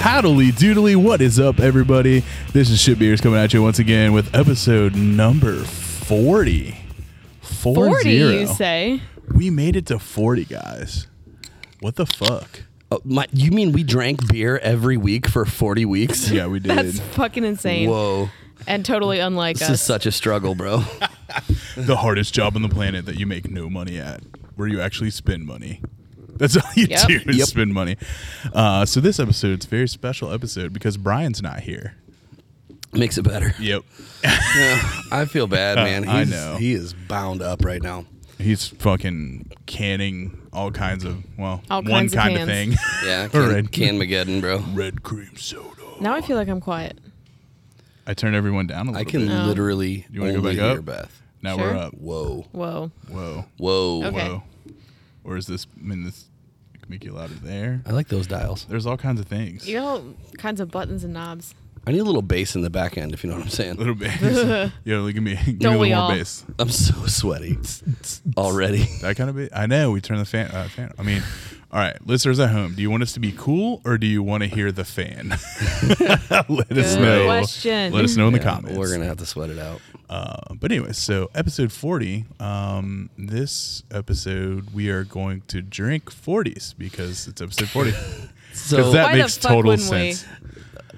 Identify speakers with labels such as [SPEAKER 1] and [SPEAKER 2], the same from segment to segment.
[SPEAKER 1] Howdly doodly. What is up, everybody? This is Shit Beers coming at you once again with episode number 40. 40,
[SPEAKER 2] 40, you say?
[SPEAKER 1] We made it to 40, guys. What the fuck?
[SPEAKER 3] Oh, my, you mean we drank beer every week for 40 weeks?
[SPEAKER 1] Yeah, we did.
[SPEAKER 2] That's fucking insane.
[SPEAKER 3] Whoa.
[SPEAKER 2] And totally unlike
[SPEAKER 3] This
[SPEAKER 2] us.
[SPEAKER 3] is such a struggle, bro.
[SPEAKER 1] the hardest job on the planet that you make no money at, where you actually spend money. That's all you
[SPEAKER 2] Yep.
[SPEAKER 1] do is
[SPEAKER 3] Yep.
[SPEAKER 1] spend money. Uh, so this episode's a very special episode because Brian's not here.
[SPEAKER 3] Makes it better.
[SPEAKER 1] Yep,
[SPEAKER 3] Yeah, I feel bad, man.
[SPEAKER 1] Uh, I
[SPEAKER 3] He's,
[SPEAKER 1] know.
[SPEAKER 3] He is bound up right now.
[SPEAKER 1] he's fucking canning all kinds of well,
[SPEAKER 2] All
[SPEAKER 1] one
[SPEAKER 2] kinds of
[SPEAKER 1] kind of thing.
[SPEAKER 2] cans.
[SPEAKER 3] Yeah,
[SPEAKER 1] All
[SPEAKER 3] can,
[SPEAKER 1] right.
[SPEAKER 3] can Mageddon, bro.
[SPEAKER 1] Red cream soda.
[SPEAKER 2] now I feel like I'm quiet.
[SPEAKER 1] I turned everyone down a little
[SPEAKER 3] I can
[SPEAKER 1] bit.
[SPEAKER 2] No.
[SPEAKER 3] literally
[SPEAKER 1] You wanna
[SPEAKER 3] only
[SPEAKER 1] go back
[SPEAKER 3] hear
[SPEAKER 1] up?
[SPEAKER 3] Beth.
[SPEAKER 1] Now
[SPEAKER 2] Sure.
[SPEAKER 1] we're up.
[SPEAKER 3] Whoa,
[SPEAKER 2] Whoa.
[SPEAKER 1] Whoa,
[SPEAKER 3] whoa.
[SPEAKER 2] Okay.
[SPEAKER 1] whoa. Or is this? I mean, this I can make you louder there.
[SPEAKER 3] I like those dials.
[SPEAKER 1] There's all kinds of things.
[SPEAKER 2] You got all kinds of buttons and knobs.
[SPEAKER 3] I need a little bass in the back end, if you know what I'm
[SPEAKER 1] A
[SPEAKER 3] saying.
[SPEAKER 1] little bit. yeah, look at me. Give me a
[SPEAKER 2] Don't we
[SPEAKER 1] little
[SPEAKER 2] all?
[SPEAKER 1] more bass.
[SPEAKER 3] I'm so sweaty already.
[SPEAKER 1] That kind of bit. I know we turn the fan. Uh, fan. I mean, all right, listeners at home, do you want us to be cool or do you want to hear the fan? Let us
[SPEAKER 2] Good
[SPEAKER 1] know.
[SPEAKER 2] question.
[SPEAKER 1] Let us know in the
[SPEAKER 3] Yeah,
[SPEAKER 1] comments.
[SPEAKER 3] We're gonna have to sweat it out.
[SPEAKER 1] Uh, but anyway, so episode forty. Um, this episode we are going to drink forties because it's episode forty.
[SPEAKER 3] So
[SPEAKER 1] that
[SPEAKER 2] Why the
[SPEAKER 1] makes
[SPEAKER 2] fuck
[SPEAKER 1] total
[SPEAKER 2] wouldn't we?
[SPEAKER 1] sense.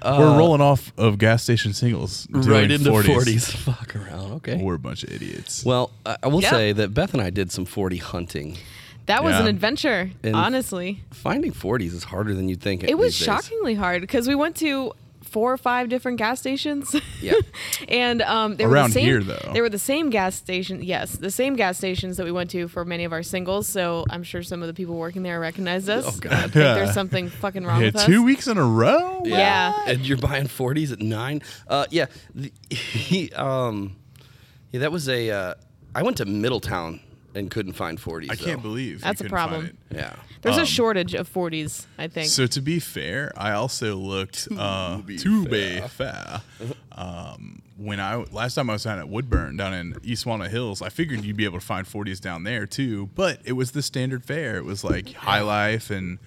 [SPEAKER 1] We're rolling off of gas station singles,
[SPEAKER 3] Uh, right
[SPEAKER 1] doing
[SPEAKER 3] into 40s. Fuck around. Okay.
[SPEAKER 1] We're a bunch of idiots.
[SPEAKER 3] Well, I, I will
[SPEAKER 2] Yeah.
[SPEAKER 3] say that Beth and I did some 40 hunting.
[SPEAKER 2] That was
[SPEAKER 1] Yeah.
[SPEAKER 2] an adventure,
[SPEAKER 3] And-
[SPEAKER 2] honestly.
[SPEAKER 3] Finding 40s is harder than you'd think.
[SPEAKER 2] It was
[SPEAKER 3] these days.
[SPEAKER 2] shockingly hard because we went to four or five different gas stations.
[SPEAKER 3] Yeah.
[SPEAKER 2] and um, they were
[SPEAKER 1] Around
[SPEAKER 2] the same,
[SPEAKER 1] here, though.
[SPEAKER 2] They were the same gas station. Yes, the same gas stations that we went to for many of our singles. So I'm sure some of the people working there recognized us.
[SPEAKER 3] Oh, God.
[SPEAKER 2] I think there's something fucking wrong
[SPEAKER 1] Yeah,
[SPEAKER 2] with us.
[SPEAKER 1] two weeks in a row.
[SPEAKER 2] Yeah.
[SPEAKER 3] And you're buying 40s at nine. Uh, yeah. The, he, um, yeah, that was a. Uh, I went to Middletown and couldn't find 40s.
[SPEAKER 1] I can't
[SPEAKER 3] though.
[SPEAKER 1] believe we
[SPEAKER 2] That's a
[SPEAKER 1] couldn't find
[SPEAKER 2] problem.
[SPEAKER 1] it.
[SPEAKER 3] Yeah.
[SPEAKER 2] There's a shortage of 40s, I think.
[SPEAKER 1] So to be fair, I also looked uh,
[SPEAKER 3] be
[SPEAKER 1] to be fair. Um, when I last time I was down at Woodburn down in East Walnut Hills, I figured you'd be able to find 40s down there too, but it was the standard fare. It was like High Life and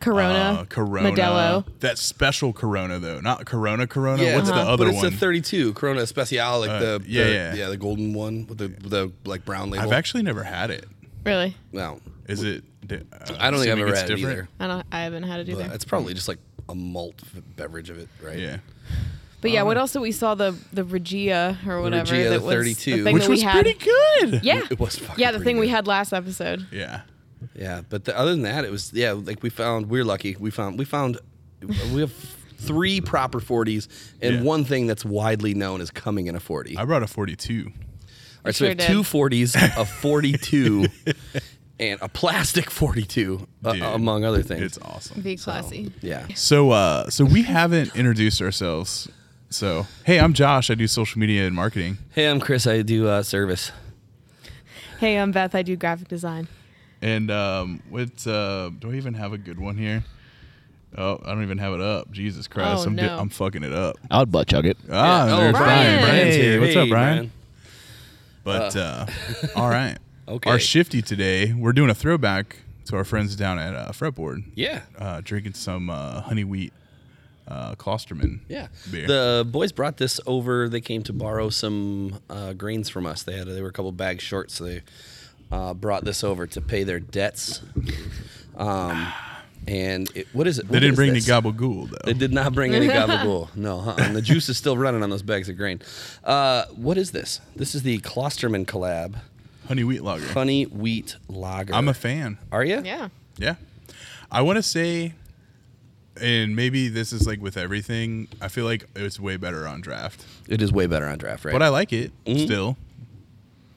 [SPEAKER 2] Corona,
[SPEAKER 1] uh, Corona,
[SPEAKER 2] Modelo.
[SPEAKER 1] that special Corona though, not Corona Corona. What's the
[SPEAKER 3] uh-huh.
[SPEAKER 1] other
[SPEAKER 3] but it's
[SPEAKER 1] one? Uh,
[SPEAKER 3] the 32 Corona Especial, like the,
[SPEAKER 1] yeah,
[SPEAKER 3] the-
[SPEAKER 1] yeah.
[SPEAKER 3] the golden one with the, with the like brown label.
[SPEAKER 1] I've actually never had it.
[SPEAKER 2] Really?
[SPEAKER 3] no,
[SPEAKER 1] Is it? d- uh,
[SPEAKER 3] I don't think I've
[SPEAKER 1] assuming
[SPEAKER 3] ever
[SPEAKER 1] it's
[SPEAKER 3] had it
[SPEAKER 1] different?
[SPEAKER 3] either.
[SPEAKER 2] I don't. I haven't had it either.
[SPEAKER 3] But it's probably just like a malt f- beverage of it, right?
[SPEAKER 1] Yeah.
[SPEAKER 2] But yeah, what else did we saw the the Regia or whatever
[SPEAKER 3] Regia,
[SPEAKER 2] that
[SPEAKER 3] the
[SPEAKER 2] was
[SPEAKER 3] 32.
[SPEAKER 2] the thing
[SPEAKER 3] Which
[SPEAKER 2] that we had.
[SPEAKER 1] good.
[SPEAKER 2] Yeah,
[SPEAKER 3] It was fucking
[SPEAKER 2] yeah the
[SPEAKER 3] pretty
[SPEAKER 2] thing we
[SPEAKER 3] good.
[SPEAKER 2] had last episode.
[SPEAKER 1] Yeah.
[SPEAKER 3] Yeah, but the, other than that, it was yeah. Like we found, we're lucky. We found, we found, we have three proper forties and
[SPEAKER 1] Yeah.
[SPEAKER 3] one thing that's widely known as coming in a forty.
[SPEAKER 1] I brought a 42.
[SPEAKER 3] All right, so we have
[SPEAKER 2] sure
[SPEAKER 3] two
[SPEAKER 2] did.
[SPEAKER 3] forties, a forty-two, and a plastic forty-two, uh,
[SPEAKER 1] Dude,
[SPEAKER 3] among other things.
[SPEAKER 1] It's awesome.
[SPEAKER 2] Be classy.
[SPEAKER 3] yeah,
[SPEAKER 1] So uh so we haven't introduced ourselves. So hey, I'm Josh. I do social media and marketing.
[SPEAKER 3] hey, I'm Chris. I do uh, service.
[SPEAKER 2] Hey, I'm Beth. I do graphic design.
[SPEAKER 1] And um what's uh do I even have a good one here? Oh, I don't even have it up. Jesus Christ.
[SPEAKER 2] Oh,
[SPEAKER 1] I'm di-
[SPEAKER 2] no.
[SPEAKER 1] I'm fucking it up.
[SPEAKER 4] I would butt chug it.
[SPEAKER 1] Ah,
[SPEAKER 3] Yeah.
[SPEAKER 1] there's Brian.
[SPEAKER 2] Brian.
[SPEAKER 1] Brian's
[SPEAKER 3] Oh, Hey,
[SPEAKER 1] here. What's up,
[SPEAKER 3] hey,
[SPEAKER 1] Brian? But uh, all right.
[SPEAKER 3] Okay.
[SPEAKER 1] Our shifty today, we're doing a throwback to our friends down at uh, Fretboard.
[SPEAKER 3] Yeah,
[SPEAKER 1] Uh, drinking some uh, honey wheat uh, Klosterman.
[SPEAKER 3] yeah.
[SPEAKER 1] Beer.
[SPEAKER 3] The uh, boys brought this over. They came to borrow some uh, grains from us. They had they were a couple bags short, so they uh, brought this over to pay their debts. Um, and it, what is it?
[SPEAKER 1] they didn't bring
[SPEAKER 3] the
[SPEAKER 1] any gabagool though.
[SPEAKER 3] They did not bring any gabagool. No, uh-uh. and the juice is still running on those bags of grain. Uh, what is this? This is the Klosterman collab,
[SPEAKER 1] honey wheat lager.
[SPEAKER 3] Funny Wheat Lager.
[SPEAKER 1] I'm a fan.
[SPEAKER 3] Are you?
[SPEAKER 2] Yeah.
[SPEAKER 1] Yeah. I want to say, and maybe this is like with everything, I feel like it's way better on draft.
[SPEAKER 3] It is way better on draft, right?
[SPEAKER 1] But I like it
[SPEAKER 3] Mm-hmm.
[SPEAKER 1] still.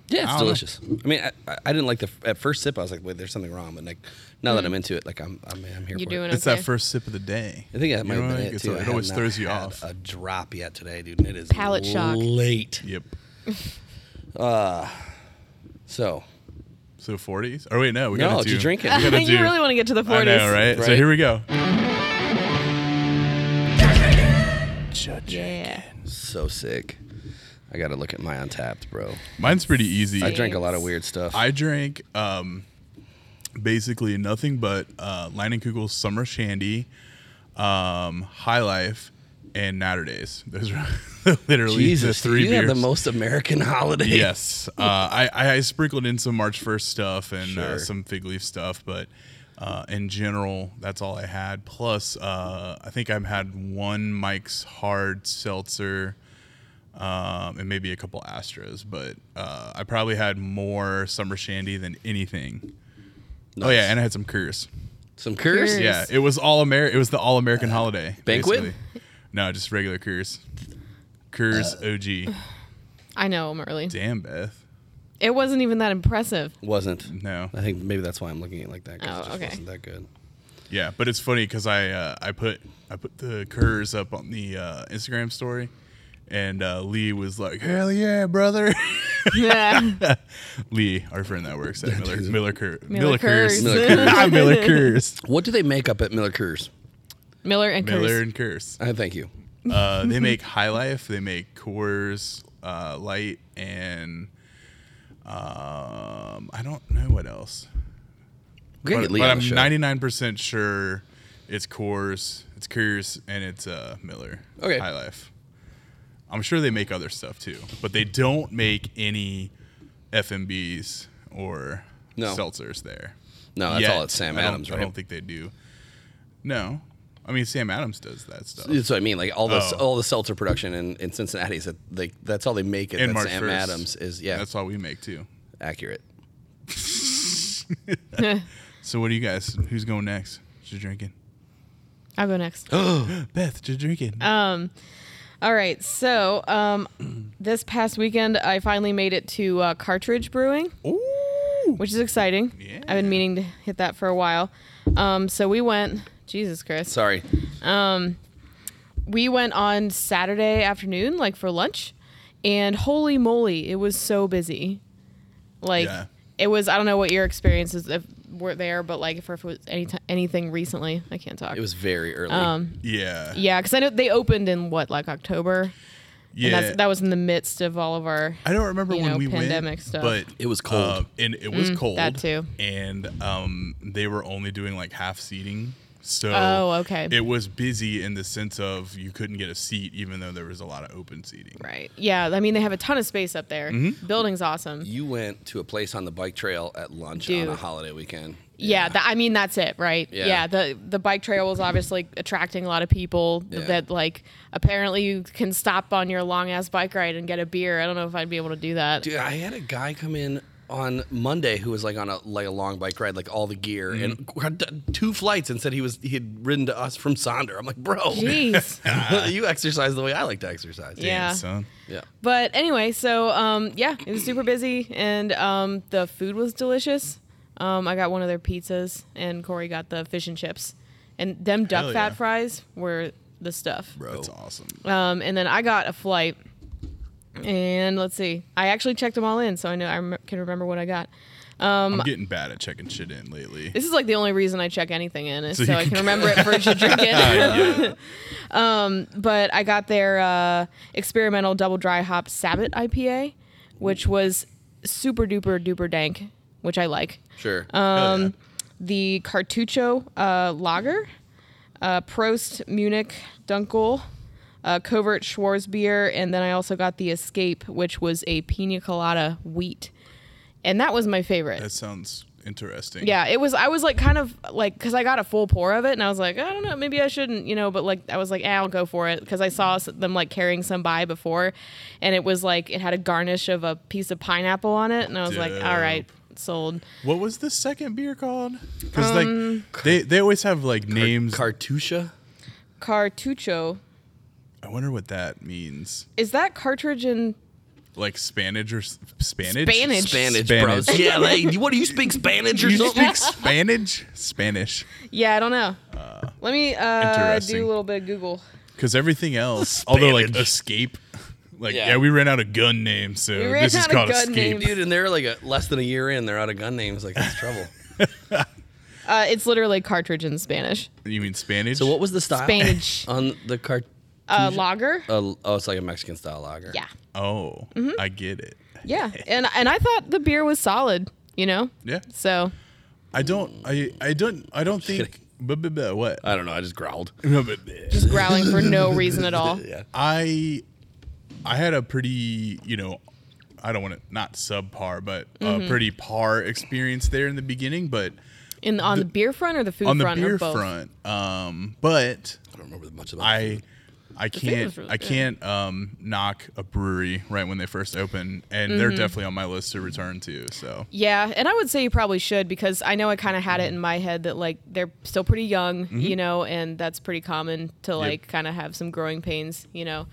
[SPEAKER 3] yeah,
[SPEAKER 1] I
[SPEAKER 3] it's
[SPEAKER 1] don't know.
[SPEAKER 3] delicious. I mean, I, I- I didn't like the at first sip. I was like, wait, there's something wrong. But like now
[SPEAKER 1] Mm-hmm.
[SPEAKER 3] that I'm into it, like I'm I'm, I'm here
[SPEAKER 2] You
[SPEAKER 3] for
[SPEAKER 2] doing
[SPEAKER 3] it.
[SPEAKER 2] it?
[SPEAKER 1] It's
[SPEAKER 2] Okay.
[SPEAKER 1] that first sip of the day.
[SPEAKER 3] I think that
[SPEAKER 1] You
[SPEAKER 3] might
[SPEAKER 1] know
[SPEAKER 3] have
[SPEAKER 1] what I
[SPEAKER 3] been
[SPEAKER 1] mean?
[SPEAKER 3] it
[SPEAKER 1] It's-
[SPEAKER 3] too. I
[SPEAKER 1] It
[SPEAKER 3] have
[SPEAKER 1] always
[SPEAKER 3] not
[SPEAKER 1] throws you
[SPEAKER 3] had
[SPEAKER 1] off.
[SPEAKER 3] A drop yet today, dude. And it is
[SPEAKER 2] Palate shock.
[SPEAKER 3] Late.
[SPEAKER 1] Yep.
[SPEAKER 3] So
[SPEAKER 1] So 40s? Oh, wait, no. We
[SPEAKER 3] no,
[SPEAKER 1] gotta
[SPEAKER 3] did
[SPEAKER 1] do,
[SPEAKER 3] you drink it?
[SPEAKER 1] We gotta
[SPEAKER 2] you
[SPEAKER 1] do-
[SPEAKER 2] really want to get to the 40s.
[SPEAKER 1] I know, right? So
[SPEAKER 3] Right?
[SPEAKER 1] here we go. Judge.
[SPEAKER 2] Yeah.
[SPEAKER 3] So sick. I gotta look at my untapped, bro.
[SPEAKER 1] Mine's pretty easy.
[SPEAKER 3] I drank a lot of weird stuff.
[SPEAKER 1] I drank um, basically nothing but uh, Leinenkugel Summer Shandy, um, High Life, and Natterdays. Those are literally
[SPEAKER 3] Jesus,
[SPEAKER 1] the three
[SPEAKER 3] you
[SPEAKER 1] beers.
[SPEAKER 3] had the most American holiday.
[SPEAKER 1] yes, uh, I, I sprinkled in some March first stuff and uh,
[SPEAKER 3] Sure.
[SPEAKER 1] some fig leaf stuff, but uh, in general, that's all I had. Plus, uh, I think I've had one Mike's hard seltzer. Um, and maybe a couple Astros, but uh, I probably had more summer shandy than anything. Oh
[SPEAKER 3] Nice.
[SPEAKER 1] yeah, and I had some Coors.
[SPEAKER 3] Some curse.
[SPEAKER 2] Coors.
[SPEAKER 1] Yeah, it was all Amer. It was the all American holiday
[SPEAKER 3] Uh, banquet?
[SPEAKER 1] basically. No, just regular Coors.
[SPEAKER 3] Uh,
[SPEAKER 1] Coors OG.
[SPEAKER 2] I know I'm early.
[SPEAKER 1] Damn, Beth.
[SPEAKER 2] It wasn't even that impressive.
[SPEAKER 3] Wasn't.
[SPEAKER 1] No.
[SPEAKER 3] I think maybe that's why I'm looking at it like that. 'cause
[SPEAKER 2] Oh,
[SPEAKER 3] it just
[SPEAKER 2] okay.
[SPEAKER 3] wasn't that good.
[SPEAKER 1] Yeah, but it's funny because I uh, I put I put the Coors up on the uh, Instagram story, and uh, Lee was like, "Hell yeah, brother!"
[SPEAKER 2] Yeah.
[SPEAKER 1] Lee, our friend that works at Miller Miller, Cur-
[SPEAKER 2] Miller
[SPEAKER 1] Miller Coors
[SPEAKER 2] Coors.
[SPEAKER 1] Miller Coors
[SPEAKER 3] What do they make up at Miller Coors?
[SPEAKER 2] Miller and Curse.
[SPEAKER 1] Miller and Coors.
[SPEAKER 3] I thank you.
[SPEAKER 1] Uh, they make High Life, they make Coors uh, Light, and um, I don't know what else.
[SPEAKER 3] We
[SPEAKER 1] But,
[SPEAKER 3] gotta get Lee
[SPEAKER 1] but
[SPEAKER 3] on
[SPEAKER 1] I'm
[SPEAKER 3] the show.
[SPEAKER 1] 99% sure it's Coors, it's Coors, and it's uh, Miller.
[SPEAKER 3] Okay.
[SPEAKER 1] High Life. I'm sure they make other stuff too, but they don't make any FMBs or
[SPEAKER 3] No.
[SPEAKER 1] seltzers there.
[SPEAKER 3] no, that's
[SPEAKER 1] Yet.
[SPEAKER 3] all at Sam
[SPEAKER 1] I don't-
[SPEAKER 3] Adams, right?
[SPEAKER 1] I don't think they do. No. I mean, Sam Adams does that stuff.
[SPEAKER 3] That's what I mean. Like all the
[SPEAKER 1] Oh.
[SPEAKER 3] all the seltzer production in, in Cincinnati is that like that's all they make at
[SPEAKER 1] And
[SPEAKER 3] that
[SPEAKER 1] March
[SPEAKER 3] Sam
[SPEAKER 1] 1st.
[SPEAKER 3] Adams is yeah
[SPEAKER 1] That's all we make too.
[SPEAKER 3] accurate.
[SPEAKER 1] So what do you guys? Who's going next? Just drinking.
[SPEAKER 2] I'll go next.
[SPEAKER 1] Beth, just drinking.
[SPEAKER 2] Uh, All right. So um, this past weekend, I finally made it to uh, Cartridge Brewing.
[SPEAKER 1] Ooh.
[SPEAKER 2] which is exciting.
[SPEAKER 1] Yeah.
[SPEAKER 2] I've been meaning to hit that for a while. Um, so we went, Jesus Christ.
[SPEAKER 3] Sorry,
[SPEAKER 2] We went on Saturday afternoon, like for lunch, and holy moly, it was so busy. Like
[SPEAKER 1] Yeah.
[SPEAKER 2] it was. I don't know what your experiences if were there, but like if it was any ti- anything recently, I can't talk.
[SPEAKER 3] it was very early.
[SPEAKER 2] Um,
[SPEAKER 1] Yeah.
[SPEAKER 2] yeah, because I know they opened in what like October,
[SPEAKER 1] Yeah.
[SPEAKER 2] and that's, that was in the midst of all of our.
[SPEAKER 1] I don't remember
[SPEAKER 2] you
[SPEAKER 1] when
[SPEAKER 2] know,
[SPEAKER 1] we
[SPEAKER 2] pandemic
[SPEAKER 1] went,
[SPEAKER 2] stuff. Mm,
[SPEAKER 1] but
[SPEAKER 3] It was cold.
[SPEAKER 1] uh, and it was cold.
[SPEAKER 2] that too.
[SPEAKER 1] And um, they were only doing like half seating, so
[SPEAKER 2] Oh, okay.
[SPEAKER 1] It was busy in the sense of you couldn't get a seat, even though there was a lot of open seating.
[SPEAKER 2] Right. Yeah. I mean, they have a ton of space up there.
[SPEAKER 1] Mm-hmm.
[SPEAKER 2] Building's awesome.
[SPEAKER 3] You went to a place on the bike trail at lunch
[SPEAKER 2] Dude.
[SPEAKER 3] on a holiday weekend.
[SPEAKER 2] yeah, tha- I mean that's it, right?
[SPEAKER 3] Yeah.
[SPEAKER 2] the the bike trail was obviously attracting a lot of people th-
[SPEAKER 3] Yeah.
[SPEAKER 2] that like apparently you can stop on your long ass bike ride and get a beer. I don't know if I'd be able to do that.
[SPEAKER 3] Dude, I had a guy come in on Monday who was like on a like a long bike ride, like all the gear,
[SPEAKER 1] Mm-hmm.
[SPEAKER 3] and had done two flights, and said he was he had ridden to us from Sonder. I'm like, bro,
[SPEAKER 2] Jeez.
[SPEAKER 3] you exercise the way I like to exercise.
[SPEAKER 1] Damn,
[SPEAKER 2] Yeah.
[SPEAKER 1] son.
[SPEAKER 3] yeah.
[SPEAKER 2] but anyway, so um yeah, it was super busy and um the food was delicious. Um I got one of their pizzas and Corey got the fish and chips. And them duck
[SPEAKER 1] Hell yeah.
[SPEAKER 2] fat fries were the stuff.
[SPEAKER 3] bro.
[SPEAKER 1] That's awesome.
[SPEAKER 2] Um, and then I got a flight. And let's see, I actually checked them all in, so I know I rem- can remember what I got.
[SPEAKER 1] I'm getting bad at checking shit in lately.
[SPEAKER 2] This is like the only reason I check anything in, is
[SPEAKER 1] So
[SPEAKER 2] so,
[SPEAKER 1] you
[SPEAKER 2] I
[SPEAKER 1] can-
[SPEAKER 2] can remember it for to drink it.
[SPEAKER 1] Yeah.
[SPEAKER 2] but I got their uh, experimental double dry hop Sabot IPA, which was super duper duper dank, which I like.
[SPEAKER 3] Sure.
[SPEAKER 2] Um,
[SPEAKER 1] Hell yeah.
[SPEAKER 2] The Cartucho uh, Lager, uh, Prost Munich Dunkel, uh, Covert Schwarzbier, and then I also got the Escape, which was a pina colada wheat, and that was my favorite.
[SPEAKER 1] That sounds interesting.
[SPEAKER 2] Yeah, it was. I was like, kind of like, because I got a full pour of it, and I was like, I don't know, maybe I shouldn't, you know. But like, I was like, eh, I'll go for it because I saw s- them like carrying some by before, and it was like it had a garnish of a piece of pineapple on it, and I was like, all right, sold.
[SPEAKER 1] What was the second beer called? Because
[SPEAKER 2] Um,
[SPEAKER 1] like they, they always have like names.
[SPEAKER 3] Cartusha.
[SPEAKER 2] Cartucho,
[SPEAKER 1] I wonder what that means.
[SPEAKER 2] is that cartridge and
[SPEAKER 1] Like Spanish or s- Spanish?
[SPEAKER 2] Spanish.
[SPEAKER 3] Spanish,
[SPEAKER 1] Spanish.
[SPEAKER 3] bros. Yeah, like, what do you speak Spanish or
[SPEAKER 1] You
[SPEAKER 3] something?
[SPEAKER 1] speak Spanish? Spanish.
[SPEAKER 2] yeah, I don't know. Let me uh,
[SPEAKER 1] interesting.
[SPEAKER 2] do a little bit of Google.
[SPEAKER 1] Because everything else, although like
[SPEAKER 3] Spanish.
[SPEAKER 1] escape, like yeah.
[SPEAKER 3] Yeah.
[SPEAKER 1] we ran out of gun names, so
[SPEAKER 2] ran
[SPEAKER 1] this is
[SPEAKER 2] out of
[SPEAKER 1] called
[SPEAKER 2] gun
[SPEAKER 1] escape.
[SPEAKER 2] names.
[SPEAKER 3] Dude, and they're like a, less than a year in, they're out of gun names. Like, that's trouble.
[SPEAKER 2] Uh, it's literally cartridge in Spanish.
[SPEAKER 1] You mean Spanish?
[SPEAKER 3] So, what was the style
[SPEAKER 2] Spanish.
[SPEAKER 3] on the cart?
[SPEAKER 2] Uh, lager.
[SPEAKER 3] Uh, oh, it's like a Mexican style lager.
[SPEAKER 2] Yeah,
[SPEAKER 1] Oh,
[SPEAKER 2] Mm-hmm.
[SPEAKER 1] I get it.
[SPEAKER 2] yeah, and and I thought the beer was solid, you know.
[SPEAKER 1] Yeah,
[SPEAKER 2] So
[SPEAKER 1] I don't. I I don't. I don't think Buh, buh, buh, what?
[SPEAKER 3] I don't know. I just growled.
[SPEAKER 1] No, but bleh.
[SPEAKER 2] Just growling for no reason at all.
[SPEAKER 3] Yeah.
[SPEAKER 1] I I had a pretty, you know, I don't want to not subpar, but
[SPEAKER 2] Mm-hmm.
[SPEAKER 1] a pretty par experience there in the beginning, but
[SPEAKER 2] In on the, beer front or the food
[SPEAKER 1] on the
[SPEAKER 2] front or
[SPEAKER 1] beer
[SPEAKER 2] both.
[SPEAKER 1] front. Um, but
[SPEAKER 3] I don't remember much about. it.
[SPEAKER 1] I I can't
[SPEAKER 2] was really
[SPEAKER 1] I
[SPEAKER 2] good.
[SPEAKER 1] can't um, knock a brewery right when they first open, and
[SPEAKER 2] Mm-hmm.
[SPEAKER 1] they're definitely on my list to return to. So
[SPEAKER 2] Yeah, and I would say you probably should because I know I kind of had it in my head that like they're still pretty young,
[SPEAKER 1] Mm-hmm.
[SPEAKER 2] you know, and that's pretty common to like kind of have some growing pains, you know.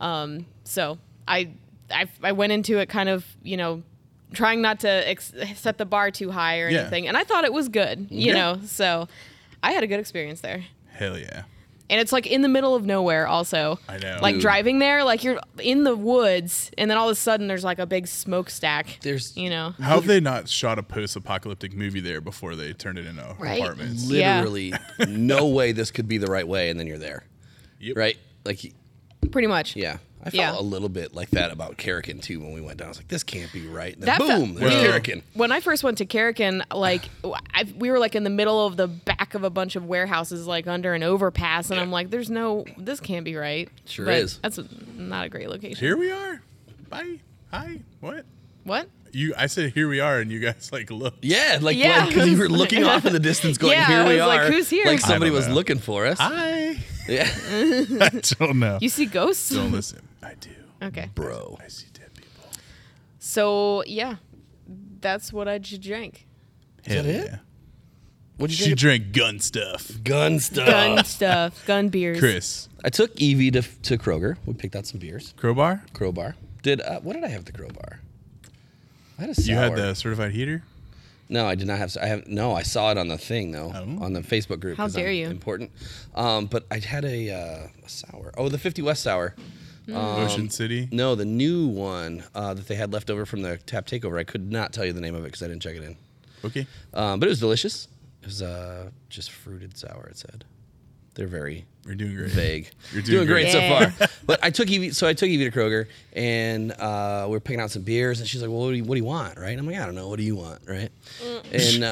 [SPEAKER 2] Um, so I, I I went into it kind of you know trying not to ex- set the bar too high or
[SPEAKER 1] Yeah.
[SPEAKER 2] anything, and I thought it was good,
[SPEAKER 1] Yeah.
[SPEAKER 2] you know. So I had a good experience there.
[SPEAKER 1] hell yeah,
[SPEAKER 2] And it's like in the middle of nowhere, also.
[SPEAKER 1] I know.
[SPEAKER 2] Like
[SPEAKER 1] Ooh.
[SPEAKER 2] driving there, like you're in the woods, and then all of a sudden there's like a big smokestack.
[SPEAKER 3] There's
[SPEAKER 2] you know.
[SPEAKER 1] how have they not shot a post-apocalyptic movie there before they turned it into
[SPEAKER 2] Right.
[SPEAKER 1] apartments?
[SPEAKER 2] Yeah.
[SPEAKER 3] literally no way this could be the right way, and then you're there,
[SPEAKER 1] Yep.
[SPEAKER 3] right? Like,
[SPEAKER 2] Pretty much.
[SPEAKER 3] yeah, I felt
[SPEAKER 2] Yeah.
[SPEAKER 3] a little bit like that about Kerrigan too when we went down. I was like, this can't be right. And then
[SPEAKER 2] That fe-
[SPEAKER 3] boom, there's
[SPEAKER 1] Well-
[SPEAKER 3] Kerrigan.
[SPEAKER 2] When I first went to Kerrigan, like I, we were like in the middle of the back of a bunch of warehouses, like under an overpass, and I'm like, "There's no, this can't be right."
[SPEAKER 3] Sure
[SPEAKER 2] But
[SPEAKER 3] is.
[SPEAKER 2] That's not a great location.
[SPEAKER 1] Here we are. Bye. Hi. What?
[SPEAKER 2] What?
[SPEAKER 1] You? I said here we are, and you guys like look.
[SPEAKER 3] Yeah, like
[SPEAKER 2] Yeah.
[SPEAKER 3] because you were looking off in the distance, going,
[SPEAKER 2] Yeah,
[SPEAKER 3] "Here
[SPEAKER 2] I
[SPEAKER 3] we
[SPEAKER 2] was like,
[SPEAKER 3] are."
[SPEAKER 2] "Who's here?"
[SPEAKER 3] Like
[SPEAKER 2] I
[SPEAKER 3] somebody
[SPEAKER 1] don't
[SPEAKER 3] was
[SPEAKER 1] know.
[SPEAKER 3] looking for us.
[SPEAKER 1] Hi.
[SPEAKER 3] Yeah,
[SPEAKER 1] I don't know.
[SPEAKER 2] You see ghosts?
[SPEAKER 1] don't listen. I do.
[SPEAKER 2] Okay.
[SPEAKER 3] bro.
[SPEAKER 1] I see dead people.
[SPEAKER 2] So yeah, that's what I j- drank.
[SPEAKER 1] Hell
[SPEAKER 3] that it?
[SPEAKER 1] yeah.
[SPEAKER 3] What'd you
[SPEAKER 1] She
[SPEAKER 3] think?
[SPEAKER 1] drank gun stuff.
[SPEAKER 3] Gun stuff.
[SPEAKER 2] Gun stuff, gun beers.
[SPEAKER 1] Chris
[SPEAKER 3] I took Evie to, to Kroger. We picked out some beers.
[SPEAKER 1] Crowbar.
[SPEAKER 3] Crowbar. Did uh, what did I have at the Crowbar? I had a sour.
[SPEAKER 1] You had the certified heater.
[SPEAKER 3] No, I did not have. I have no. I saw it on the thing though,
[SPEAKER 1] Oh.
[SPEAKER 3] on the Facebook group.
[SPEAKER 2] How
[SPEAKER 3] 'cause I'm
[SPEAKER 2] dare you.
[SPEAKER 3] Important. Um, but I had a, uh, a sour. Oh, the Fifty West sour.
[SPEAKER 2] Um,
[SPEAKER 1] Ocean City.
[SPEAKER 3] No, the new one uh, that they had left over from the tap takeover. I could not tell you the name of it because I didn't check it in.
[SPEAKER 1] Okay.
[SPEAKER 3] Um, but it was delicious. It was uh, just fruited sour. It said. They're very
[SPEAKER 1] You're doing great.
[SPEAKER 3] vague.
[SPEAKER 1] You're doing
[SPEAKER 3] doing,
[SPEAKER 2] great.
[SPEAKER 3] great, so far. but I took Evie, so I took Evie to Kroger, and uh, we were picking out some beers, and she's like, "Well, what do you, what do you want?" Right? I'm like, "I don't know. What do you want?" Right?
[SPEAKER 2] Mm.
[SPEAKER 3] And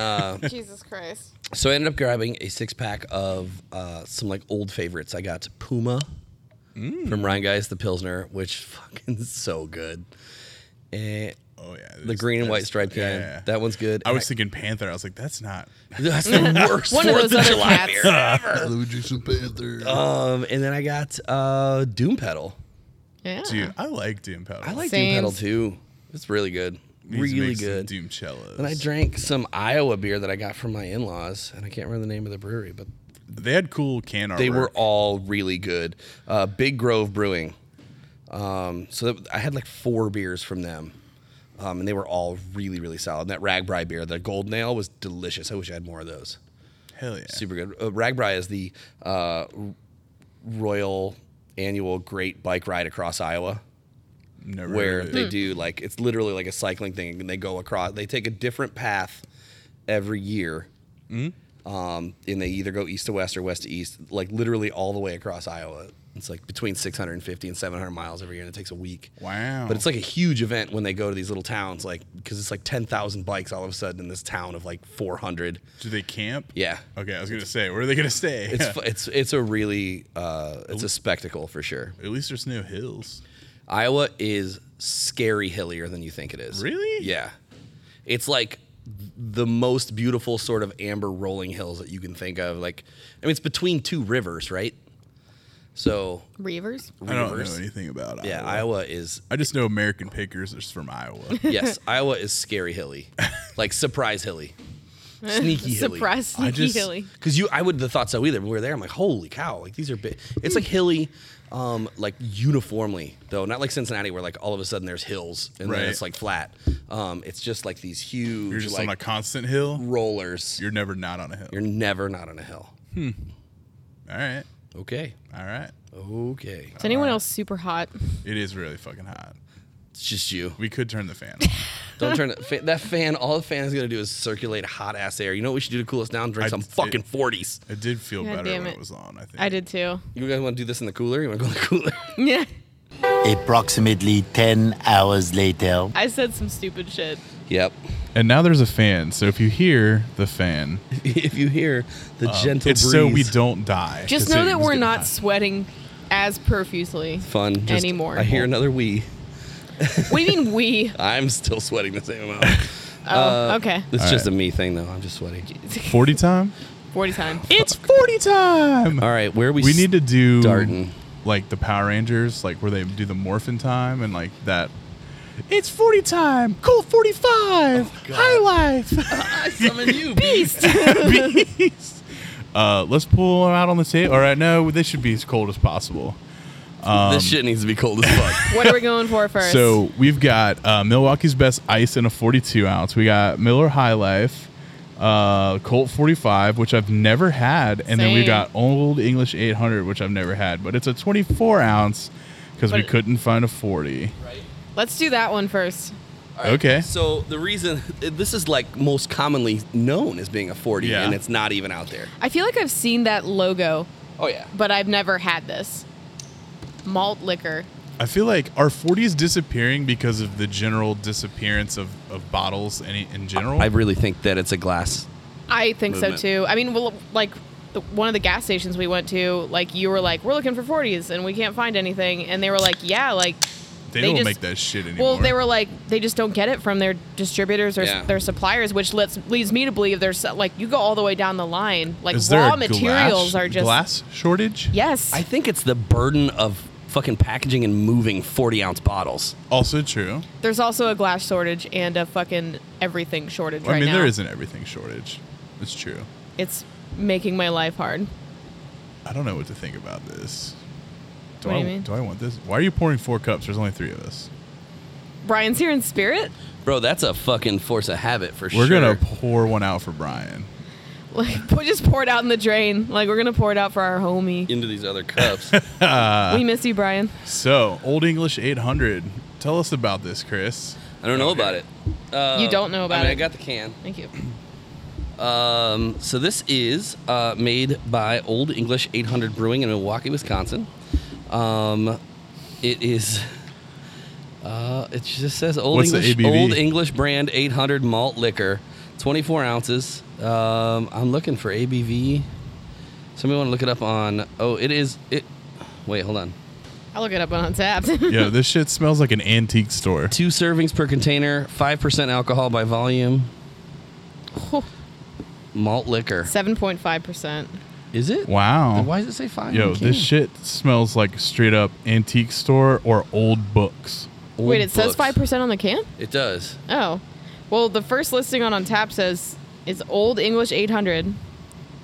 [SPEAKER 3] uh,
[SPEAKER 2] Jesus Christ.
[SPEAKER 3] so I ended up grabbing a six pack of uh, some like old favorites. I got Puma from Ryan Guys, the Pilsner, which fucking is so good. And
[SPEAKER 1] Oh yeah.
[SPEAKER 3] the green and white striped can, that one's good.
[SPEAKER 1] I
[SPEAKER 3] And
[SPEAKER 1] was thinking Panther. I was like, that's not.
[SPEAKER 3] that's the worst
[SPEAKER 2] One of
[SPEAKER 3] Fourth
[SPEAKER 2] those other
[SPEAKER 3] July
[SPEAKER 2] cats.
[SPEAKER 3] beer.
[SPEAKER 4] Luigi's Panther.
[SPEAKER 3] Um, and then I got uh, Doom Pedal.
[SPEAKER 2] Yeah.
[SPEAKER 1] Dude, I like Doom Powder.
[SPEAKER 3] I like Doom
[SPEAKER 2] Same.
[SPEAKER 3] Pedal too. It's really good. Really good.
[SPEAKER 1] Doom cellos.
[SPEAKER 3] And I drank some Iowa beer that I got from my in laws, and I can't remember the name of the brewery, but
[SPEAKER 1] they had cool can artwork.
[SPEAKER 3] they were all really good. Uh, Big Grove Brewing. Um, so that, I had like four beers from them, um, and they were all really, really solid. And that Ragbri beer, the Golden Ale, was delicious. I wish I had more of those.
[SPEAKER 1] hell yeah.
[SPEAKER 3] Super good. Uh, Ragbri is the uh, r- royal annual great bike ride across Iowa.
[SPEAKER 1] Never
[SPEAKER 3] where
[SPEAKER 1] heard of
[SPEAKER 3] they
[SPEAKER 1] it.
[SPEAKER 3] do like it's literally like a cycling thing and they go across they take a different path every year um, and they either go east to west or west to east like literally all the way across iowa it's like between 650 and 700 miles every year and it takes a week
[SPEAKER 1] Wow.
[SPEAKER 3] but it's like a huge event when they go to these little towns like because it's like 10000 bikes all of a sudden in this town of like 400
[SPEAKER 1] do they camp?
[SPEAKER 3] yeah
[SPEAKER 1] Okay, I was gonna say, where are they gonna stay?
[SPEAKER 3] it's fu- it's it's a really uh, it's a spectacle for sure
[SPEAKER 1] At least there's no hills.
[SPEAKER 3] Iowa is scary hillier than you think it is.
[SPEAKER 1] Really?
[SPEAKER 3] Yeah. It's like the most beautiful sort of amber rolling hills that you can think of. Like, I mean, it's between two rivers, right? So,
[SPEAKER 2] Reavers.
[SPEAKER 1] I don't know
[SPEAKER 3] rivers.
[SPEAKER 1] anything about
[SPEAKER 3] yeah,
[SPEAKER 1] Iowa.
[SPEAKER 3] Iowa is,
[SPEAKER 1] I just know American Pickers is from Iowa.
[SPEAKER 3] yes, Iowa is scary hilly. Like, surprise hilly. Sneaky hilly.
[SPEAKER 2] Surprise,
[SPEAKER 1] I
[SPEAKER 2] sneaky
[SPEAKER 1] just-
[SPEAKER 2] hilly.
[SPEAKER 3] Because you, I wouldn't have thought so either. When we were there, I'm like, holy cow! Like these are big. It's like hilly, um, like uniformly though, not like Cincinnati where like all of a sudden there's hills and
[SPEAKER 1] Right.
[SPEAKER 3] then it's like flat. Um, it's just like these huge
[SPEAKER 1] You're just
[SPEAKER 3] like
[SPEAKER 1] on a constant hill.
[SPEAKER 3] rollers. You're,
[SPEAKER 1] You're never not on a hill.
[SPEAKER 3] never not on a hill.
[SPEAKER 1] All right,
[SPEAKER 3] Okay,
[SPEAKER 1] all right.
[SPEAKER 3] Oh. okay.
[SPEAKER 2] Is anyone else super hot?
[SPEAKER 1] It is really fucking hot.
[SPEAKER 3] It's just you.
[SPEAKER 1] We could turn the fan. on.
[SPEAKER 3] Don't turn it, fa- that fan. All the fan is gonna do is circulate hot ass air. You know what we should do to cool us down? Drink
[SPEAKER 1] I
[SPEAKER 3] some
[SPEAKER 1] did-
[SPEAKER 3] fucking forties.
[SPEAKER 1] It did feel
[SPEAKER 2] God
[SPEAKER 1] better
[SPEAKER 2] damn
[SPEAKER 1] when
[SPEAKER 2] it.
[SPEAKER 1] it was on. I think
[SPEAKER 2] I did too.
[SPEAKER 3] You guys want to do this in the cooler? You want to go in the cooler?
[SPEAKER 2] Yeah.
[SPEAKER 5] Approximately 10 hours later.
[SPEAKER 2] I said some stupid shit.
[SPEAKER 3] yep.
[SPEAKER 1] And now there's a fan. So if you hear the fan,
[SPEAKER 3] if you hear the gentle
[SPEAKER 1] Uh, it's
[SPEAKER 3] breeze,
[SPEAKER 1] so we don't die.
[SPEAKER 2] Just
[SPEAKER 1] 'cause
[SPEAKER 2] know
[SPEAKER 1] it
[SPEAKER 2] that
[SPEAKER 1] was
[SPEAKER 2] we're
[SPEAKER 1] getting
[SPEAKER 2] not
[SPEAKER 1] hot.
[SPEAKER 2] sweating as profusely.
[SPEAKER 3] fun just-
[SPEAKER 2] anymore.
[SPEAKER 3] I hear another we.
[SPEAKER 2] What do you mean we?
[SPEAKER 3] I'm still sweating the same amount.
[SPEAKER 2] Oh, okay.
[SPEAKER 3] It's
[SPEAKER 1] All
[SPEAKER 3] just
[SPEAKER 1] right.
[SPEAKER 3] a me thing though. I'm just sweating.
[SPEAKER 1] 40 time?
[SPEAKER 2] 40 times.
[SPEAKER 1] It's 40 time.
[SPEAKER 3] All right, where are we?
[SPEAKER 1] We need to do
[SPEAKER 3] starting.
[SPEAKER 1] like the Power Rangers, like where they do the morphin time and like that. It's 40 time. Cool 45.
[SPEAKER 3] Oh,
[SPEAKER 1] High life.
[SPEAKER 3] I summon you.
[SPEAKER 2] Beast.
[SPEAKER 1] Beast. Uh, let's pull them out on the table. All right, no, this should be as cold as possible. Um,
[SPEAKER 3] this shit needs to be cold as fuck.
[SPEAKER 2] what are we going for first?
[SPEAKER 1] So we've got uh, Milwaukee's best ice in a 42 ounce. We got Miller High Life, uh, Colt 45, which I've never had, and then we
[SPEAKER 2] Same.
[SPEAKER 1] got Old English 800, which I've never had, but it's a 24 ounce because we
[SPEAKER 2] But-
[SPEAKER 1] couldn't find a 40.
[SPEAKER 3] right.
[SPEAKER 2] let's do that one first.
[SPEAKER 3] All right,
[SPEAKER 1] Okay.
[SPEAKER 3] So the reason this is like most commonly known as being a 40,
[SPEAKER 1] Yeah.
[SPEAKER 3] and it's not even out there.
[SPEAKER 2] I feel like I've seen that logo,
[SPEAKER 3] Oh yeah.
[SPEAKER 2] but I've never had this. Malt liquor.
[SPEAKER 1] I feel like our 40 is disappearing because of the general disappearance of, of bottles in, in general.
[SPEAKER 3] I really think that it's a glass.
[SPEAKER 2] I think
[SPEAKER 3] Movement.
[SPEAKER 2] so too. I mean, well, like the, one of the gas stations we went to, like you were like, we're looking for 40s and we can't find anything. And they were like, yeah, like,
[SPEAKER 1] they,
[SPEAKER 2] they
[SPEAKER 1] don't
[SPEAKER 2] just-
[SPEAKER 1] make that shit anymore.
[SPEAKER 2] well, they were like, they just don't get it from their distributors or s-
[SPEAKER 3] Yeah.
[SPEAKER 2] their suppliers, which lets, leads me to believe there's like, you go all the way down the line. Like,
[SPEAKER 1] Is there
[SPEAKER 2] raw
[SPEAKER 1] a
[SPEAKER 2] materials
[SPEAKER 1] glass,
[SPEAKER 2] are just.
[SPEAKER 1] glass shortage?
[SPEAKER 2] Yes.
[SPEAKER 3] I think it's the burden of fucking packaging and moving 40 ounce bottles.
[SPEAKER 1] Also true.
[SPEAKER 2] There's also a glass shortage and a fucking everything shortage right
[SPEAKER 1] I mean,
[SPEAKER 2] now.
[SPEAKER 1] there is an everything shortage. It's true.
[SPEAKER 2] It's making my life hard.
[SPEAKER 1] I don't know what to think about this. Do
[SPEAKER 2] What
[SPEAKER 1] I
[SPEAKER 2] do you mean?
[SPEAKER 1] do I want this? Why are you pouring four cups? There's only three of us.
[SPEAKER 2] Brian's here in spirit.
[SPEAKER 3] Bro, that's a fucking force of habit for
[SPEAKER 1] We're
[SPEAKER 3] sure.
[SPEAKER 1] gonna pour one out for Brian.
[SPEAKER 2] Like, we just pour it out in the drain. Like, we're gonna pour it out for our homie.
[SPEAKER 3] into these other cups.
[SPEAKER 2] we miss you, Brian.
[SPEAKER 1] So, Old English 800. Tell us about this, Chris.
[SPEAKER 3] I don't know about it. Uh,
[SPEAKER 2] You don't know about
[SPEAKER 3] I mean,
[SPEAKER 2] it.
[SPEAKER 3] I got the can.
[SPEAKER 2] Thank you.
[SPEAKER 3] Um, so this is uh, made by Old English 800 Brewing in Milwaukee, Wisconsin. Um, it is. Uh, it just says Old
[SPEAKER 1] What's the
[SPEAKER 3] English
[SPEAKER 1] ABV?
[SPEAKER 3] Old English brand 800 malt liquor, 24 ounces. Um, I'm looking for ABV. Somebody want to look it up on? Oh, it is. It. Wait, hold on.
[SPEAKER 2] I'll look it up on Untapped.
[SPEAKER 1] Yeah, this shit smells like an antique store.
[SPEAKER 3] Two servings per container, five percent alcohol by volume. Malt liquor.
[SPEAKER 2] 7.5%.
[SPEAKER 3] Is it?
[SPEAKER 1] Wow.
[SPEAKER 3] Then Why does it say five? on
[SPEAKER 1] Yo,
[SPEAKER 3] the can?
[SPEAKER 1] this shit smells like straight up antique store or old books.
[SPEAKER 3] Old
[SPEAKER 2] Wait, it says
[SPEAKER 3] books.
[SPEAKER 2] 5% on the can?
[SPEAKER 3] It does.
[SPEAKER 2] Oh. Well, the first listing on Untapped says it's Old English 800.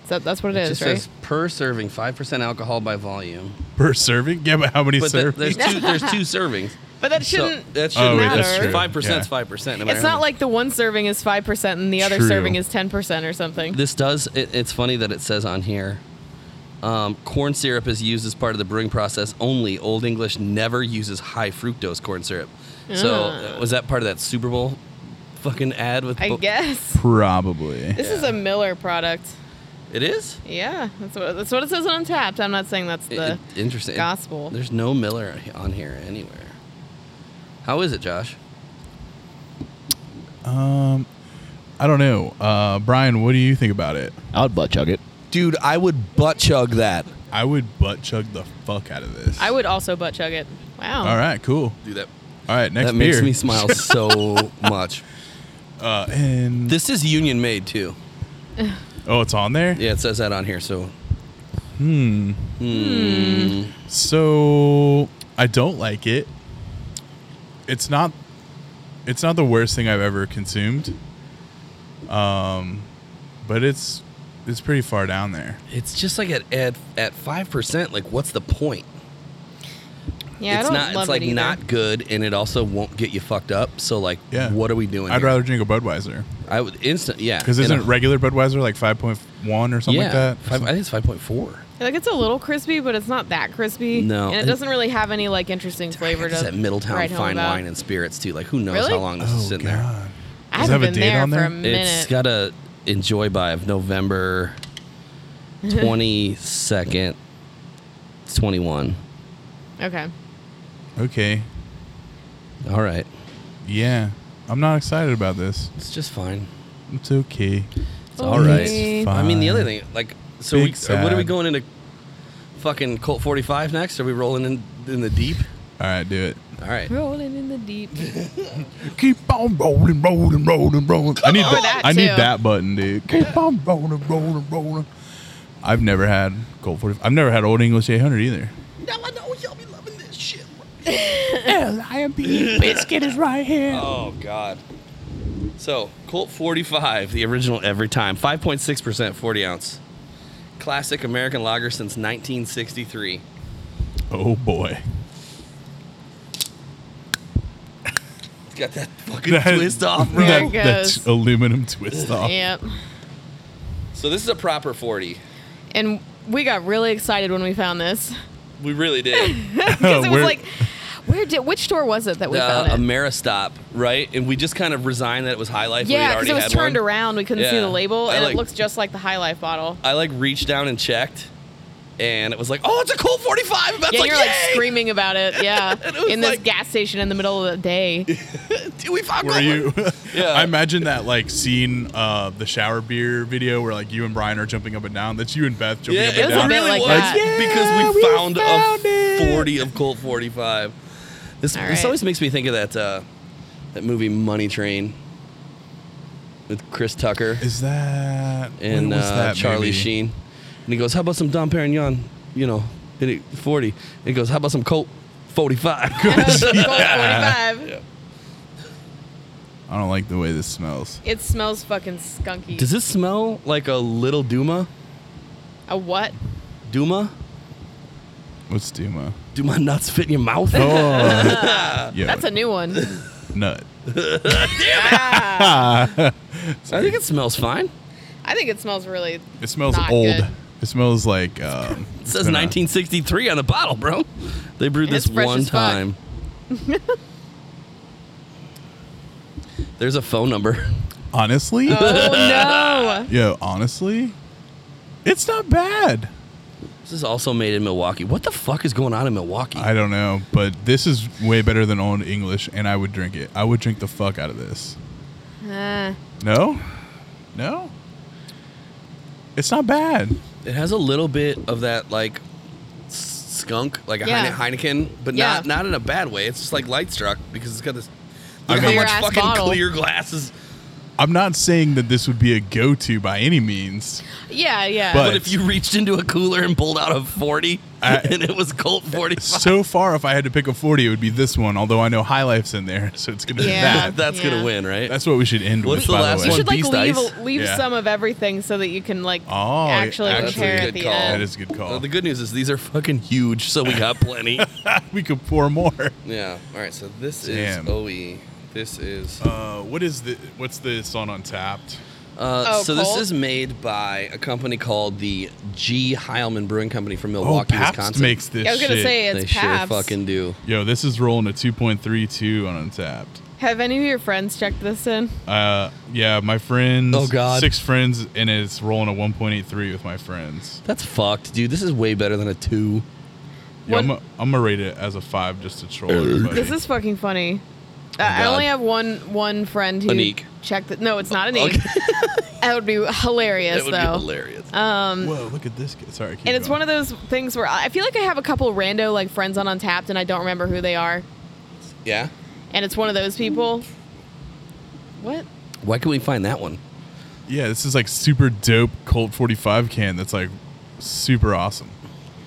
[SPEAKER 2] So that's what
[SPEAKER 3] It
[SPEAKER 2] it is,
[SPEAKER 3] just
[SPEAKER 2] right?
[SPEAKER 3] says per serving, five percent alcohol by volume.
[SPEAKER 1] Per serving? Yeah, but how many
[SPEAKER 3] But th-
[SPEAKER 1] servings?
[SPEAKER 3] there's two. There's two servings.
[SPEAKER 2] but that shouldn't.
[SPEAKER 3] so that
[SPEAKER 1] Oh,
[SPEAKER 3] shouldn't
[SPEAKER 1] wait,
[SPEAKER 3] matter.
[SPEAKER 1] that's true.
[SPEAKER 3] Five percent
[SPEAKER 1] Yeah.
[SPEAKER 3] five percent.
[SPEAKER 2] it's not like the one serving is 5% and the other
[SPEAKER 1] True.
[SPEAKER 2] serving is 10% or something.
[SPEAKER 3] this does. It, it's funny that it says on here. Um, corn syrup is used as part of the brewing process only. Old English never uses high fructose corn syrup. So
[SPEAKER 2] Ah.
[SPEAKER 3] uh, was that part of that Super Bowl fucking ad with?
[SPEAKER 2] I
[SPEAKER 3] oh,
[SPEAKER 2] guess.
[SPEAKER 1] Probably.
[SPEAKER 2] This is a Miller product.
[SPEAKER 3] it is.
[SPEAKER 2] Yeah, that's what that's what it says on Untapped. I'm not saying that's
[SPEAKER 3] It-
[SPEAKER 2] the
[SPEAKER 3] it- interesting.
[SPEAKER 2] gospel.
[SPEAKER 3] There's no Miller on here anywhere. How is it, Josh?
[SPEAKER 1] I don't know. Uh, Brian, what do you think about it?
[SPEAKER 5] I would butt chug it.
[SPEAKER 3] Dude, I would butt chug that.
[SPEAKER 1] I would butt chug the fuck out of this.
[SPEAKER 2] I would also butt chug it. Wow.
[SPEAKER 1] All right, cool.
[SPEAKER 3] Do that.
[SPEAKER 1] All right, next
[SPEAKER 3] that
[SPEAKER 1] beer.
[SPEAKER 3] makes me smile so much.
[SPEAKER 1] Uh, and
[SPEAKER 3] This is union made too.
[SPEAKER 1] oh, it's on there.
[SPEAKER 3] Yeah, it says that on here. So
[SPEAKER 1] So I don't like it. It's not. It's not the worst thing I've ever consumed. Um, but it's it's pretty far down there.
[SPEAKER 3] it's just like at at at five percent. Like, what's the point?
[SPEAKER 2] Yeah,
[SPEAKER 3] it's
[SPEAKER 2] I don't
[SPEAKER 3] not.
[SPEAKER 2] love
[SPEAKER 3] it's like
[SPEAKER 2] it either.
[SPEAKER 3] not good, and it also won't get you fucked up. So like,
[SPEAKER 1] Yeah.
[SPEAKER 3] what are we doing?
[SPEAKER 1] I'd
[SPEAKER 3] here?
[SPEAKER 1] rather drink a Budweiser
[SPEAKER 3] I would instant. Yeah,
[SPEAKER 1] because
[SPEAKER 3] in
[SPEAKER 1] isn't
[SPEAKER 3] a-
[SPEAKER 1] regular Budweiser like five point one or something
[SPEAKER 3] yeah,
[SPEAKER 1] like that?
[SPEAKER 3] Five, I think it's five point four.
[SPEAKER 2] Like it's a little crispy, but it's not that crispy.
[SPEAKER 3] No.
[SPEAKER 2] and it doesn't really have any like interesting flavor
[SPEAKER 3] It's
[SPEAKER 2] to
[SPEAKER 3] that Middletown
[SPEAKER 2] write home
[SPEAKER 3] fine
[SPEAKER 2] about.
[SPEAKER 3] wine and spirits too. Like, who knows
[SPEAKER 2] Really?
[SPEAKER 3] how long this is
[SPEAKER 1] oh god.
[SPEAKER 3] sitting there?
[SPEAKER 2] I
[SPEAKER 1] Does it
[SPEAKER 2] haven't
[SPEAKER 1] have a
[SPEAKER 2] been
[SPEAKER 1] date
[SPEAKER 2] there
[SPEAKER 1] on
[SPEAKER 2] for
[SPEAKER 1] there?
[SPEAKER 2] a minute.
[SPEAKER 3] It's got a enjoy by of November twenty second, twenty one.
[SPEAKER 2] okay.
[SPEAKER 1] Okay.
[SPEAKER 3] All right.
[SPEAKER 1] Yeah. I'm not excited about this.
[SPEAKER 3] It's just fine.
[SPEAKER 1] It's okay.
[SPEAKER 3] It's all right.
[SPEAKER 2] Okay.
[SPEAKER 1] It's fine.
[SPEAKER 3] I mean, the other thing, like, so
[SPEAKER 1] Big
[SPEAKER 3] we, uh, what are we
[SPEAKER 1] sad.
[SPEAKER 3] going into? Fucking Colt 45 next? Are we rolling in in the deep?
[SPEAKER 1] All right, do it.
[SPEAKER 3] All right.
[SPEAKER 2] Rolling in the deep.
[SPEAKER 1] Keep on rolling, rolling, rolling, rolling. I need
[SPEAKER 2] on.
[SPEAKER 1] that.
[SPEAKER 2] That
[SPEAKER 1] I need
[SPEAKER 2] too.
[SPEAKER 1] that button, dude. Keep on rolling, rolling, rolling. I've never had Colt 40. I've never had Old English 800 either.
[SPEAKER 3] Now I know y'all be loving this shit.
[SPEAKER 1] L-I-M-B biscuit is right here.
[SPEAKER 3] Oh God. So Colt 45, the original every time, 5.6 percent, 40 ounce, classic American lager since 1963.
[SPEAKER 1] Oh boy.
[SPEAKER 3] It's got that fucking twist off, bro.
[SPEAKER 2] There
[SPEAKER 1] That,
[SPEAKER 2] it
[SPEAKER 1] that
[SPEAKER 2] goes.
[SPEAKER 1] aluminum twist
[SPEAKER 3] Oh.
[SPEAKER 1] off.
[SPEAKER 2] yep.
[SPEAKER 3] So this is a proper 40.
[SPEAKER 2] And we got really excited when we found this
[SPEAKER 3] We really did.
[SPEAKER 2] because it was
[SPEAKER 1] Uh, Where-
[SPEAKER 2] like, where did which store was it that we
[SPEAKER 3] uh,
[SPEAKER 2] found it?
[SPEAKER 3] Ameristop, right? And we just kind of resigned that it was High Life.
[SPEAKER 2] yeah,
[SPEAKER 3] because
[SPEAKER 2] because it was turned around. We couldn't see
[SPEAKER 3] Yeah.
[SPEAKER 2] the label,
[SPEAKER 3] I
[SPEAKER 2] and
[SPEAKER 3] like-
[SPEAKER 2] it looks just like the High Life bottle.
[SPEAKER 3] I like reached down and checked, and it was like, oh, it's a Colt 45. And Beth's
[SPEAKER 2] yeah,
[SPEAKER 3] like,
[SPEAKER 2] you're like
[SPEAKER 3] "Yay!"
[SPEAKER 2] screaming about it. Yeah,
[SPEAKER 3] And it was
[SPEAKER 2] in this
[SPEAKER 3] like-
[SPEAKER 2] gas station in the middle of the day.
[SPEAKER 3] Dude, we found
[SPEAKER 1] Were
[SPEAKER 3] Colt
[SPEAKER 1] you?
[SPEAKER 3] Yeah.
[SPEAKER 1] I imagine that like scene, uh, the shower beer video where like you and Brian are jumping up and down. That's you and Beth jumping
[SPEAKER 3] Yeah,
[SPEAKER 1] up
[SPEAKER 2] it
[SPEAKER 1] and
[SPEAKER 2] was a
[SPEAKER 1] down.
[SPEAKER 2] bit like that.
[SPEAKER 3] because we,
[SPEAKER 1] we
[SPEAKER 3] found,
[SPEAKER 1] found
[SPEAKER 3] a
[SPEAKER 1] it.
[SPEAKER 3] 40 of Colt 45. This,
[SPEAKER 2] All
[SPEAKER 3] this
[SPEAKER 2] right.
[SPEAKER 3] always makes me think of that uh, that movie Money Train with Chris Tucker
[SPEAKER 1] Is that when
[SPEAKER 3] and
[SPEAKER 1] was
[SPEAKER 3] uh,
[SPEAKER 1] that
[SPEAKER 3] Charlie
[SPEAKER 1] movie?
[SPEAKER 3] Sheen. And he goes, "How about some Dom Perignon? You know, hit it 40." And he goes, "How about some Colt 45?"
[SPEAKER 2] Gold 45.
[SPEAKER 1] I don't like the way this smells.
[SPEAKER 2] It smells fucking skunky.
[SPEAKER 3] Does this smell like a little Duma?
[SPEAKER 2] a what?
[SPEAKER 3] Duma?
[SPEAKER 1] What's Duma?
[SPEAKER 3] Do my nuts fit in your mouth?
[SPEAKER 1] Oh, Yo,
[SPEAKER 2] That's a new one.
[SPEAKER 1] nut.
[SPEAKER 2] Ah,
[SPEAKER 3] I think it smells fine.
[SPEAKER 2] I think it smells really.
[SPEAKER 1] It smells
[SPEAKER 2] Not
[SPEAKER 1] old.
[SPEAKER 2] good.
[SPEAKER 1] It smells like um,
[SPEAKER 3] It says 1963 on the bottle, bro. They brewed
[SPEAKER 2] It's
[SPEAKER 3] this
[SPEAKER 2] fresh
[SPEAKER 3] one
[SPEAKER 2] as fuck.
[SPEAKER 3] time. There's a phone number.
[SPEAKER 1] Honestly,
[SPEAKER 2] Oh no!
[SPEAKER 1] yo, honestly, it's not bad.
[SPEAKER 3] This is also made in Milwaukee. What the fuck is going on in Milwaukee?
[SPEAKER 1] I don't know, but this is way better than Old English, and I would drink it. I would drink the fuck out of this.
[SPEAKER 2] Ah.
[SPEAKER 1] No, no, it's not bad.
[SPEAKER 3] it has a little bit of that like s- skunk, like a
[SPEAKER 2] Yeah.
[SPEAKER 3] Heine- Heineken, but not
[SPEAKER 2] Yeah.
[SPEAKER 3] not in a bad way. It's just like light struck because it's got this.
[SPEAKER 1] I
[SPEAKER 3] Look at how
[SPEAKER 1] mean-
[SPEAKER 3] much
[SPEAKER 2] Clear-ass
[SPEAKER 3] fucking
[SPEAKER 2] bottle.
[SPEAKER 3] clear glasses.
[SPEAKER 1] I'm not saying that this would be a go-to by any means.
[SPEAKER 2] Yeah, yeah.
[SPEAKER 1] But-
[SPEAKER 3] But if you reached into a cooler and pulled out a 40
[SPEAKER 1] I-
[SPEAKER 3] and it was Colt 45,
[SPEAKER 1] So far, if I had to pick a 40, it would be this one. Although I know High Life's in there, so it's gonna
[SPEAKER 2] Yeah.
[SPEAKER 1] be that.
[SPEAKER 3] that's
[SPEAKER 2] Yeah.
[SPEAKER 3] gonna win, right?
[SPEAKER 1] That's what we should end
[SPEAKER 3] What's
[SPEAKER 1] with.
[SPEAKER 3] the
[SPEAKER 1] by the
[SPEAKER 3] last
[SPEAKER 1] way.
[SPEAKER 2] you
[SPEAKER 3] one?
[SPEAKER 2] should like
[SPEAKER 3] Beast
[SPEAKER 2] leave
[SPEAKER 3] ice?
[SPEAKER 2] leave
[SPEAKER 1] Yeah.
[SPEAKER 2] some of everything so that you can like
[SPEAKER 1] Oh,
[SPEAKER 2] actually
[SPEAKER 1] actually,
[SPEAKER 2] compare
[SPEAKER 3] good
[SPEAKER 2] at the
[SPEAKER 3] call.
[SPEAKER 2] end.
[SPEAKER 1] That is a good
[SPEAKER 3] Well,
[SPEAKER 1] call.
[SPEAKER 3] the good news is these are fucking huge, so we got plenty.
[SPEAKER 1] we could pour more.
[SPEAKER 3] yeah. All right. So this
[SPEAKER 1] Damn.
[SPEAKER 3] is OE. This is.
[SPEAKER 1] Uh, what is the what's this on Untapped?
[SPEAKER 3] Uh,
[SPEAKER 2] Oh,
[SPEAKER 3] so this
[SPEAKER 2] Colt?
[SPEAKER 3] is made by a company called the G. Heilman Brewing Company from
[SPEAKER 1] Oh,
[SPEAKER 3] Milwaukee,
[SPEAKER 1] Pabst
[SPEAKER 3] Wisconsin.
[SPEAKER 1] makes this.
[SPEAKER 2] I was gonna
[SPEAKER 1] shit.
[SPEAKER 2] say it's
[SPEAKER 3] they
[SPEAKER 2] Pabst.
[SPEAKER 3] sure fucking do.
[SPEAKER 1] Yo, this is rolling a 2.32 on Untapped.
[SPEAKER 2] Have any of your friends checked this in?
[SPEAKER 1] Uh, yeah, my friends.
[SPEAKER 3] Oh, God.
[SPEAKER 1] Six friends, and it's rolling a 1.83 with my friends.
[SPEAKER 3] That's fucked, dude. This is way better than a two.
[SPEAKER 1] Yo,
[SPEAKER 2] What-
[SPEAKER 1] I'm gonna rate it as a five just to troll everybody.
[SPEAKER 2] This is fucking funny. I I
[SPEAKER 3] Oh, God.
[SPEAKER 2] only have one one friend who
[SPEAKER 3] Anik. Oh,
[SPEAKER 2] checked it. No, it's not an
[SPEAKER 3] Okay.
[SPEAKER 2] that would be hilarious
[SPEAKER 3] that would
[SPEAKER 2] though. Uh,
[SPEAKER 3] be hilarious.
[SPEAKER 1] Whoa, look at this. guy. Sorry, keep
[SPEAKER 2] And it's
[SPEAKER 1] going.
[SPEAKER 2] one of those things where I I feel like I have a couple rando like friends on Untapped and I don't remember who they are.
[SPEAKER 3] yeah.
[SPEAKER 2] And it's one of those people. What?
[SPEAKER 3] Why can we find that one?
[SPEAKER 1] Yeah, this is like super dope Colt 45 can that's like super awesome.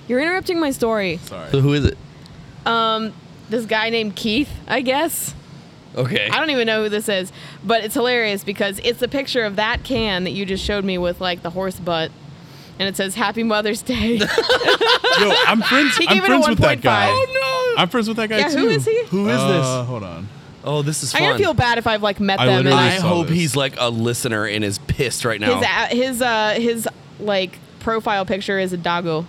[SPEAKER 2] You're interrupting my story.
[SPEAKER 1] Sorry.
[SPEAKER 3] So who is it?
[SPEAKER 2] This guy named Keith, I guess.
[SPEAKER 3] Okay.
[SPEAKER 2] I don't even know who this is, but it's hilarious because it's a picture of that can that you just showed me with like the horse butt. And it says Happy Mother's Day.
[SPEAKER 1] Yo, I'm friends.
[SPEAKER 2] He
[SPEAKER 1] I'm
[SPEAKER 2] gave it a
[SPEAKER 1] friends with that
[SPEAKER 2] 1.5.
[SPEAKER 1] guy.
[SPEAKER 3] Oh,
[SPEAKER 1] I'm friends with that guy
[SPEAKER 2] Yeah,
[SPEAKER 1] too.
[SPEAKER 2] who is he?
[SPEAKER 3] Who is this?
[SPEAKER 1] Uh, hold on.
[SPEAKER 3] oh, this is
[SPEAKER 2] I'm
[SPEAKER 3] fun.
[SPEAKER 2] gonna feel bad if I've like met
[SPEAKER 1] I
[SPEAKER 2] them.
[SPEAKER 1] literally
[SPEAKER 3] I
[SPEAKER 1] saw
[SPEAKER 3] hope
[SPEAKER 1] this.
[SPEAKER 3] he's like a listener and is pissed right now.
[SPEAKER 2] his a his uh his like profile picture is a doggo.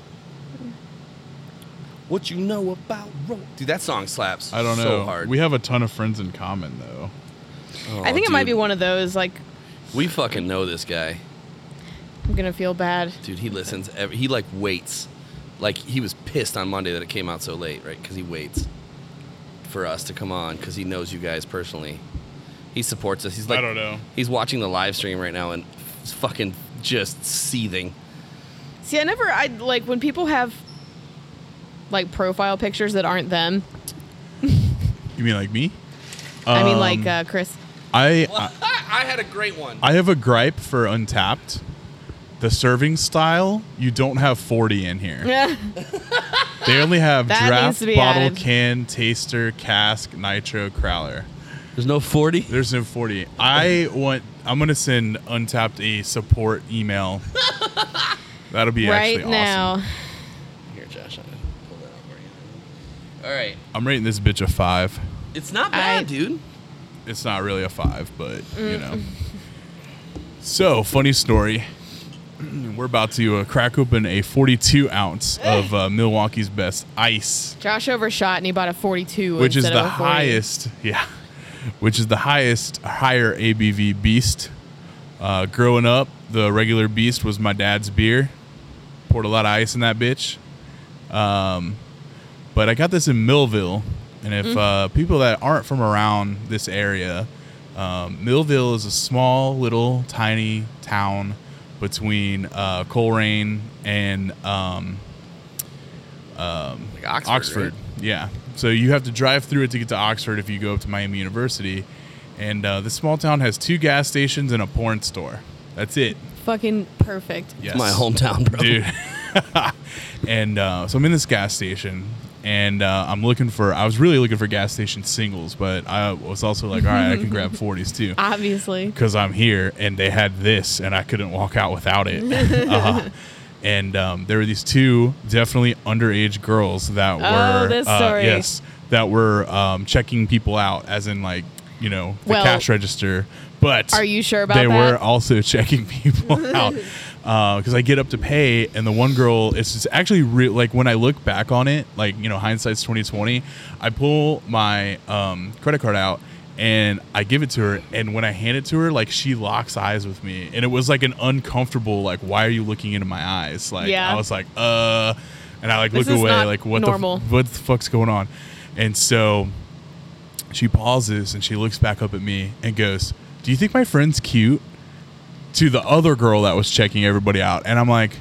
[SPEAKER 3] What you know about Ro- Dude, that song slaps.
[SPEAKER 1] I don't know.
[SPEAKER 3] So hard.
[SPEAKER 1] We have a ton of friends in common though.
[SPEAKER 3] Oh,
[SPEAKER 2] I think it might be
[SPEAKER 3] dude.
[SPEAKER 2] one of those. Like
[SPEAKER 3] We fucking know this guy,
[SPEAKER 2] I'm gonna feel bad.
[SPEAKER 3] dude. He listens. Every, he like waits. Like he was pissed on Monday that it came out so late, right? Because he waits for us to come on because he knows you guys personally, He supports us. He's like,
[SPEAKER 1] don't know.
[SPEAKER 3] He's watching the live stream right now and is fucking just seething.
[SPEAKER 2] See, I never, I like when people have like profile pictures that aren't them.
[SPEAKER 1] You mean like me?
[SPEAKER 2] I mean, like
[SPEAKER 1] Um,
[SPEAKER 2] uh, Chris.
[SPEAKER 1] I, I
[SPEAKER 3] I had a great one.
[SPEAKER 1] I have a gripe for Untapped. The serving style, you don't have 40 in here.
[SPEAKER 2] Yeah.
[SPEAKER 1] They only have
[SPEAKER 2] That needs
[SPEAKER 1] draft,
[SPEAKER 2] to be
[SPEAKER 1] bottle,
[SPEAKER 2] added.
[SPEAKER 1] can, taster, cask, nitro, crowler.
[SPEAKER 3] There's no 40.
[SPEAKER 1] There's no 40. I want. I'm gonna send Untapped a support email. That'll be
[SPEAKER 2] right
[SPEAKER 1] actually
[SPEAKER 2] now.
[SPEAKER 1] awesome.
[SPEAKER 3] Here, Josh, I'm gonna pull that out for you. All right.
[SPEAKER 1] I'm rating this bitch a five.
[SPEAKER 3] It's not
[SPEAKER 2] bad,
[SPEAKER 3] bad, dude.
[SPEAKER 1] It's not really a five, but
[SPEAKER 2] Mm.
[SPEAKER 1] you know. So funny story. We're about to uh, crack open a 42 ounce of uh, Milwaukee's best ice,
[SPEAKER 2] Josh overshot and he bought a 42,
[SPEAKER 1] which is
[SPEAKER 2] instead
[SPEAKER 1] the
[SPEAKER 2] of a 40.
[SPEAKER 1] highest. Yeah, which is the highest higher ABV beast. Uh, growing up, the regular beast was my dad's beer. Poured a lot of ice in that bitch. Um, but I got this in Millville, and
[SPEAKER 2] Mm-hmm.
[SPEAKER 1] if uh, people that aren't from around this area, um, Millville is a small, little, tiny town between uh, Coleraine and um,
[SPEAKER 3] Like Oxford.
[SPEAKER 1] Oxford. Yeah. So you have to drive through it to get to Oxford if you go up to Miami University. And uh, this small town has two gas stations and a porn store. That's it.
[SPEAKER 2] Fucking perfect.
[SPEAKER 1] Yes.
[SPEAKER 3] It's my hometown, bro.
[SPEAKER 1] Dude. and uh, so I'm in this gas station and uh, I'm looking for, I was really looking for gas station singles, but I was also like, all right, I can grab 40s too
[SPEAKER 2] Obviously.
[SPEAKER 1] because I'm here and they had this and I couldn't walk out without it. uh, and um, there were these two definitely underage girls that were
[SPEAKER 2] Oh, this
[SPEAKER 1] uh,
[SPEAKER 2] story.
[SPEAKER 1] yes that were um, checking people out as in like you know the
[SPEAKER 2] Well,
[SPEAKER 1] cash register. But
[SPEAKER 2] are you sure about
[SPEAKER 1] they were
[SPEAKER 2] that?
[SPEAKER 1] also checking people out because I get up to pay and the one girl it's just actually re- like when I look back on it like you know hindsight's twenty twenty. I pull my um, credit card out and I give it to her and when I hand it to her like she locks eyes with me and it was like an uncomfortable like why are you looking into my eyes like
[SPEAKER 2] Yeah.
[SPEAKER 1] I was like uh and I like
[SPEAKER 2] This
[SPEAKER 1] look
[SPEAKER 2] is
[SPEAKER 1] away
[SPEAKER 2] not
[SPEAKER 1] like what
[SPEAKER 2] normal.
[SPEAKER 1] the f- what the fuck's going on and so she pauses and she looks back up at me and goes, "Do you think my friend's cute?" To the other girl that was checking everybody out, and I'm like,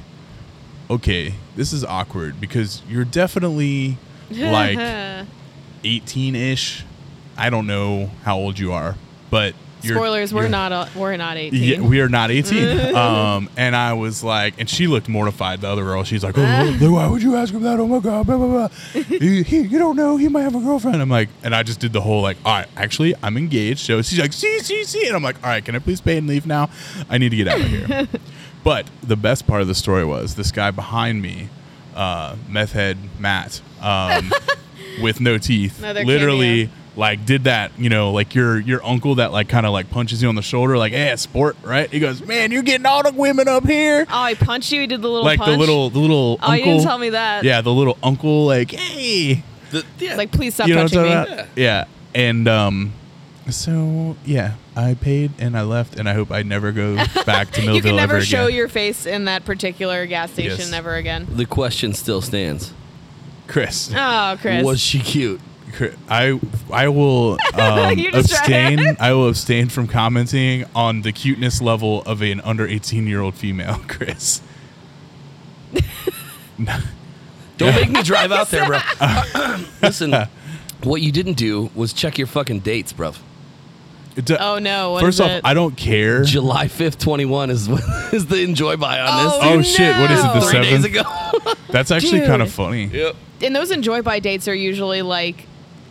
[SPEAKER 1] "Okay, this is awkward because you're definitely like 18 ish. I don't know how old you are, but you're,
[SPEAKER 2] Spoilers, we're
[SPEAKER 1] you're-
[SPEAKER 2] not a, we're not 18.
[SPEAKER 1] yeah, we are not 18. um, and I was like, and she looked mortified. The other girl, she's like, oh, oh, why would you ask him that? Oh my God, blah, blah, blah. he, he- you don't know. He might have a girlfriend. I'm like, and I just did the whole like, all right, actually, I'm engaged. So she's like, see, see, see. And I'm like, all right, can I please pay and leave now? I need to get out of here. but the best part of the story was this guy behind me, uh, meth head Matt, um, with no teeth,
[SPEAKER 2] Another
[SPEAKER 1] literally
[SPEAKER 2] cameo.
[SPEAKER 1] like did that, you know, like your your uncle that like kind of like punches you on the shoulder, like, "Hey, sport," right? He goes, "Man, you're getting all the women up here."
[SPEAKER 2] Oh, he punched you. He did the little
[SPEAKER 1] Like
[SPEAKER 2] punch.
[SPEAKER 1] the little the little
[SPEAKER 2] Oh,
[SPEAKER 1] uncle.
[SPEAKER 2] you didn't tell me that.
[SPEAKER 1] Yeah, the little uncle, like, "Hey,"
[SPEAKER 3] The- yeah.
[SPEAKER 2] Like, please stop
[SPEAKER 1] you know what I'm
[SPEAKER 2] touching
[SPEAKER 1] talking
[SPEAKER 2] me.
[SPEAKER 1] about? Yeah. and um, so yeah, I paid and I left, and I hope I never go back to Millville
[SPEAKER 2] you can
[SPEAKER 1] ever
[SPEAKER 2] never
[SPEAKER 1] again.
[SPEAKER 2] show your face in that particular gas station
[SPEAKER 1] Yes.
[SPEAKER 2] ever again.
[SPEAKER 3] the question still stands.
[SPEAKER 1] Chris.
[SPEAKER 2] Oh, Chris.
[SPEAKER 3] Was she cute?
[SPEAKER 1] Cr- I I will um,
[SPEAKER 2] You just tried.
[SPEAKER 1] abstain. I will abstain from commenting on the cuteness level of an under eighteen year old female, Chris.
[SPEAKER 3] Don't make me drive out there, bro. Listen, what you didn't do was check your fucking dates, bro.
[SPEAKER 1] It do-
[SPEAKER 2] Oh, no, what
[SPEAKER 1] First
[SPEAKER 2] is
[SPEAKER 1] off,
[SPEAKER 2] it?
[SPEAKER 1] I don't care.
[SPEAKER 3] July 5th, 21 is is the enjoy by on this.
[SPEAKER 2] Oh,
[SPEAKER 1] oh shit! What is it?
[SPEAKER 2] no.
[SPEAKER 1] The
[SPEAKER 2] Three
[SPEAKER 3] Three days
[SPEAKER 1] seventh?
[SPEAKER 3] ago.
[SPEAKER 1] That's actually kind
[SPEAKER 2] Dude.
[SPEAKER 1] of funny.
[SPEAKER 3] yep.
[SPEAKER 2] and those enjoy by dates are usually like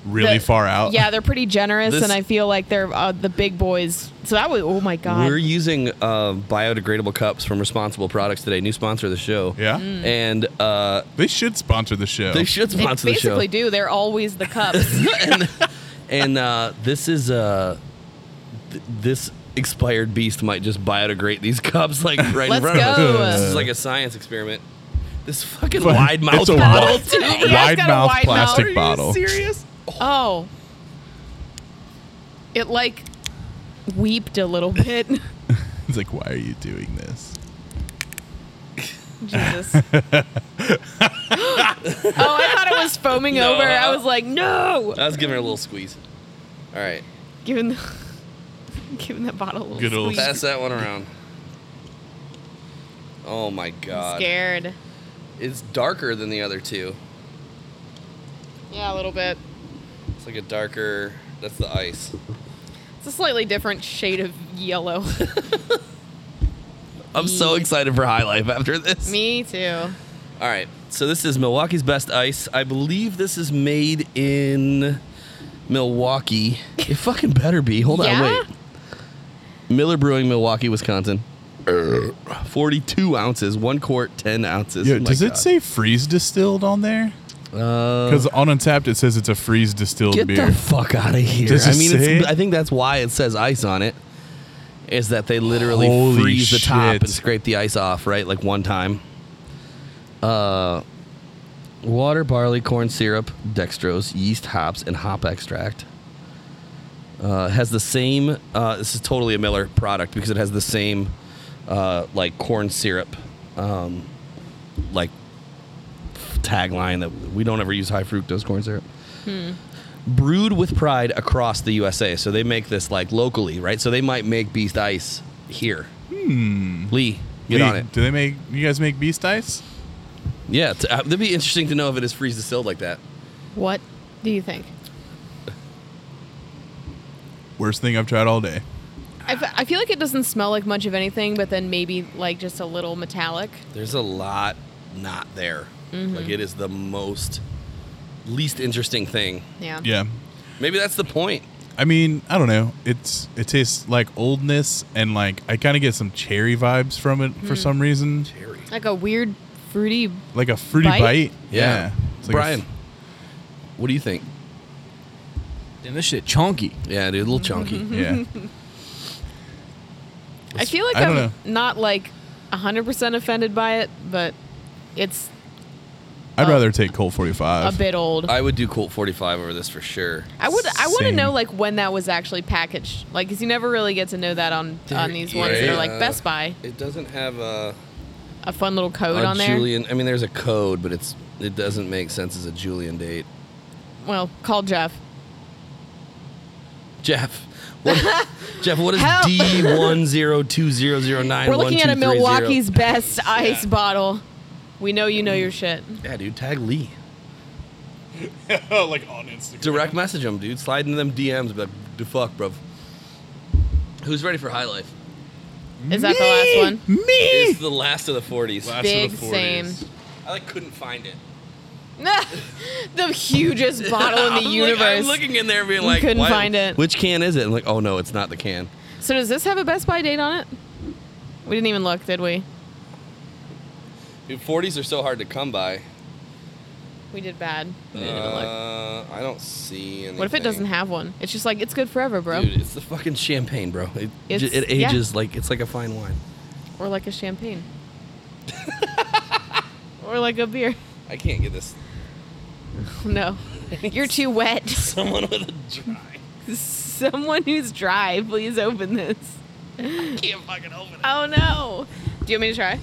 [SPEAKER 1] Really
[SPEAKER 2] the-
[SPEAKER 1] far out.
[SPEAKER 2] Yeah, they're pretty generous,
[SPEAKER 3] This-
[SPEAKER 2] and I feel like they're uh, the big boys. So that was oh my god.
[SPEAKER 3] We're using uh, biodegradable cups from Responsible Products today, new sponsor of the show.
[SPEAKER 1] Yeah.
[SPEAKER 3] And uh,
[SPEAKER 1] They should sponsor the show.
[SPEAKER 3] they should
[SPEAKER 2] they
[SPEAKER 3] sponsor the show.
[SPEAKER 2] basically do. They're always the cups.
[SPEAKER 3] and and uh, this is uh, th- this expired beast might just biodegrade these cups like right
[SPEAKER 2] Let's
[SPEAKER 3] in front of
[SPEAKER 2] go.
[SPEAKER 3] us. This is like a science experiment. This fucking
[SPEAKER 1] But
[SPEAKER 3] wide mouth
[SPEAKER 1] it's a
[SPEAKER 3] bottle.
[SPEAKER 1] wide-
[SPEAKER 3] too.
[SPEAKER 2] Yeah, it's
[SPEAKER 1] wide
[SPEAKER 2] got a
[SPEAKER 1] mouth
[SPEAKER 2] wide mouth.
[SPEAKER 1] plastic
[SPEAKER 2] Are you
[SPEAKER 1] bottle.
[SPEAKER 3] Serious?
[SPEAKER 2] oh, it like weeped a little bit.
[SPEAKER 1] It's like, why are you doing this?
[SPEAKER 2] Jesus. oh, I thought it was foaming
[SPEAKER 3] No.
[SPEAKER 2] over. I was like, no.
[SPEAKER 3] I was giving her a little squeeze. All right.
[SPEAKER 2] Given the Giving that bottle a little
[SPEAKER 1] Good old
[SPEAKER 2] squeeze.
[SPEAKER 3] Pass that one around. Oh my god.
[SPEAKER 2] Scared.
[SPEAKER 3] It's darker than the other two.
[SPEAKER 2] Yeah, a little bit.
[SPEAKER 3] It's like a darker. That's the ice.
[SPEAKER 2] It's a slightly different shade of yellow.
[SPEAKER 3] I'm so excited for High Life after this.
[SPEAKER 2] Me too.
[SPEAKER 3] All right. So this is Milwaukee's Best Ice. I believe this is made in Milwaukee. It fucking better be. Hold
[SPEAKER 2] Yeah?
[SPEAKER 3] on, wait. Miller Brewing, Milwaukee, Wisconsin. Err, 42 ounces, one quart, 10 ounces.
[SPEAKER 1] Uh. Yeah,
[SPEAKER 3] Oh my
[SPEAKER 1] does it
[SPEAKER 3] God.
[SPEAKER 1] say freeze distilled on there?
[SPEAKER 3] Uh,
[SPEAKER 1] Because on Untapped it says it's a freeze distilled
[SPEAKER 3] get
[SPEAKER 1] beer.
[SPEAKER 3] the fuck out of here.
[SPEAKER 1] Does it
[SPEAKER 3] I mean,
[SPEAKER 1] say
[SPEAKER 3] it's,
[SPEAKER 1] it?
[SPEAKER 3] I think that's why it says ice on it. Is that they literally
[SPEAKER 1] Holy
[SPEAKER 3] freeze the top
[SPEAKER 1] shit.
[SPEAKER 3] and scrape the ice off, right? Like one time. Uh, water, barley, corn syrup, dextrose, yeast, hops, and hop extract. Uh, it has the same. Uh, this is totally a Miller product because it has the same, uh, like corn syrup, um, like tagline that we don't ever use high fructose corn syrup. Brewed with pride across the USA. So they make this like locally, right? So they might make Beast Ice here. Lee, get
[SPEAKER 1] Hmm. Lee,
[SPEAKER 3] on it.
[SPEAKER 1] Do they make you guys make beast ice?
[SPEAKER 3] Yeah, t- uh, that'd be interesting to know if it is freeze distilled like that.
[SPEAKER 2] What do you think?
[SPEAKER 1] Worst thing I've tried all day.
[SPEAKER 2] I, f- I feel like it doesn't smell like much of anything, but then maybe like just a little metallic.
[SPEAKER 3] There's a lot not there. Like it is the most least interesting thing.
[SPEAKER 2] Yeah.
[SPEAKER 1] Yeah.
[SPEAKER 3] Maybe that's the point.
[SPEAKER 1] I mean, I don't know. It's it tastes like oldness and like I kind of get some cherry vibes from it
[SPEAKER 2] Hmm.
[SPEAKER 1] for some reason,
[SPEAKER 3] Terry.
[SPEAKER 2] Like a weird fruity.
[SPEAKER 1] like a fruity bite.
[SPEAKER 2] Bite?
[SPEAKER 1] Yeah, It's like a
[SPEAKER 3] Brian,
[SPEAKER 1] f-
[SPEAKER 3] what do you think?
[SPEAKER 5] Damn, this shit chunky.
[SPEAKER 3] Yeah, dude, a little chunky.
[SPEAKER 1] yeah,
[SPEAKER 2] I feel like
[SPEAKER 1] I don't
[SPEAKER 2] I'm
[SPEAKER 1] know.
[SPEAKER 2] not like 100% offended by it, but it's
[SPEAKER 1] I'd
[SPEAKER 2] Uh,
[SPEAKER 1] rather take Colt
[SPEAKER 2] a
[SPEAKER 1] 45.
[SPEAKER 2] bit old. I,
[SPEAKER 3] I would do Colt 45 over this for sure.
[SPEAKER 2] would I want to
[SPEAKER 1] Same.
[SPEAKER 2] know like when that was actually packaged, like because you never really get to know that on on these ones that
[SPEAKER 3] is,
[SPEAKER 2] are like
[SPEAKER 3] uh,
[SPEAKER 2] Best Buy.
[SPEAKER 3] It doesn't have a,
[SPEAKER 2] A fun little code
[SPEAKER 3] a
[SPEAKER 2] on there.
[SPEAKER 3] Julian. I mean, there's a code, but it's it doesn't make sense as a Julian date.
[SPEAKER 2] Well, call Jeff.
[SPEAKER 3] Jeff, what, Jeff, what is
[SPEAKER 2] Help.
[SPEAKER 3] D one zero two zero zero nine?
[SPEAKER 2] We're looking at a Milwaukee's best ice bottle. We know you know your shit.
[SPEAKER 3] Yeah, dude, tag Lee.
[SPEAKER 1] like on Instagram.
[SPEAKER 3] Direct message him, dude. Slide into them DMs, but the fuck, bro. Who's ready for high life?
[SPEAKER 2] Is that the last one?
[SPEAKER 1] Me.
[SPEAKER 3] It's the last of the forties.
[SPEAKER 1] Last of the
[SPEAKER 2] Big
[SPEAKER 1] 40s.
[SPEAKER 2] same.
[SPEAKER 3] I like couldn't find it.
[SPEAKER 2] the hugest bottle in
[SPEAKER 3] I'm
[SPEAKER 2] the
[SPEAKER 3] like-
[SPEAKER 2] universe.
[SPEAKER 3] I'm looking in there, being like,
[SPEAKER 2] couldn't
[SPEAKER 3] why-
[SPEAKER 2] find it.
[SPEAKER 3] Which can is it? I'm like, oh no, it's not the can.
[SPEAKER 2] so does this have a Best Buy date on it? We didn't even look, did we?
[SPEAKER 3] Dude, forties are so hard to come by.
[SPEAKER 2] We did bad. We didn't even look.
[SPEAKER 3] Uh, I don't see anything.
[SPEAKER 2] What if it doesn't have one? It's just like it's good forever, bro.
[SPEAKER 3] Dude, it's the fucking champagne, bro. It,
[SPEAKER 2] It's-
[SPEAKER 3] j- it
[SPEAKER 2] yeah.
[SPEAKER 3] ages like it's like a fine wine.
[SPEAKER 2] Or like a champagne. or like a beer.
[SPEAKER 3] I can't get this.
[SPEAKER 2] No. You're too wet.
[SPEAKER 3] Someone with a dry.
[SPEAKER 2] Someone who's dry, please open this. I can't fucking open it. Oh no. Do you want me to try?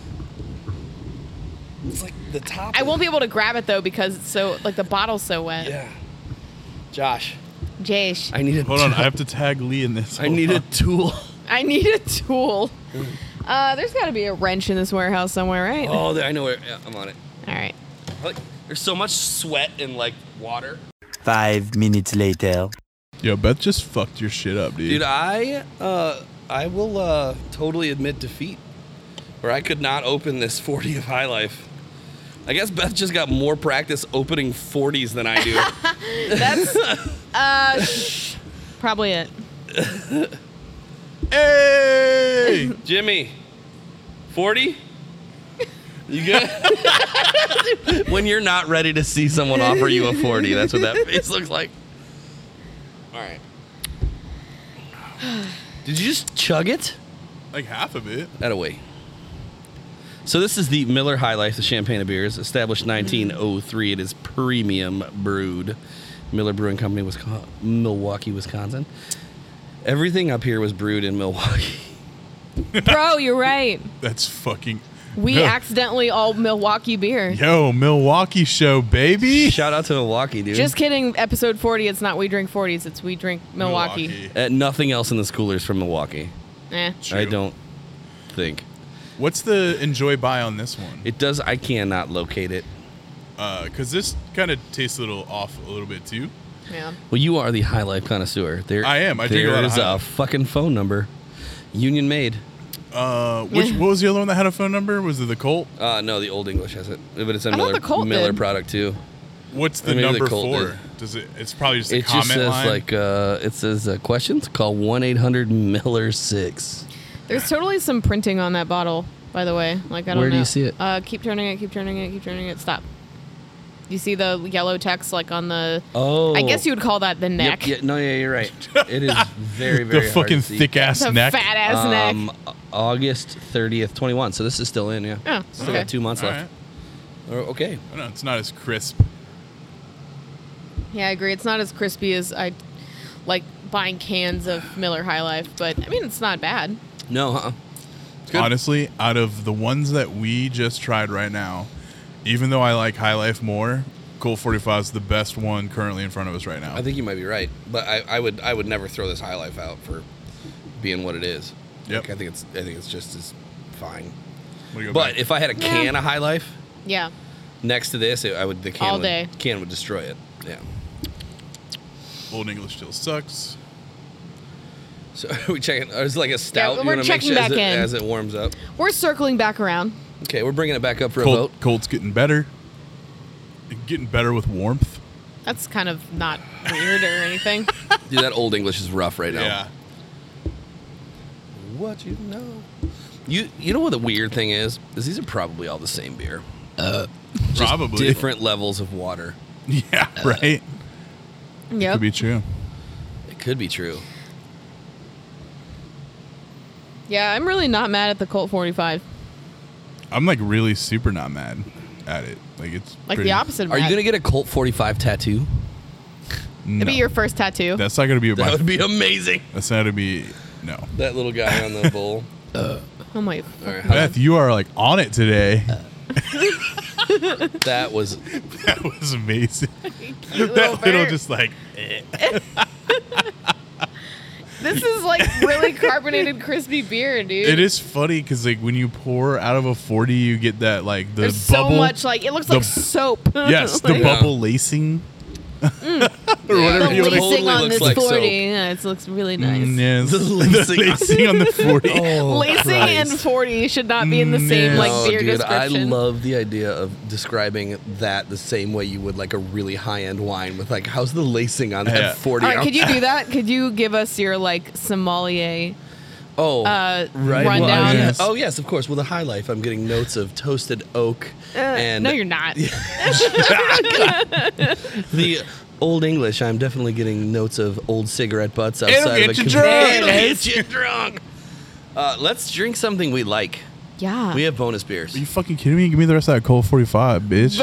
[SPEAKER 3] It's like the top.
[SPEAKER 2] I
[SPEAKER 3] of-
[SPEAKER 2] won't be able to grab it though because it's so like the bottle's so wet.
[SPEAKER 3] Yeah. Josh,
[SPEAKER 2] Jash.
[SPEAKER 3] I need a.
[SPEAKER 1] Hold on, I have to tag Lee in this.
[SPEAKER 3] I
[SPEAKER 1] Hold
[SPEAKER 3] need
[SPEAKER 1] on.
[SPEAKER 3] a tool.
[SPEAKER 2] I need a tool. Uh, there's got to be a wrench in this warehouse somewhere, right?
[SPEAKER 3] Oh, there, I know where. Yeah, I'm on it.
[SPEAKER 2] All right.
[SPEAKER 3] Like, there's so much sweat and like water.
[SPEAKER 6] Five minutes later.
[SPEAKER 1] Yo, Beth just fucked your shit up, dude.
[SPEAKER 3] Dude, I uh, I will uh, totally admit defeat, where I could not open this 40 of High Life. I guess Beth just got more practice opening 40s than I do.
[SPEAKER 2] That's uh, sh- probably it.
[SPEAKER 1] hey,
[SPEAKER 3] Jimmy, 40? You good? when you're not ready to see someone offer you a 40, that's what that face looks like. All right. Did you just chug it?
[SPEAKER 1] like half of it.
[SPEAKER 3] That away. So this is the Miller High Life, the champagne of beers, established 1903. It is premium brewed. Miller Brewing Company, Wisconsin, Milwaukee, Wisconsin. Everything up here was brewed in Milwaukee.
[SPEAKER 2] Bro, you're right.
[SPEAKER 1] That's fucking.
[SPEAKER 2] We accidentally all Milwaukee beer.
[SPEAKER 1] Yo, Milwaukee show, baby.
[SPEAKER 3] Shout out to Milwaukee, dude.
[SPEAKER 2] Just kidding. Episode 40. It's not We Drink 40s. It's We Drink Milwaukee.
[SPEAKER 3] Uh, nothing else in this cooler is from Milwaukee.
[SPEAKER 2] Eh.
[SPEAKER 3] I
[SPEAKER 1] True.
[SPEAKER 3] don't think
[SPEAKER 1] What's the enjoy buy on this one?
[SPEAKER 3] it does. I cannot locate it.
[SPEAKER 1] Because Uh, this kind of tastes a little off a little bit too.
[SPEAKER 2] Yeah.
[SPEAKER 3] Well, you are the high life connoisseur. There,
[SPEAKER 1] I am. I drink a lot of
[SPEAKER 3] there's
[SPEAKER 1] High
[SPEAKER 3] a
[SPEAKER 1] Life.
[SPEAKER 3] fucking phone number, Union Made.
[SPEAKER 1] Uh, which what was the other one that had a phone number? Was it the Colt?
[SPEAKER 3] Uh, no, the Old English has it, but it's a
[SPEAKER 2] thought
[SPEAKER 3] Miller,
[SPEAKER 2] the Colt
[SPEAKER 3] Miller
[SPEAKER 2] did.
[SPEAKER 3] product too.
[SPEAKER 1] What's the
[SPEAKER 3] Maybe the
[SPEAKER 1] number
[SPEAKER 3] Colt
[SPEAKER 1] for?
[SPEAKER 3] did.
[SPEAKER 1] Does it? It's probably just a
[SPEAKER 3] it
[SPEAKER 1] comment
[SPEAKER 3] just says
[SPEAKER 1] line.
[SPEAKER 3] like uh, it says uh, questions. Call one eight hundred Miller six.
[SPEAKER 2] There's totally some printing on that bottle, by the way. Like I don't
[SPEAKER 3] Where
[SPEAKER 2] know.
[SPEAKER 3] do you see it?
[SPEAKER 2] Uh, keep turning it. Keep turning it. Keep turning it. Stop. You see the yellow text like on the.
[SPEAKER 3] Oh,
[SPEAKER 2] I guess you would call that the
[SPEAKER 3] Yep,
[SPEAKER 2] neck.
[SPEAKER 3] yeah, no, yeah, you're right. It is very,
[SPEAKER 1] the
[SPEAKER 3] very hard
[SPEAKER 1] fucking
[SPEAKER 3] to see.
[SPEAKER 1] thick ass
[SPEAKER 2] The
[SPEAKER 1] neck.
[SPEAKER 2] fat ass
[SPEAKER 3] Um,
[SPEAKER 2] neck.
[SPEAKER 3] August thirtieth, twenty one. So this is still in, yeah.
[SPEAKER 2] Oh,
[SPEAKER 3] Still
[SPEAKER 2] okay.
[SPEAKER 3] got two months
[SPEAKER 1] All right.
[SPEAKER 3] left. Or- okay.
[SPEAKER 1] I know it's not as crisp.
[SPEAKER 2] Yeah, I agree. It's not as crispy as I like buying cans of Miller High Life, but I mean it's not bad.
[SPEAKER 3] No, uh-uh. huh? good.
[SPEAKER 1] Honestly, out of the ones that we just tried right now, even though I like High Life more, Colt 45 is the best one currently in front of us right now.
[SPEAKER 3] I think you might be right, but I, I would I would never throw this high life out for being what it is.
[SPEAKER 1] Yep.
[SPEAKER 3] Like, I think it's I think it's just as fine.
[SPEAKER 1] What do you go
[SPEAKER 3] But
[SPEAKER 1] back?
[SPEAKER 3] if I had a can of high life
[SPEAKER 2] Yeah.
[SPEAKER 3] next to this, it, I would the can
[SPEAKER 2] All
[SPEAKER 3] would,
[SPEAKER 2] day.
[SPEAKER 3] can would destroy it. Yeah.
[SPEAKER 1] Old English still sucks.
[SPEAKER 3] So are we checking? Or is it like a stout?
[SPEAKER 2] we're
[SPEAKER 3] You wanna make
[SPEAKER 2] checking
[SPEAKER 3] sure as
[SPEAKER 2] back
[SPEAKER 3] it-
[SPEAKER 2] in.
[SPEAKER 3] as it warms up.
[SPEAKER 2] We're circling back around.
[SPEAKER 3] Okay, we're bringing it back up for a
[SPEAKER 1] Colt,
[SPEAKER 3] vote.
[SPEAKER 1] Colt's getting better. Getting better with warmth.
[SPEAKER 2] That's kind of not weird or anything.
[SPEAKER 3] Dude, that old English is rough right now.
[SPEAKER 1] Yeah.
[SPEAKER 3] What you know? You you know what the weird thing is? Is these are probably all the same beer.
[SPEAKER 1] Probably.
[SPEAKER 3] Different levels of water.
[SPEAKER 1] Yeah, right?
[SPEAKER 2] yep.
[SPEAKER 1] Could be true.
[SPEAKER 3] It could be true.
[SPEAKER 2] Yeah, I'm really not mad at the Colt 45.
[SPEAKER 1] I'm like really super not mad at it. Like it's
[SPEAKER 2] Like
[SPEAKER 1] pretty-
[SPEAKER 2] the opposite of
[SPEAKER 3] Are you
[SPEAKER 2] mad.
[SPEAKER 3] gonna get a Colt 45 tattoo?
[SPEAKER 1] No.
[SPEAKER 2] It'd be your first tattoo.
[SPEAKER 1] That's not gonna be
[SPEAKER 3] That
[SPEAKER 1] my.
[SPEAKER 3] would be amazing.
[SPEAKER 1] that's not gonna be no.
[SPEAKER 3] That little guy on the bowl.
[SPEAKER 2] oh my.
[SPEAKER 3] All right, how-
[SPEAKER 1] Beth, you are like on it today.
[SPEAKER 3] that was
[SPEAKER 1] that was amazing.
[SPEAKER 2] Cute
[SPEAKER 1] that
[SPEAKER 2] little
[SPEAKER 1] little
[SPEAKER 2] bird.
[SPEAKER 1] just like
[SPEAKER 2] This is like really carbonated, crispy beer, dude.
[SPEAKER 1] it is funny because like when you pour out of a forty, you get that like the
[SPEAKER 2] There's
[SPEAKER 1] bubble.
[SPEAKER 2] so much like it looks
[SPEAKER 1] the-
[SPEAKER 2] like soap.
[SPEAKER 1] yes, the
[SPEAKER 2] Like,
[SPEAKER 3] Yeah.
[SPEAKER 1] bubble lacing.
[SPEAKER 3] or
[SPEAKER 2] the
[SPEAKER 1] whatever you wanna-
[SPEAKER 2] lacing
[SPEAKER 3] totally
[SPEAKER 2] on
[SPEAKER 3] looks
[SPEAKER 2] this
[SPEAKER 3] like soap.
[SPEAKER 2] 40. Yeah, it looks really nice.
[SPEAKER 1] Mm, yes.
[SPEAKER 3] The
[SPEAKER 1] The
[SPEAKER 3] lacing. Oh.
[SPEAKER 1] lacing, on the forty.
[SPEAKER 2] Lacing and 40 should not be in the same
[SPEAKER 1] No,
[SPEAKER 2] like beer
[SPEAKER 3] dude, I
[SPEAKER 2] description.
[SPEAKER 3] love the idea of describing that the same way you would like a really high end wine with like how's the lacing on that
[SPEAKER 1] Yeah.
[SPEAKER 3] 40
[SPEAKER 2] all right, could
[SPEAKER 3] ounce-
[SPEAKER 2] you do that? Could you give us your like sommelier?
[SPEAKER 3] oh
[SPEAKER 2] uh,
[SPEAKER 3] right
[SPEAKER 2] rundown?
[SPEAKER 3] Well,
[SPEAKER 1] Yes.
[SPEAKER 3] oh yes of course with a high life I'm getting notes of toasted oak
[SPEAKER 2] Uh,
[SPEAKER 3] and
[SPEAKER 2] no, you're not.
[SPEAKER 3] the Old English, I'm definitely getting notes of old cigarette butts outside
[SPEAKER 1] It'll
[SPEAKER 3] of
[SPEAKER 1] get
[SPEAKER 3] a
[SPEAKER 1] you
[SPEAKER 3] con-
[SPEAKER 1] drunk.
[SPEAKER 3] It'll get you drunk. Uh, let's drink something we like.
[SPEAKER 2] Yeah.
[SPEAKER 3] We have bonus beers.
[SPEAKER 1] Are you fucking kidding me? Give me the rest of that cold forty five, bitch.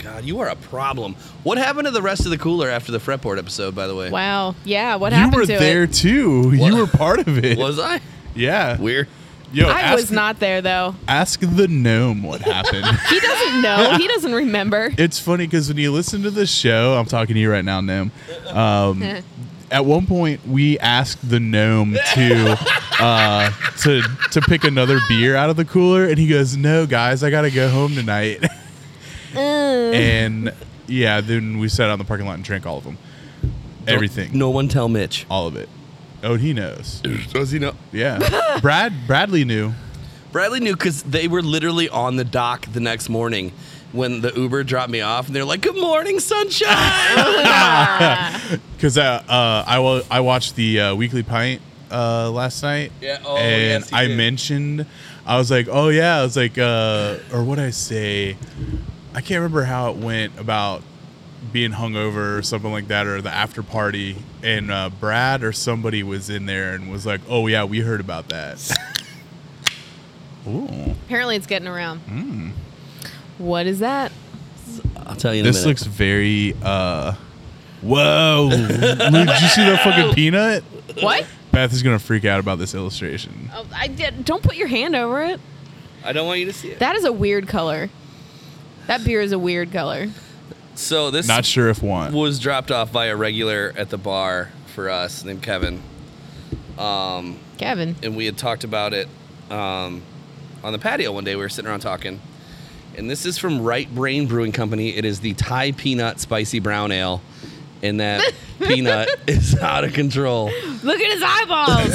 [SPEAKER 3] God, you are a problem. What happened to the rest of the cooler after the fretboard episode, by the way?
[SPEAKER 2] wow. Yeah. What
[SPEAKER 1] you
[SPEAKER 2] happened
[SPEAKER 1] were
[SPEAKER 2] to
[SPEAKER 1] there
[SPEAKER 2] it?
[SPEAKER 1] too.
[SPEAKER 3] What?
[SPEAKER 1] You were part of it.
[SPEAKER 3] Was I?
[SPEAKER 1] yeah.
[SPEAKER 3] Weird.
[SPEAKER 1] Yo,
[SPEAKER 2] I was
[SPEAKER 1] ask-
[SPEAKER 2] not there though.
[SPEAKER 1] Ask the gnome what happened.
[SPEAKER 2] He doesn't know. he doesn't remember.
[SPEAKER 1] it's funny because when you listen to the show, I'm talking to you right now, gnome. Um, at one point, we asked the gnome to uh, to to pick another beer out of the cooler, and he goes, "No, guys, I gotta go home tonight." and yeah, then we sat out in the parking lot and drank all of them, everything,
[SPEAKER 3] No one tell Mitch.
[SPEAKER 1] all of it. Oh, he knows.
[SPEAKER 3] Does he know?
[SPEAKER 1] Yeah, Brad Bradley knew.
[SPEAKER 3] Bradley knew because they were literally on the dock the next morning when the Uber dropped me off, and they're like, "Good morning, sunshine."
[SPEAKER 1] Because uh, uh, I wa- I watched the uh, Weekly Pint uh, last night.
[SPEAKER 3] Yeah, oh,
[SPEAKER 1] and
[SPEAKER 3] yes, you
[SPEAKER 1] I
[SPEAKER 3] did.
[SPEAKER 1] mentioned, I was like, oh yeah, I was like, uh, or what I say, I can't remember how it went about being hungover or something like that, or the after party, and uh, Brad or somebody was in there and was like, oh yeah, we heard about that. Ooh,
[SPEAKER 2] Apparently, it's getting around.
[SPEAKER 3] Hmm.
[SPEAKER 2] What is that?
[SPEAKER 3] I'll tell you. In
[SPEAKER 1] this
[SPEAKER 3] a minute.
[SPEAKER 1] looks very. Uh, whoa! Lou, Did you see that fucking peanut?
[SPEAKER 2] What?
[SPEAKER 1] Beth is gonna freak out about this illustration.
[SPEAKER 2] Oh, I did. Don't put your hand over it.
[SPEAKER 3] I don't want you to see it.
[SPEAKER 2] That is a weird color. That beer is a weird color.
[SPEAKER 3] So this
[SPEAKER 1] Not sure if one.
[SPEAKER 3] was dropped off by a regular at the bar for us named Kevin,
[SPEAKER 2] Kevin.
[SPEAKER 3] and we had talked about it um, on the patio one day. We were sitting around talking, and this is from Right Brain Brewing Company. It is the Thai Peanut Spicy Brown Ale, and that peanut is out of control.
[SPEAKER 2] Look at his eyeballs.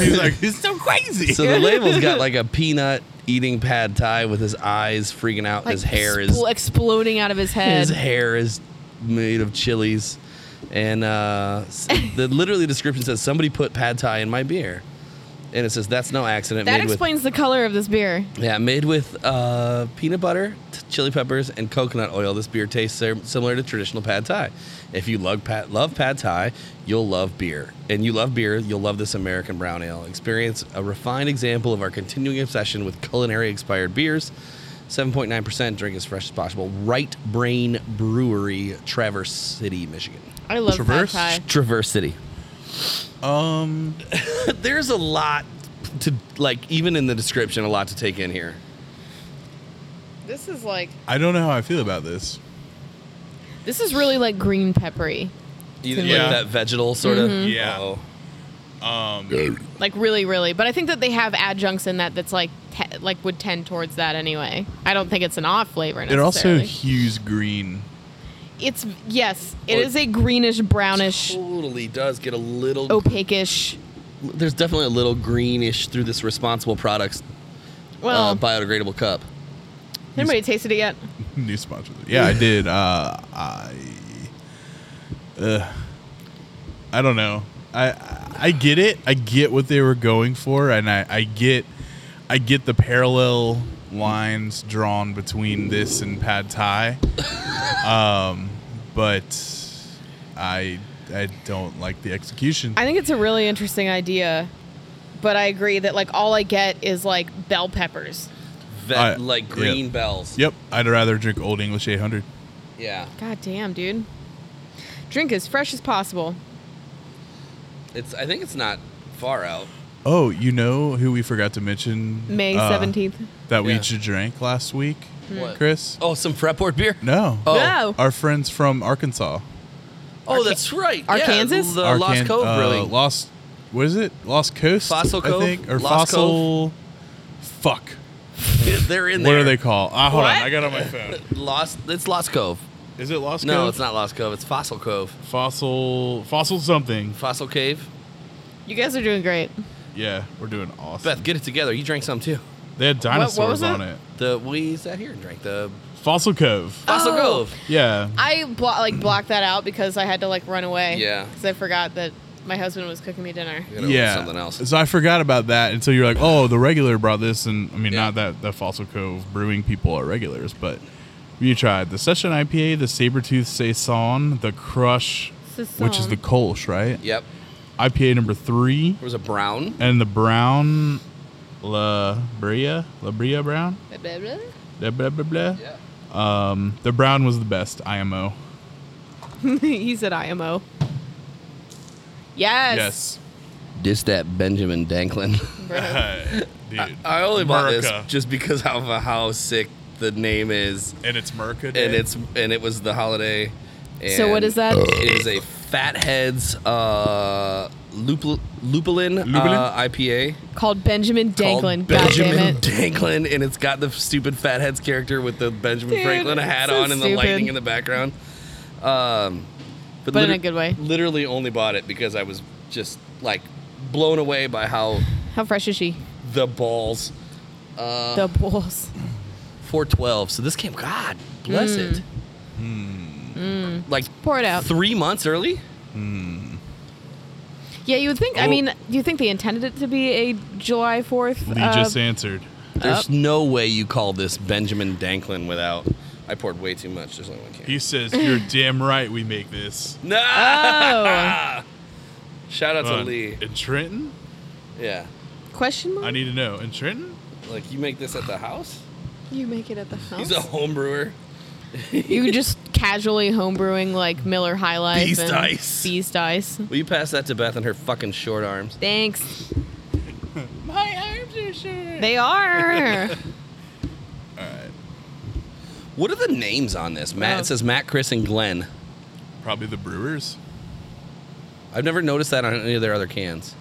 [SPEAKER 1] He's like, it's so crazy.
[SPEAKER 3] So the label's got like a peanut eating pad Thai with his eyes freaking out. and his hair is
[SPEAKER 2] expl- exploding out of his head.
[SPEAKER 3] His hair is made of chilies, and uh, s- the literally description says somebody put pad thai in my beer, and it says that's no accident.
[SPEAKER 2] that
[SPEAKER 3] made
[SPEAKER 2] explains the color of this beer.
[SPEAKER 3] with yeah, made with uh, peanut butter, t- chili peppers, and coconut oil. This beer tastes sim- similar to traditional pad thai. If you love pad, love pad thai, you'll love beer, and you love beer, you'll love this American brown ale. Experience a refined example of our continuing obsession with culinary expired beers. 7.9% drink as fresh as possible. Right Brain Brewery, Traverse City, Michigan.
[SPEAKER 2] I love
[SPEAKER 1] Traverse?
[SPEAKER 2] pad thai.
[SPEAKER 3] Traverse City.
[SPEAKER 1] um,
[SPEAKER 3] There's a lot to, like, even in the description, a lot to take in here.
[SPEAKER 2] This is like
[SPEAKER 1] I don't know how I feel about this.
[SPEAKER 2] this is really like green peppery,
[SPEAKER 3] You think
[SPEAKER 1] Yeah.
[SPEAKER 3] like that vegetal Oh. sort of?
[SPEAKER 1] Yeah.
[SPEAKER 3] Uh-oh.
[SPEAKER 2] like really, really. But I think that they have adjuncts in that that's like te- like would tend towards that anyway. I don't think it's an off flavor
[SPEAKER 1] It also
[SPEAKER 2] necessarily.
[SPEAKER 1] hues green.
[SPEAKER 2] it's yes, it
[SPEAKER 3] Well,
[SPEAKER 2] is a greenish brownish. Oh.
[SPEAKER 3] Totally does get a little.
[SPEAKER 2] opaquish.
[SPEAKER 3] Uh, There's definitely a little greenish through this responsible products
[SPEAKER 2] Well,
[SPEAKER 3] uh, biodegradable cup.
[SPEAKER 2] anybody tasted it yet?
[SPEAKER 1] New sponsor. Yeah, I did. Uh, I. Uh, I don't know. I- I I get it. I get what they were going for, and I I get I get the parallel lines drawn between this and pad thai. um, but I I don't like the execution.
[SPEAKER 2] I think it's a really interesting idea, but I agree that like all I get is like bell peppers.
[SPEAKER 3] Vet,
[SPEAKER 1] I-
[SPEAKER 3] like
[SPEAKER 1] yeah.
[SPEAKER 3] green bells.
[SPEAKER 1] yep, I'd rather drink Old English 800.
[SPEAKER 3] Yeah.
[SPEAKER 2] God damn, dude. Drink as fresh as possible.
[SPEAKER 3] It's. I think it's not far out.
[SPEAKER 1] Oh, you know who we forgot to mention?
[SPEAKER 2] May
[SPEAKER 1] uh,
[SPEAKER 2] seventeenth.
[SPEAKER 1] That we
[SPEAKER 3] Yeah.
[SPEAKER 1] each drank last week,
[SPEAKER 3] What?
[SPEAKER 1] Chris?
[SPEAKER 3] Oh, some fretboard beer.
[SPEAKER 1] No.
[SPEAKER 3] Oh.
[SPEAKER 2] no.
[SPEAKER 1] Our friends from Arkansas.
[SPEAKER 3] Oh, that's right. Yeah,
[SPEAKER 2] Arkansas?
[SPEAKER 3] the
[SPEAKER 1] Arcan-
[SPEAKER 3] Lost Cove
[SPEAKER 1] uh,
[SPEAKER 3] Brewing.
[SPEAKER 1] Lost, what is it? Lost Coast?
[SPEAKER 3] Fossil Cove?
[SPEAKER 1] I think. Or
[SPEAKER 3] Lost
[SPEAKER 1] Fossil. Fuck.
[SPEAKER 3] They're in
[SPEAKER 1] What
[SPEAKER 3] there.
[SPEAKER 1] are they called? Ah, hold on.
[SPEAKER 2] What?
[SPEAKER 1] I got it on my phone.
[SPEAKER 3] Lost. It's Lost Cove.
[SPEAKER 1] Is it Lost Cove?
[SPEAKER 3] No, it's not Lost Cove. It's Fossil Cove.
[SPEAKER 1] Fossil. Fossil something.
[SPEAKER 3] Fossil Cave.
[SPEAKER 2] You guys are doing great.
[SPEAKER 1] Yeah, we're doing awesome.
[SPEAKER 3] Beth, get it together. You drank some too.
[SPEAKER 1] They had dinosaurs
[SPEAKER 2] was
[SPEAKER 1] on
[SPEAKER 2] it?
[SPEAKER 1] it?
[SPEAKER 3] The we sat here and drank the
[SPEAKER 1] Fossil Cove.
[SPEAKER 3] Fossil
[SPEAKER 2] Oh.
[SPEAKER 3] Cove.
[SPEAKER 1] Yeah.
[SPEAKER 2] I blo-
[SPEAKER 1] Mm.
[SPEAKER 2] like blocked that out because I had to like run away.
[SPEAKER 3] Yeah.
[SPEAKER 2] Because I forgot that my husband was cooking me dinner.
[SPEAKER 3] We gotta
[SPEAKER 1] yeah.
[SPEAKER 3] Something else.
[SPEAKER 1] So I forgot about that until you're like, oh, the regular brought this, and I mean,
[SPEAKER 3] Yeah.
[SPEAKER 1] not that the Fossil Cove Brewing people are regulars, but you tried the Session IPA, the Sabretooth Saison, the Crush, which is
[SPEAKER 2] Saison.
[SPEAKER 1] the Kolsch, right?
[SPEAKER 3] Yep.
[SPEAKER 1] IPA number three,
[SPEAKER 3] There was a brown.
[SPEAKER 1] and the Brown La Bria, La Bria Brown,
[SPEAKER 2] Blah, blah, blah.
[SPEAKER 1] blah blah blah. blah.
[SPEAKER 3] Yeah.
[SPEAKER 1] Um, the Brown was the best IMO.
[SPEAKER 2] he said IMO. Yes.
[SPEAKER 1] Yes,
[SPEAKER 3] Dis that Benjamin Danklin.
[SPEAKER 2] Bro.
[SPEAKER 1] dude,
[SPEAKER 3] I only bought
[SPEAKER 1] Merca.
[SPEAKER 3] this just because of how sick the name is,
[SPEAKER 1] and it's Merca,
[SPEAKER 3] and it's and it was the holiday. And
[SPEAKER 2] So what is that?
[SPEAKER 3] It is a Fatheads uh, lupu- lupulin,
[SPEAKER 1] Lupulin?
[SPEAKER 3] Uh, IPA.
[SPEAKER 2] Called Benjamin
[SPEAKER 3] called
[SPEAKER 2] Danklin. God damn
[SPEAKER 3] Benjamin
[SPEAKER 2] it.
[SPEAKER 3] Danklin, and it's got the stupid Fatheads character with the Benjamin
[SPEAKER 2] Dude,
[SPEAKER 3] Franklin
[SPEAKER 2] it's
[SPEAKER 3] hat
[SPEAKER 2] so
[SPEAKER 3] on and the
[SPEAKER 2] stupid.
[SPEAKER 3] lightning in the background. Um,
[SPEAKER 2] But in
[SPEAKER 3] liter-
[SPEAKER 2] a good way.
[SPEAKER 3] Literally only bought it because I was just like blown away by how
[SPEAKER 2] How fresh is she?
[SPEAKER 3] the balls
[SPEAKER 1] Uh.
[SPEAKER 2] the bulls.
[SPEAKER 3] 412. So this came, God bless it. Like
[SPEAKER 2] Pour it out.
[SPEAKER 3] three months early?
[SPEAKER 2] Yeah, you would think. I
[SPEAKER 1] Oh.
[SPEAKER 2] mean, do you think they intended it to be a July Fourth? uh,
[SPEAKER 1] Lee just answered.
[SPEAKER 3] There's no way you call this Benjamin Danklin without. I poured way too much. There's only one can.
[SPEAKER 1] He says, "You're damn right. We make this."
[SPEAKER 3] No!
[SPEAKER 2] oh,
[SPEAKER 3] Shout out to
[SPEAKER 1] Uh,
[SPEAKER 3] Lee.
[SPEAKER 1] In Trenton?
[SPEAKER 3] Yeah.
[SPEAKER 2] question
[SPEAKER 1] I
[SPEAKER 2] mark.
[SPEAKER 1] need to know. In Trenton?
[SPEAKER 3] Like, you make this at the house?
[SPEAKER 2] You make it at the house.
[SPEAKER 3] He's a home brewer.
[SPEAKER 2] you just casually homebrewing like Miller High Life.
[SPEAKER 3] Beast
[SPEAKER 2] and
[SPEAKER 3] Ice.
[SPEAKER 2] Beast Ice.
[SPEAKER 3] Will you pass that to Beth and her fucking short arms?
[SPEAKER 2] Thanks.
[SPEAKER 1] My arms are short.
[SPEAKER 2] They are.
[SPEAKER 3] What are the names on this? Matt
[SPEAKER 2] Oh.
[SPEAKER 3] it says Matt, Chris, and Glenn.
[SPEAKER 1] Probably the Brewers.
[SPEAKER 3] I've never noticed that on any of their other cans.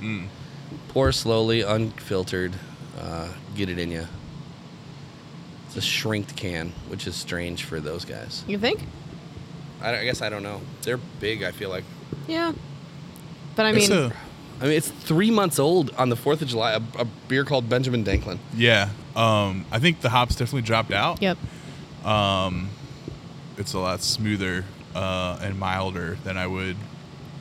[SPEAKER 3] Pour slowly, unfiltered. Uh, get it in you. It's a shrinked can, which is strange for those guys.
[SPEAKER 2] You think?
[SPEAKER 3] I, don't- I guess I don't know. They're big. I feel like.
[SPEAKER 2] Yeah. But I
[SPEAKER 1] it's
[SPEAKER 2] mean,
[SPEAKER 1] a,
[SPEAKER 3] I mean, it's three months old on the Fourth of July. A, a beer called Benjamin Danklin.
[SPEAKER 1] yeah. Um, I think the hops definitely dropped out.
[SPEAKER 2] yep.
[SPEAKER 1] It's a lot smoother uh, and milder than I would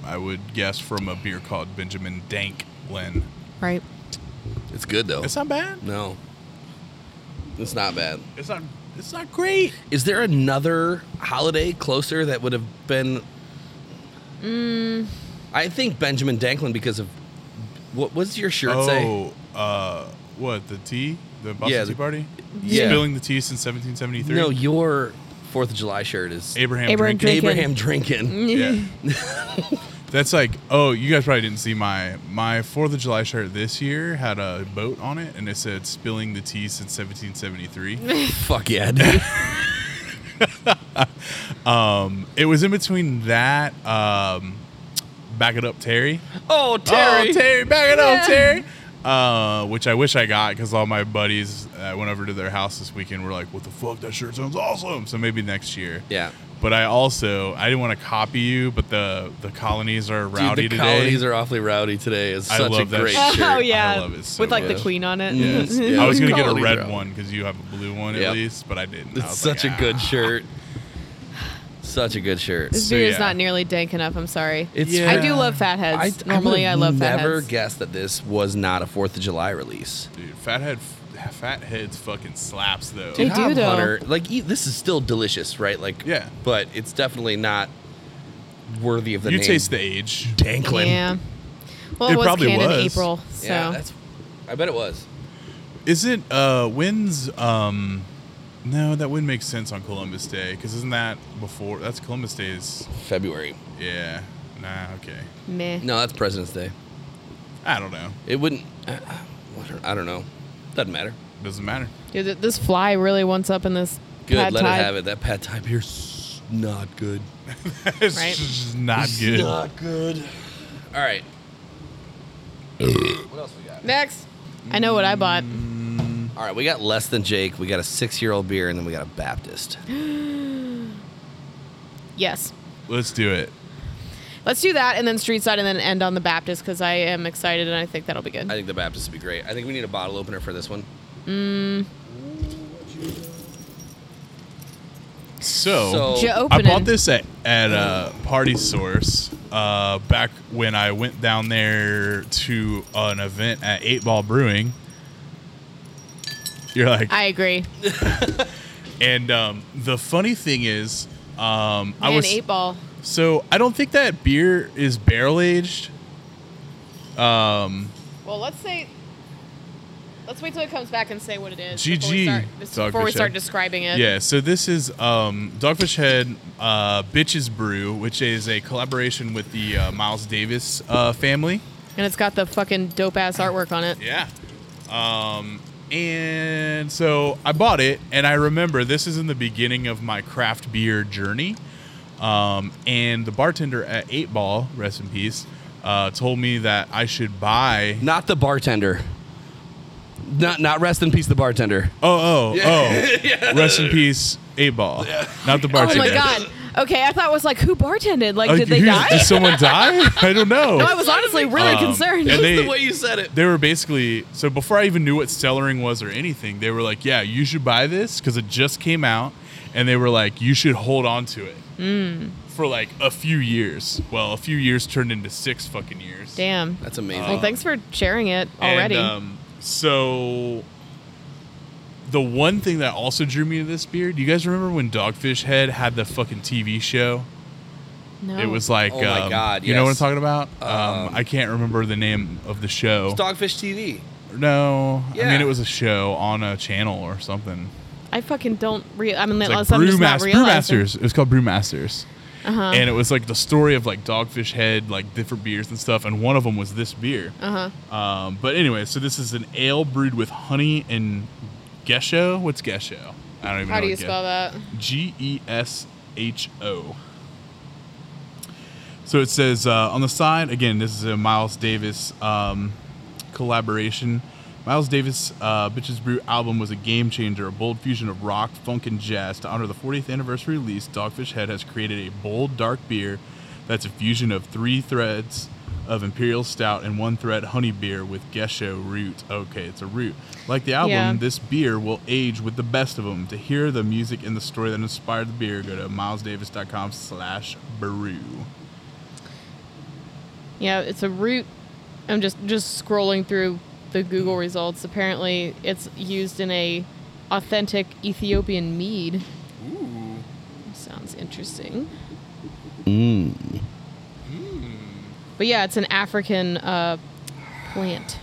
[SPEAKER 1] I would guess from a beer called Benjamin Danklin.
[SPEAKER 2] Right.
[SPEAKER 3] It's good though.
[SPEAKER 1] It's not bad.
[SPEAKER 3] Oh. no, it's not bad.
[SPEAKER 1] It's not. It's not great.
[SPEAKER 3] Is there another holiday closer that would have been? I think Benjamin Danklin because of what was your shirt say?
[SPEAKER 1] oh, uh, what the tea? The Boston
[SPEAKER 3] Yeah,
[SPEAKER 1] Tea
[SPEAKER 3] the-
[SPEAKER 1] Party.
[SPEAKER 3] yeah.
[SPEAKER 1] Spilling the tea since 1773.
[SPEAKER 3] No, your Fourth of July shirt is
[SPEAKER 1] Abraham,
[SPEAKER 2] Abraham
[SPEAKER 1] drinking.
[SPEAKER 3] Abraham drinking.
[SPEAKER 1] Yeah. That's like, oh, you guys probably didn't see my my Fourth of July shirt this year had a boat on it, and it said "spilling the tea since 1773."
[SPEAKER 3] Fuck yeah, dude.
[SPEAKER 1] it was in between that, um, back it up, Terry.
[SPEAKER 3] oh
[SPEAKER 1] Oh,
[SPEAKER 3] Terry.
[SPEAKER 1] Terry, back it
[SPEAKER 2] Yeah.
[SPEAKER 1] up, Terry. Uh, which I wish I got because all my buddies I went over to their house this weekend. Were like, "What the fuck? That shirt sounds awesome!" So maybe next year.
[SPEAKER 3] yeah.
[SPEAKER 1] But I also I didn't want to copy you, but the the colonies are rowdy
[SPEAKER 3] Dude, the
[SPEAKER 1] today.
[SPEAKER 3] colonies are awfully rowdy today. It's
[SPEAKER 1] I
[SPEAKER 3] such
[SPEAKER 1] love
[SPEAKER 3] a
[SPEAKER 1] that
[SPEAKER 3] great
[SPEAKER 1] shirt.
[SPEAKER 3] shirt.
[SPEAKER 2] Oh yeah.
[SPEAKER 1] I love it so
[SPEAKER 2] With like
[SPEAKER 1] much.
[SPEAKER 2] the queen on it.
[SPEAKER 3] Yes. Yeah.
[SPEAKER 1] I was gonna get a
[SPEAKER 3] Colonies are
[SPEAKER 1] red
[SPEAKER 3] out.
[SPEAKER 1] one because you have a blue one
[SPEAKER 3] Yeah.
[SPEAKER 1] at least, but I didn't. I
[SPEAKER 3] It's
[SPEAKER 1] was
[SPEAKER 3] such
[SPEAKER 1] like,
[SPEAKER 3] a good
[SPEAKER 1] "Ah."
[SPEAKER 3] shirt. Such a good shirt.
[SPEAKER 2] This
[SPEAKER 1] So,
[SPEAKER 2] beer is
[SPEAKER 1] yeah.
[SPEAKER 2] not nearly dank enough. I'm sorry.
[SPEAKER 3] It's
[SPEAKER 1] Yeah.
[SPEAKER 2] I do love fatheads. Normally, I, love
[SPEAKER 3] never
[SPEAKER 2] fatheads.
[SPEAKER 3] guessed that this was not a Fourth of July release.
[SPEAKER 1] Dude, fathead, fatheads fucking slaps though.
[SPEAKER 2] They do,
[SPEAKER 3] Hop
[SPEAKER 2] though.
[SPEAKER 3] Hunter, like e- this is still delicious, right? Like
[SPEAKER 1] Yeah.
[SPEAKER 3] but it's definitely not worthy of the
[SPEAKER 1] you
[SPEAKER 3] name.
[SPEAKER 1] taste the age.
[SPEAKER 3] Danklin.
[SPEAKER 2] Yeah. Well, it,
[SPEAKER 1] It
[SPEAKER 2] was
[SPEAKER 1] probably
[SPEAKER 2] canned in
[SPEAKER 1] was.
[SPEAKER 2] April, so
[SPEAKER 3] Yeah, that's. I bet it was.
[SPEAKER 1] Isn't uh when's um no that wouldn't make sense on Columbus Day because isn't that before that's Columbus Day's
[SPEAKER 3] February.
[SPEAKER 1] yeah nah okay
[SPEAKER 2] meh.
[SPEAKER 3] No, that's President's Day.
[SPEAKER 1] I don't know
[SPEAKER 3] It wouldn't. Uh, I don't know. Doesn't matter.
[SPEAKER 1] doesn't matter
[SPEAKER 2] Dude, th- this fly really wants up in this.
[SPEAKER 3] Good,
[SPEAKER 2] pad
[SPEAKER 3] let
[SPEAKER 2] thai.
[SPEAKER 3] it have it. That pad thai beer's not good.
[SPEAKER 1] it's
[SPEAKER 2] Right.
[SPEAKER 1] just not good
[SPEAKER 3] Not good. All right. what else we got?
[SPEAKER 2] Next. I know what I bought.
[SPEAKER 3] All right, we got less than Jake. We got a six-year-old beer, and then we got a Baptist.
[SPEAKER 2] Yes.
[SPEAKER 1] let's do it
[SPEAKER 2] Let's do that and then street side and then end on the Baptist because I am excited and I think that'll be good.
[SPEAKER 3] I think the Baptist would be great. I think we need a bottle opener for this one.
[SPEAKER 1] so,
[SPEAKER 3] So-
[SPEAKER 2] Did you
[SPEAKER 1] I
[SPEAKER 2] open
[SPEAKER 1] bought
[SPEAKER 2] it?
[SPEAKER 1] this at at a party source uh back when I went down there to an event at Eight Ball Brewing you're like
[SPEAKER 2] I agree.
[SPEAKER 1] and um the funny thing is um I
[SPEAKER 2] Man,
[SPEAKER 1] was
[SPEAKER 2] eight ball.
[SPEAKER 1] So I don't think that beer is barrel aged.
[SPEAKER 2] Well, let's say. Let's wait till it comes back and say what it is. Before we
[SPEAKER 1] GG,
[SPEAKER 2] start, this- before we
[SPEAKER 1] Dogfish
[SPEAKER 2] start
[SPEAKER 1] Head.
[SPEAKER 2] describing it.
[SPEAKER 1] Yeah. So this is um, Dogfish Head uh, Bitches Brew, which is a collaboration with the uh, Miles Davis uh, family.
[SPEAKER 2] And it's got the fucking dope ass artwork on it.
[SPEAKER 1] Yeah. Um, and so I bought it, and I remember this is in the beginning of my craft beer journey. Um, and the bartender at Eight Ball, rest in peace, uh, told me that I should buy
[SPEAKER 3] Not the bartender. Not not rest in peace, the bartender.
[SPEAKER 1] Oh, oh, oh. Rest in peace, A Ball. Not the
[SPEAKER 2] Oh
[SPEAKER 1] bartender.
[SPEAKER 2] my god. Okay, I thought it was like who bartended? Like,
[SPEAKER 1] Uh,
[SPEAKER 2] did they
[SPEAKER 1] who's-
[SPEAKER 2] die?
[SPEAKER 1] Did someone die? I don't know.
[SPEAKER 2] No, I was honestly really
[SPEAKER 1] Um,
[SPEAKER 2] concerned.
[SPEAKER 1] and they-
[SPEAKER 3] the way you said it.
[SPEAKER 1] they were basically so before I even knew what cellaring was or anything, they were like, "Yeah, you should buy this because it just came out," and they were like, "You should hold on to it
[SPEAKER 2] Mm.
[SPEAKER 1] for like a few years." Well, a few years turned into six fucking years.
[SPEAKER 2] Damn.
[SPEAKER 3] That's amazing.
[SPEAKER 2] Well, thanks for sharing it
[SPEAKER 1] And,
[SPEAKER 2] already.
[SPEAKER 1] um, so the one thing that also drew me to this beer, do you guys remember when Dogfish Head had the fucking TV show?
[SPEAKER 2] no.
[SPEAKER 1] It was like,
[SPEAKER 3] Oh my
[SPEAKER 1] um,
[SPEAKER 3] God,
[SPEAKER 1] you know what I'm
[SPEAKER 3] yes.
[SPEAKER 1] talking about? Um, I can't remember the name of the show.
[SPEAKER 3] Dogfish TV.
[SPEAKER 1] no, I
[SPEAKER 3] Yeah.
[SPEAKER 1] mean it was a show on a channel or something.
[SPEAKER 2] I fucking don't real. I mean,
[SPEAKER 1] It's
[SPEAKER 2] unless
[SPEAKER 1] like
[SPEAKER 2] I'm just not
[SPEAKER 1] Brewmas-
[SPEAKER 2] realizing. Uh-huh.
[SPEAKER 1] Brewmasters. It was called Brewmasters. And it was like the story of like Dogfish Head, like different beers and stuff, and one of them was this beer. Uh-huh. Um, but anyway, so this is an ale brewed with honey and gesho. What's gesho? I don't even know
[SPEAKER 2] How do you
[SPEAKER 1] what to-
[SPEAKER 2] spell that?
[SPEAKER 1] G E S H O. So it says uh, on the side again. This is a Miles Davis um, collaboration. Miles Davis' uh, Bitches Brew album was a game changer, a bold fusion of rock, funk, and jazz. To honor the 40th anniversary release, Dogfish Head has created a bold dark beer that's a fusion of three threads of Imperial Stout and one thread honey beer with Gesho root. Okay, it's a root. Like the album,
[SPEAKER 2] Yeah.
[SPEAKER 1] this beer will age with the best of them. To hear the music and the story that inspired the beer, go to milesdavis.com slash brew.
[SPEAKER 2] Yeah, it's a root. I'm just just scrolling through the Google results. Apparently, it's used in a authentic Ethiopian mead. Ooh, sounds interesting. Mm.
[SPEAKER 3] Mm.
[SPEAKER 2] But yeah, it's an African uh, plant.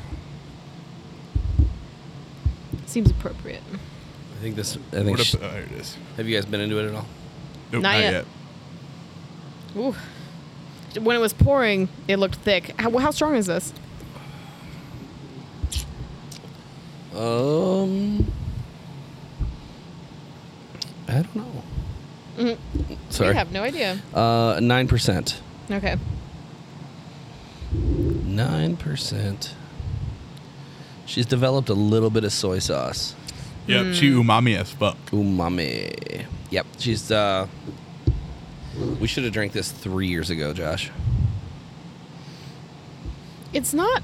[SPEAKER 2] Seems appropriate.
[SPEAKER 3] I think this. I think.
[SPEAKER 1] What
[SPEAKER 3] sh-
[SPEAKER 1] up- oh, there it is.
[SPEAKER 3] have you guys been into it at all?
[SPEAKER 1] Nope,
[SPEAKER 2] Not yet. Ooh. When it was pouring, it looked thick. How, how strong is this?
[SPEAKER 3] Um, I don't know.
[SPEAKER 2] I Mm-hmm.
[SPEAKER 3] Sorry.
[SPEAKER 2] have no idea.
[SPEAKER 3] uh, nine percent.
[SPEAKER 2] Okay.
[SPEAKER 3] Nine percent. She's developed a little bit of soy sauce.
[SPEAKER 1] Yep,
[SPEAKER 2] Hmm.
[SPEAKER 1] she umami as fuck.
[SPEAKER 3] Umami. Yep. She's. uh We should have drank this three years ago, Josh.
[SPEAKER 2] It's not.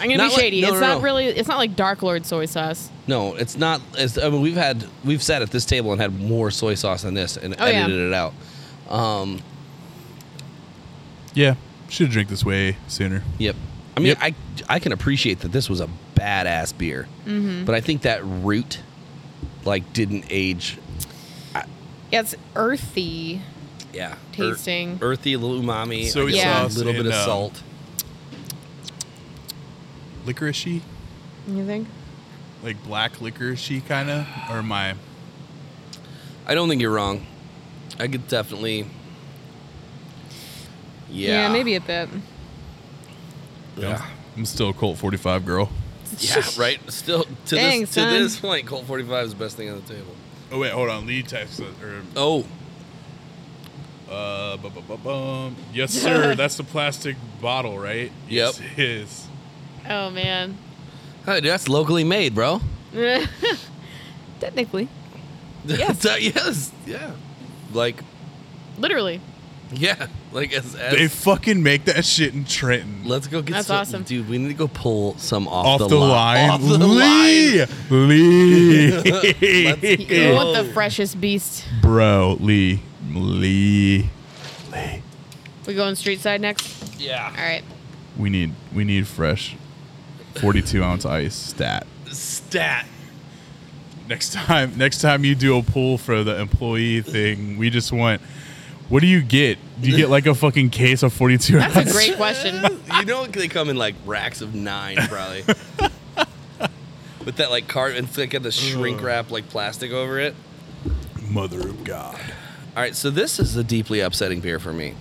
[SPEAKER 2] I'm gonna
[SPEAKER 3] Not
[SPEAKER 2] be
[SPEAKER 3] like-
[SPEAKER 2] shady.
[SPEAKER 3] no,
[SPEAKER 2] it's
[SPEAKER 3] no,
[SPEAKER 2] not
[SPEAKER 3] no.
[SPEAKER 2] really. It's not like Dark Lord soy sauce.
[SPEAKER 3] No, it's not. It's, I mean, we've had we've sat at this table and had more soy sauce than this and
[SPEAKER 2] Oh, yeah.
[SPEAKER 3] edited it out. Um,
[SPEAKER 1] Yeah, should have drank this way sooner.
[SPEAKER 3] Yep. I mean,
[SPEAKER 1] Yep.
[SPEAKER 3] I I can appreciate that this was a badass beer,
[SPEAKER 2] Mm-hmm.
[SPEAKER 3] but I think that root, like, didn't age.
[SPEAKER 2] It's earthy.
[SPEAKER 3] Yeah.
[SPEAKER 2] Tasting.
[SPEAKER 3] Ear- earthy, a little umami,
[SPEAKER 1] Soy
[SPEAKER 3] I guess
[SPEAKER 2] Yeah.
[SPEAKER 1] sauce
[SPEAKER 3] a little bit
[SPEAKER 1] and,
[SPEAKER 3] of
[SPEAKER 1] um,
[SPEAKER 3] salt.
[SPEAKER 1] Licoricey,
[SPEAKER 2] You think?
[SPEAKER 1] like black licoricey kind of, or my
[SPEAKER 3] I don't think you're wrong. I could definitely. Yeah.
[SPEAKER 2] maybe a bit.
[SPEAKER 3] Yeah.
[SPEAKER 1] I'm still a Colt 45 girl.
[SPEAKER 3] Yeah. Right. Still to
[SPEAKER 2] Dang,
[SPEAKER 3] this
[SPEAKER 2] son.
[SPEAKER 3] to this point, Colt 45 is the best thing on the table.
[SPEAKER 1] Oh wait, hold on. Lee text or
[SPEAKER 3] Oh,
[SPEAKER 1] uh, bu- bu- bu- bum. yes sir. That's the plastic bottle, right?
[SPEAKER 3] Yep.
[SPEAKER 1] Yes, it is.
[SPEAKER 2] Oh man.
[SPEAKER 3] hey, dude, that's locally made, bro.
[SPEAKER 2] Technically,
[SPEAKER 3] Yes. yes. Yeah. Like.
[SPEAKER 2] literally.
[SPEAKER 3] Yeah. Like as, as
[SPEAKER 1] They fucking make that shit in Trenton.
[SPEAKER 3] Let's go get
[SPEAKER 2] That's
[SPEAKER 3] some,
[SPEAKER 2] awesome.
[SPEAKER 3] dude. We need to go pull some off,
[SPEAKER 1] off the,
[SPEAKER 3] li-
[SPEAKER 1] line.
[SPEAKER 3] Off the
[SPEAKER 1] Lee,
[SPEAKER 3] line.
[SPEAKER 1] Lee,
[SPEAKER 2] You want the
[SPEAKER 3] Ew.
[SPEAKER 2] freshest beast?
[SPEAKER 1] bro, Lee, Lee, Lee.
[SPEAKER 2] We going street side next.
[SPEAKER 3] Yeah.
[SPEAKER 2] All right.
[SPEAKER 1] We need we need fresh, forty-two ounce ice stat.
[SPEAKER 3] Stat.
[SPEAKER 1] Next time, next time you do a pull for the employee thing, we just want. What do you get? Do you get like a fucking case of forty-two
[SPEAKER 2] That's a
[SPEAKER 1] ounce?
[SPEAKER 2] great question.
[SPEAKER 3] you know they come in like racks of nine, probably. With that like cart and they got the shrink wrap like plastic over it.
[SPEAKER 1] Mother of God.
[SPEAKER 3] All right, so this is a deeply upsetting beer for me.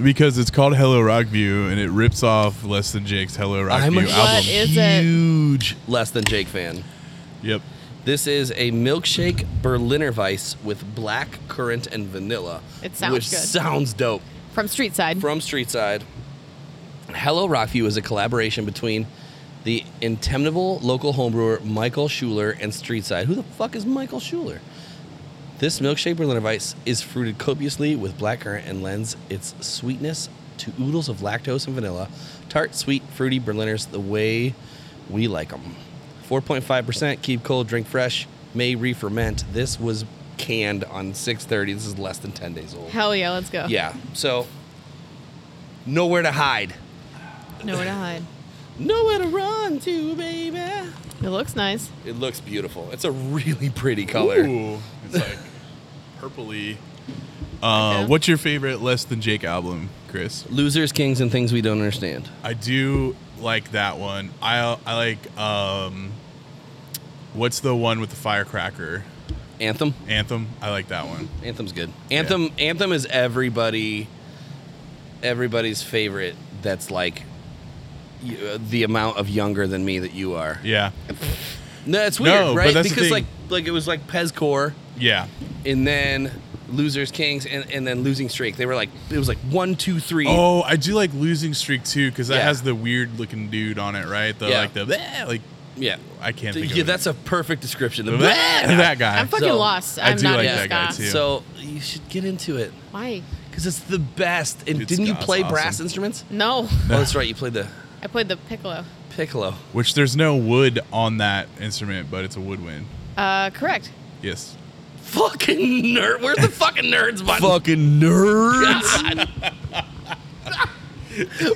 [SPEAKER 1] Because it's called Hello Rockview and it rips off Less Than Jake's Hello
[SPEAKER 3] I'm a
[SPEAKER 1] Rockview
[SPEAKER 2] What
[SPEAKER 1] album.
[SPEAKER 2] is it?
[SPEAKER 3] Huge less than Jake fan.
[SPEAKER 1] Yep.
[SPEAKER 3] This is a milkshake Berliner Weiss with black currant and vanilla.
[SPEAKER 2] It sounds
[SPEAKER 3] which
[SPEAKER 2] good.
[SPEAKER 3] sounds dope.
[SPEAKER 2] From street side.
[SPEAKER 3] from Streetside. Hello Rockview is a collaboration between the intemnable local homebrewer Michael Schuler and Streetside. Who the fuck is Michael Schuler? This milkshake Berliner Weiss is fruited copiously with blackcurrant and lends its sweetness to oodles of lactose and vanilla. Tart, sweet, fruity Berliners the way we like them. 4.5%, keep cold, drink fresh, may re-ferment. This was canned on 6.30. This is less than 10 days old.
[SPEAKER 2] Hell yeah, let's go.
[SPEAKER 3] Yeah. So nowhere to hide.
[SPEAKER 2] Nowhere to hide.
[SPEAKER 3] Nowhere to run to, baby.
[SPEAKER 2] It looks nice.
[SPEAKER 3] It looks beautiful. It's a really pretty color.
[SPEAKER 1] Ooh, it's like purpley. Uh,
[SPEAKER 2] Okay.
[SPEAKER 1] What's your favorite Less Than Jake album, Chris?
[SPEAKER 3] Losers, kings, and things we don't understand.
[SPEAKER 1] I do like that one. I I like um, what's the one with the firecracker
[SPEAKER 3] Anthem.
[SPEAKER 1] anthem? I like that one.
[SPEAKER 3] Anthem's good. Anthem. Anthem is everybody. Everybody's favorite. That's like y- uh, the amount of younger than me that you are.
[SPEAKER 1] Yeah,
[SPEAKER 3] No, it's weird,
[SPEAKER 1] No, but
[SPEAKER 3] right?
[SPEAKER 1] that's the
[SPEAKER 3] because
[SPEAKER 1] thing.
[SPEAKER 3] like like it was like Pezcore
[SPEAKER 1] Yeah.
[SPEAKER 3] and then Losers Kings and, and then Losing Streak. They were like it was like one, two, three.
[SPEAKER 1] Oh, I do like losing streak too because that
[SPEAKER 3] Yeah.
[SPEAKER 1] has the weird looking dude on it, right? The
[SPEAKER 3] Yeah.
[SPEAKER 1] like the bleh, like
[SPEAKER 3] yeah.
[SPEAKER 1] I can't think
[SPEAKER 3] yeah,
[SPEAKER 1] of
[SPEAKER 3] that's a perfect description. The
[SPEAKER 1] it. Bleh, that guy.
[SPEAKER 2] I'm fucking
[SPEAKER 3] So,
[SPEAKER 2] lost.
[SPEAKER 1] I
[SPEAKER 2] I'm
[SPEAKER 1] do
[SPEAKER 2] not
[SPEAKER 1] like
[SPEAKER 2] a
[SPEAKER 1] that guy,
[SPEAKER 2] ska.
[SPEAKER 1] too.
[SPEAKER 3] So you should get into it
[SPEAKER 2] Why?
[SPEAKER 3] because it's the best. And
[SPEAKER 1] Dude,
[SPEAKER 3] didn't you
[SPEAKER 1] ska's
[SPEAKER 3] play brass
[SPEAKER 1] awesome.
[SPEAKER 3] instruments?
[SPEAKER 2] No,
[SPEAKER 3] Oh, that's right. You played the
[SPEAKER 2] I played the piccolo.
[SPEAKER 3] piccolo.
[SPEAKER 1] Which there's no wood on that instrument, but it's a woodwind.
[SPEAKER 2] Uh, correct.
[SPEAKER 1] Yes.
[SPEAKER 3] Fucking nerd. Where's the fucking nerds button?
[SPEAKER 5] Fucking nerd.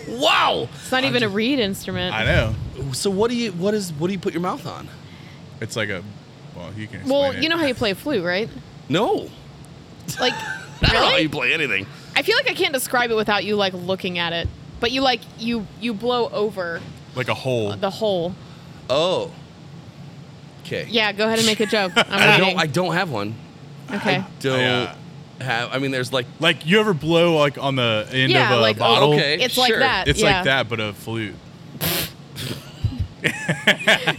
[SPEAKER 3] Wow.
[SPEAKER 2] It's not even a reed instrument.
[SPEAKER 1] I know.
[SPEAKER 3] So what do you what is what do you put your mouth on?
[SPEAKER 1] It's like a well, you can. Explain
[SPEAKER 2] well,
[SPEAKER 1] it.
[SPEAKER 2] you know how you play a flute, right?
[SPEAKER 3] No.
[SPEAKER 2] Like,
[SPEAKER 3] I don't know how
[SPEAKER 2] really?
[SPEAKER 3] you play anything.
[SPEAKER 2] I feel like I can't describe it without you like looking at it. But you like you you blow over
[SPEAKER 1] like a hole.
[SPEAKER 2] the hole.
[SPEAKER 3] Oh. Okay.
[SPEAKER 2] Yeah, go ahead and make a joke. I'm
[SPEAKER 3] I
[SPEAKER 2] waiting.
[SPEAKER 3] don't I don't have one.
[SPEAKER 2] okay.
[SPEAKER 3] Don't
[SPEAKER 1] Oh, Yeah.
[SPEAKER 3] have I mean there's like
[SPEAKER 1] Like you ever blow like on the end
[SPEAKER 2] Yeah,
[SPEAKER 1] of a
[SPEAKER 2] like, oh,
[SPEAKER 1] bottle?
[SPEAKER 3] okay.
[SPEAKER 2] It's like
[SPEAKER 3] sure.
[SPEAKER 2] that.
[SPEAKER 1] It's
[SPEAKER 2] Uh, yeah.
[SPEAKER 1] like that, but a flute.
[SPEAKER 2] It's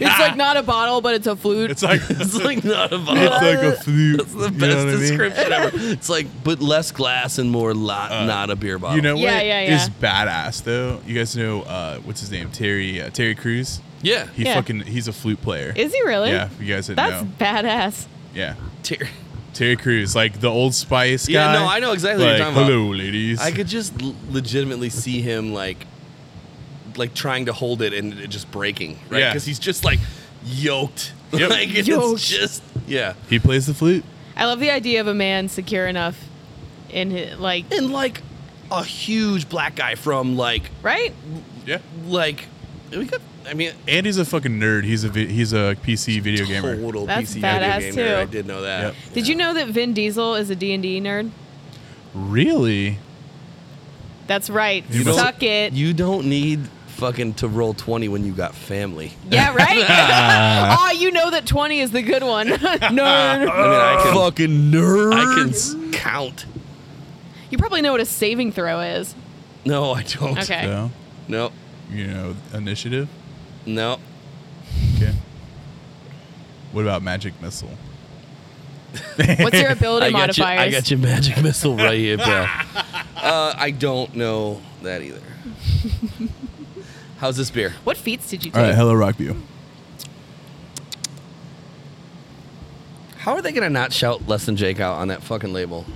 [SPEAKER 2] like not a bottle, but it's a flute.
[SPEAKER 1] It's like
[SPEAKER 3] it's like not a vibe.
[SPEAKER 1] it's like a flute.
[SPEAKER 3] That's the
[SPEAKER 1] you know
[SPEAKER 3] best
[SPEAKER 1] what I mean?
[SPEAKER 3] description ever. It's like, but less glass and more lot, not a beer bottle.
[SPEAKER 1] Uh, You know what
[SPEAKER 2] Yeah, yeah, yeah.
[SPEAKER 1] is badass though? You guys know uh, what's his name? Terry uh, Terry Crews.
[SPEAKER 3] Yeah.
[SPEAKER 1] He
[SPEAKER 2] Yeah.
[SPEAKER 1] fucking he's a flute player.
[SPEAKER 2] Is he really?
[SPEAKER 1] Yeah, if you guys didn't
[SPEAKER 2] That's
[SPEAKER 1] know.
[SPEAKER 2] badass.
[SPEAKER 1] Yeah.
[SPEAKER 3] Ter-
[SPEAKER 1] Terry Crews, like the old spice guy.
[SPEAKER 3] Yeah, no, I know exactly what
[SPEAKER 1] like,
[SPEAKER 3] you're talking about.
[SPEAKER 1] Hello, ladies.
[SPEAKER 3] I could just l- legitimately see him like, like trying to hold it and it just breaking, right?
[SPEAKER 1] Yeah.
[SPEAKER 3] Because he's just like yoked.
[SPEAKER 1] Yep.
[SPEAKER 3] like it's
[SPEAKER 2] Yoked.
[SPEAKER 3] just yeah.
[SPEAKER 1] he plays the flute.
[SPEAKER 2] I love the idea of a man secure enough in his like
[SPEAKER 3] And like a huge black guy from like
[SPEAKER 2] right.
[SPEAKER 1] Yeah.
[SPEAKER 3] like we got. I mean,
[SPEAKER 1] And he's a fucking nerd. He's a vi- he's a PC video gamer.
[SPEAKER 3] total
[SPEAKER 2] That's
[SPEAKER 3] PC
[SPEAKER 2] badass,
[SPEAKER 3] video gamer.
[SPEAKER 2] too.
[SPEAKER 3] I did know that.
[SPEAKER 1] Yep.
[SPEAKER 2] Did you know that Vin Diesel is a D and D nerd?
[SPEAKER 1] Really?
[SPEAKER 2] That's right.
[SPEAKER 1] You know-
[SPEAKER 2] Suck it.
[SPEAKER 3] You don't need fucking to roll twenty when you got family.
[SPEAKER 2] yeah, right. oh, you know that twenty is the good one. nerd.
[SPEAKER 3] I mean, I can,
[SPEAKER 5] Fucking nerd.
[SPEAKER 3] I can s- count.
[SPEAKER 2] You probably know what a saving throw is.
[SPEAKER 3] No, I don't.
[SPEAKER 2] Okay.
[SPEAKER 1] No.
[SPEAKER 3] No.
[SPEAKER 1] You know, initiative.
[SPEAKER 3] No.
[SPEAKER 1] Okay. What about magic missile?
[SPEAKER 2] What's your ability
[SPEAKER 3] I got, you,
[SPEAKER 2] modifiers?
[SPEAKER 3] I got your magic missile right here, bro. uh, I don't know that either. How's this beer?
[SPEAKER 2] What feats did you
[SPEAKER 1] All
[SPEAKER 2] take?
[SPEAKER 1] right, hello Rockview.
[SPEAKER 3] How are they gonna not shout "Less Than Jake" out on that fucking label?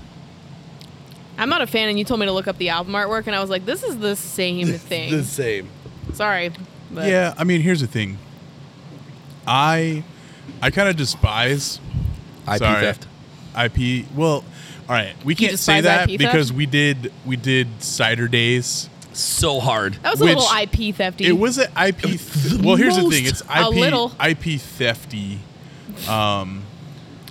[SPEAKER 2] I'm not a fan, and you told me to look up the album artwork, and I was like, this is the same thing.
[SPEAKER 3] The same.
[SPEAKER 2] Sorry. But
[SPEAKER 1] Yeah, I mean, here's the thing. I I kind of despise
[SPEAKER 3] IP
[SPEAKER 1] Sorry.
[SPEAKER 3] theft.
[SPEAKER 1] IP. Well, all right, we can't say
[SPEAKER 2] despise
[SPEAKER 1] that
[SPEAKER 2] IP theft?
[SPEAKER 1] because we did we did cider days.
[SPEAKER 3] So hard.
[SPEAKER 2] That was a
[SPEAKER 1] Which-
[SPEAKER 2] little IP thefty.
[SPEAKER 1] It was an IP. Th- well, here's the
[SPEAKER 3] most-
[SPEAKER 1] thing. It's IP.
[SPEAKER 2] a little.
[SPEAKER 1] IP thefty. Um,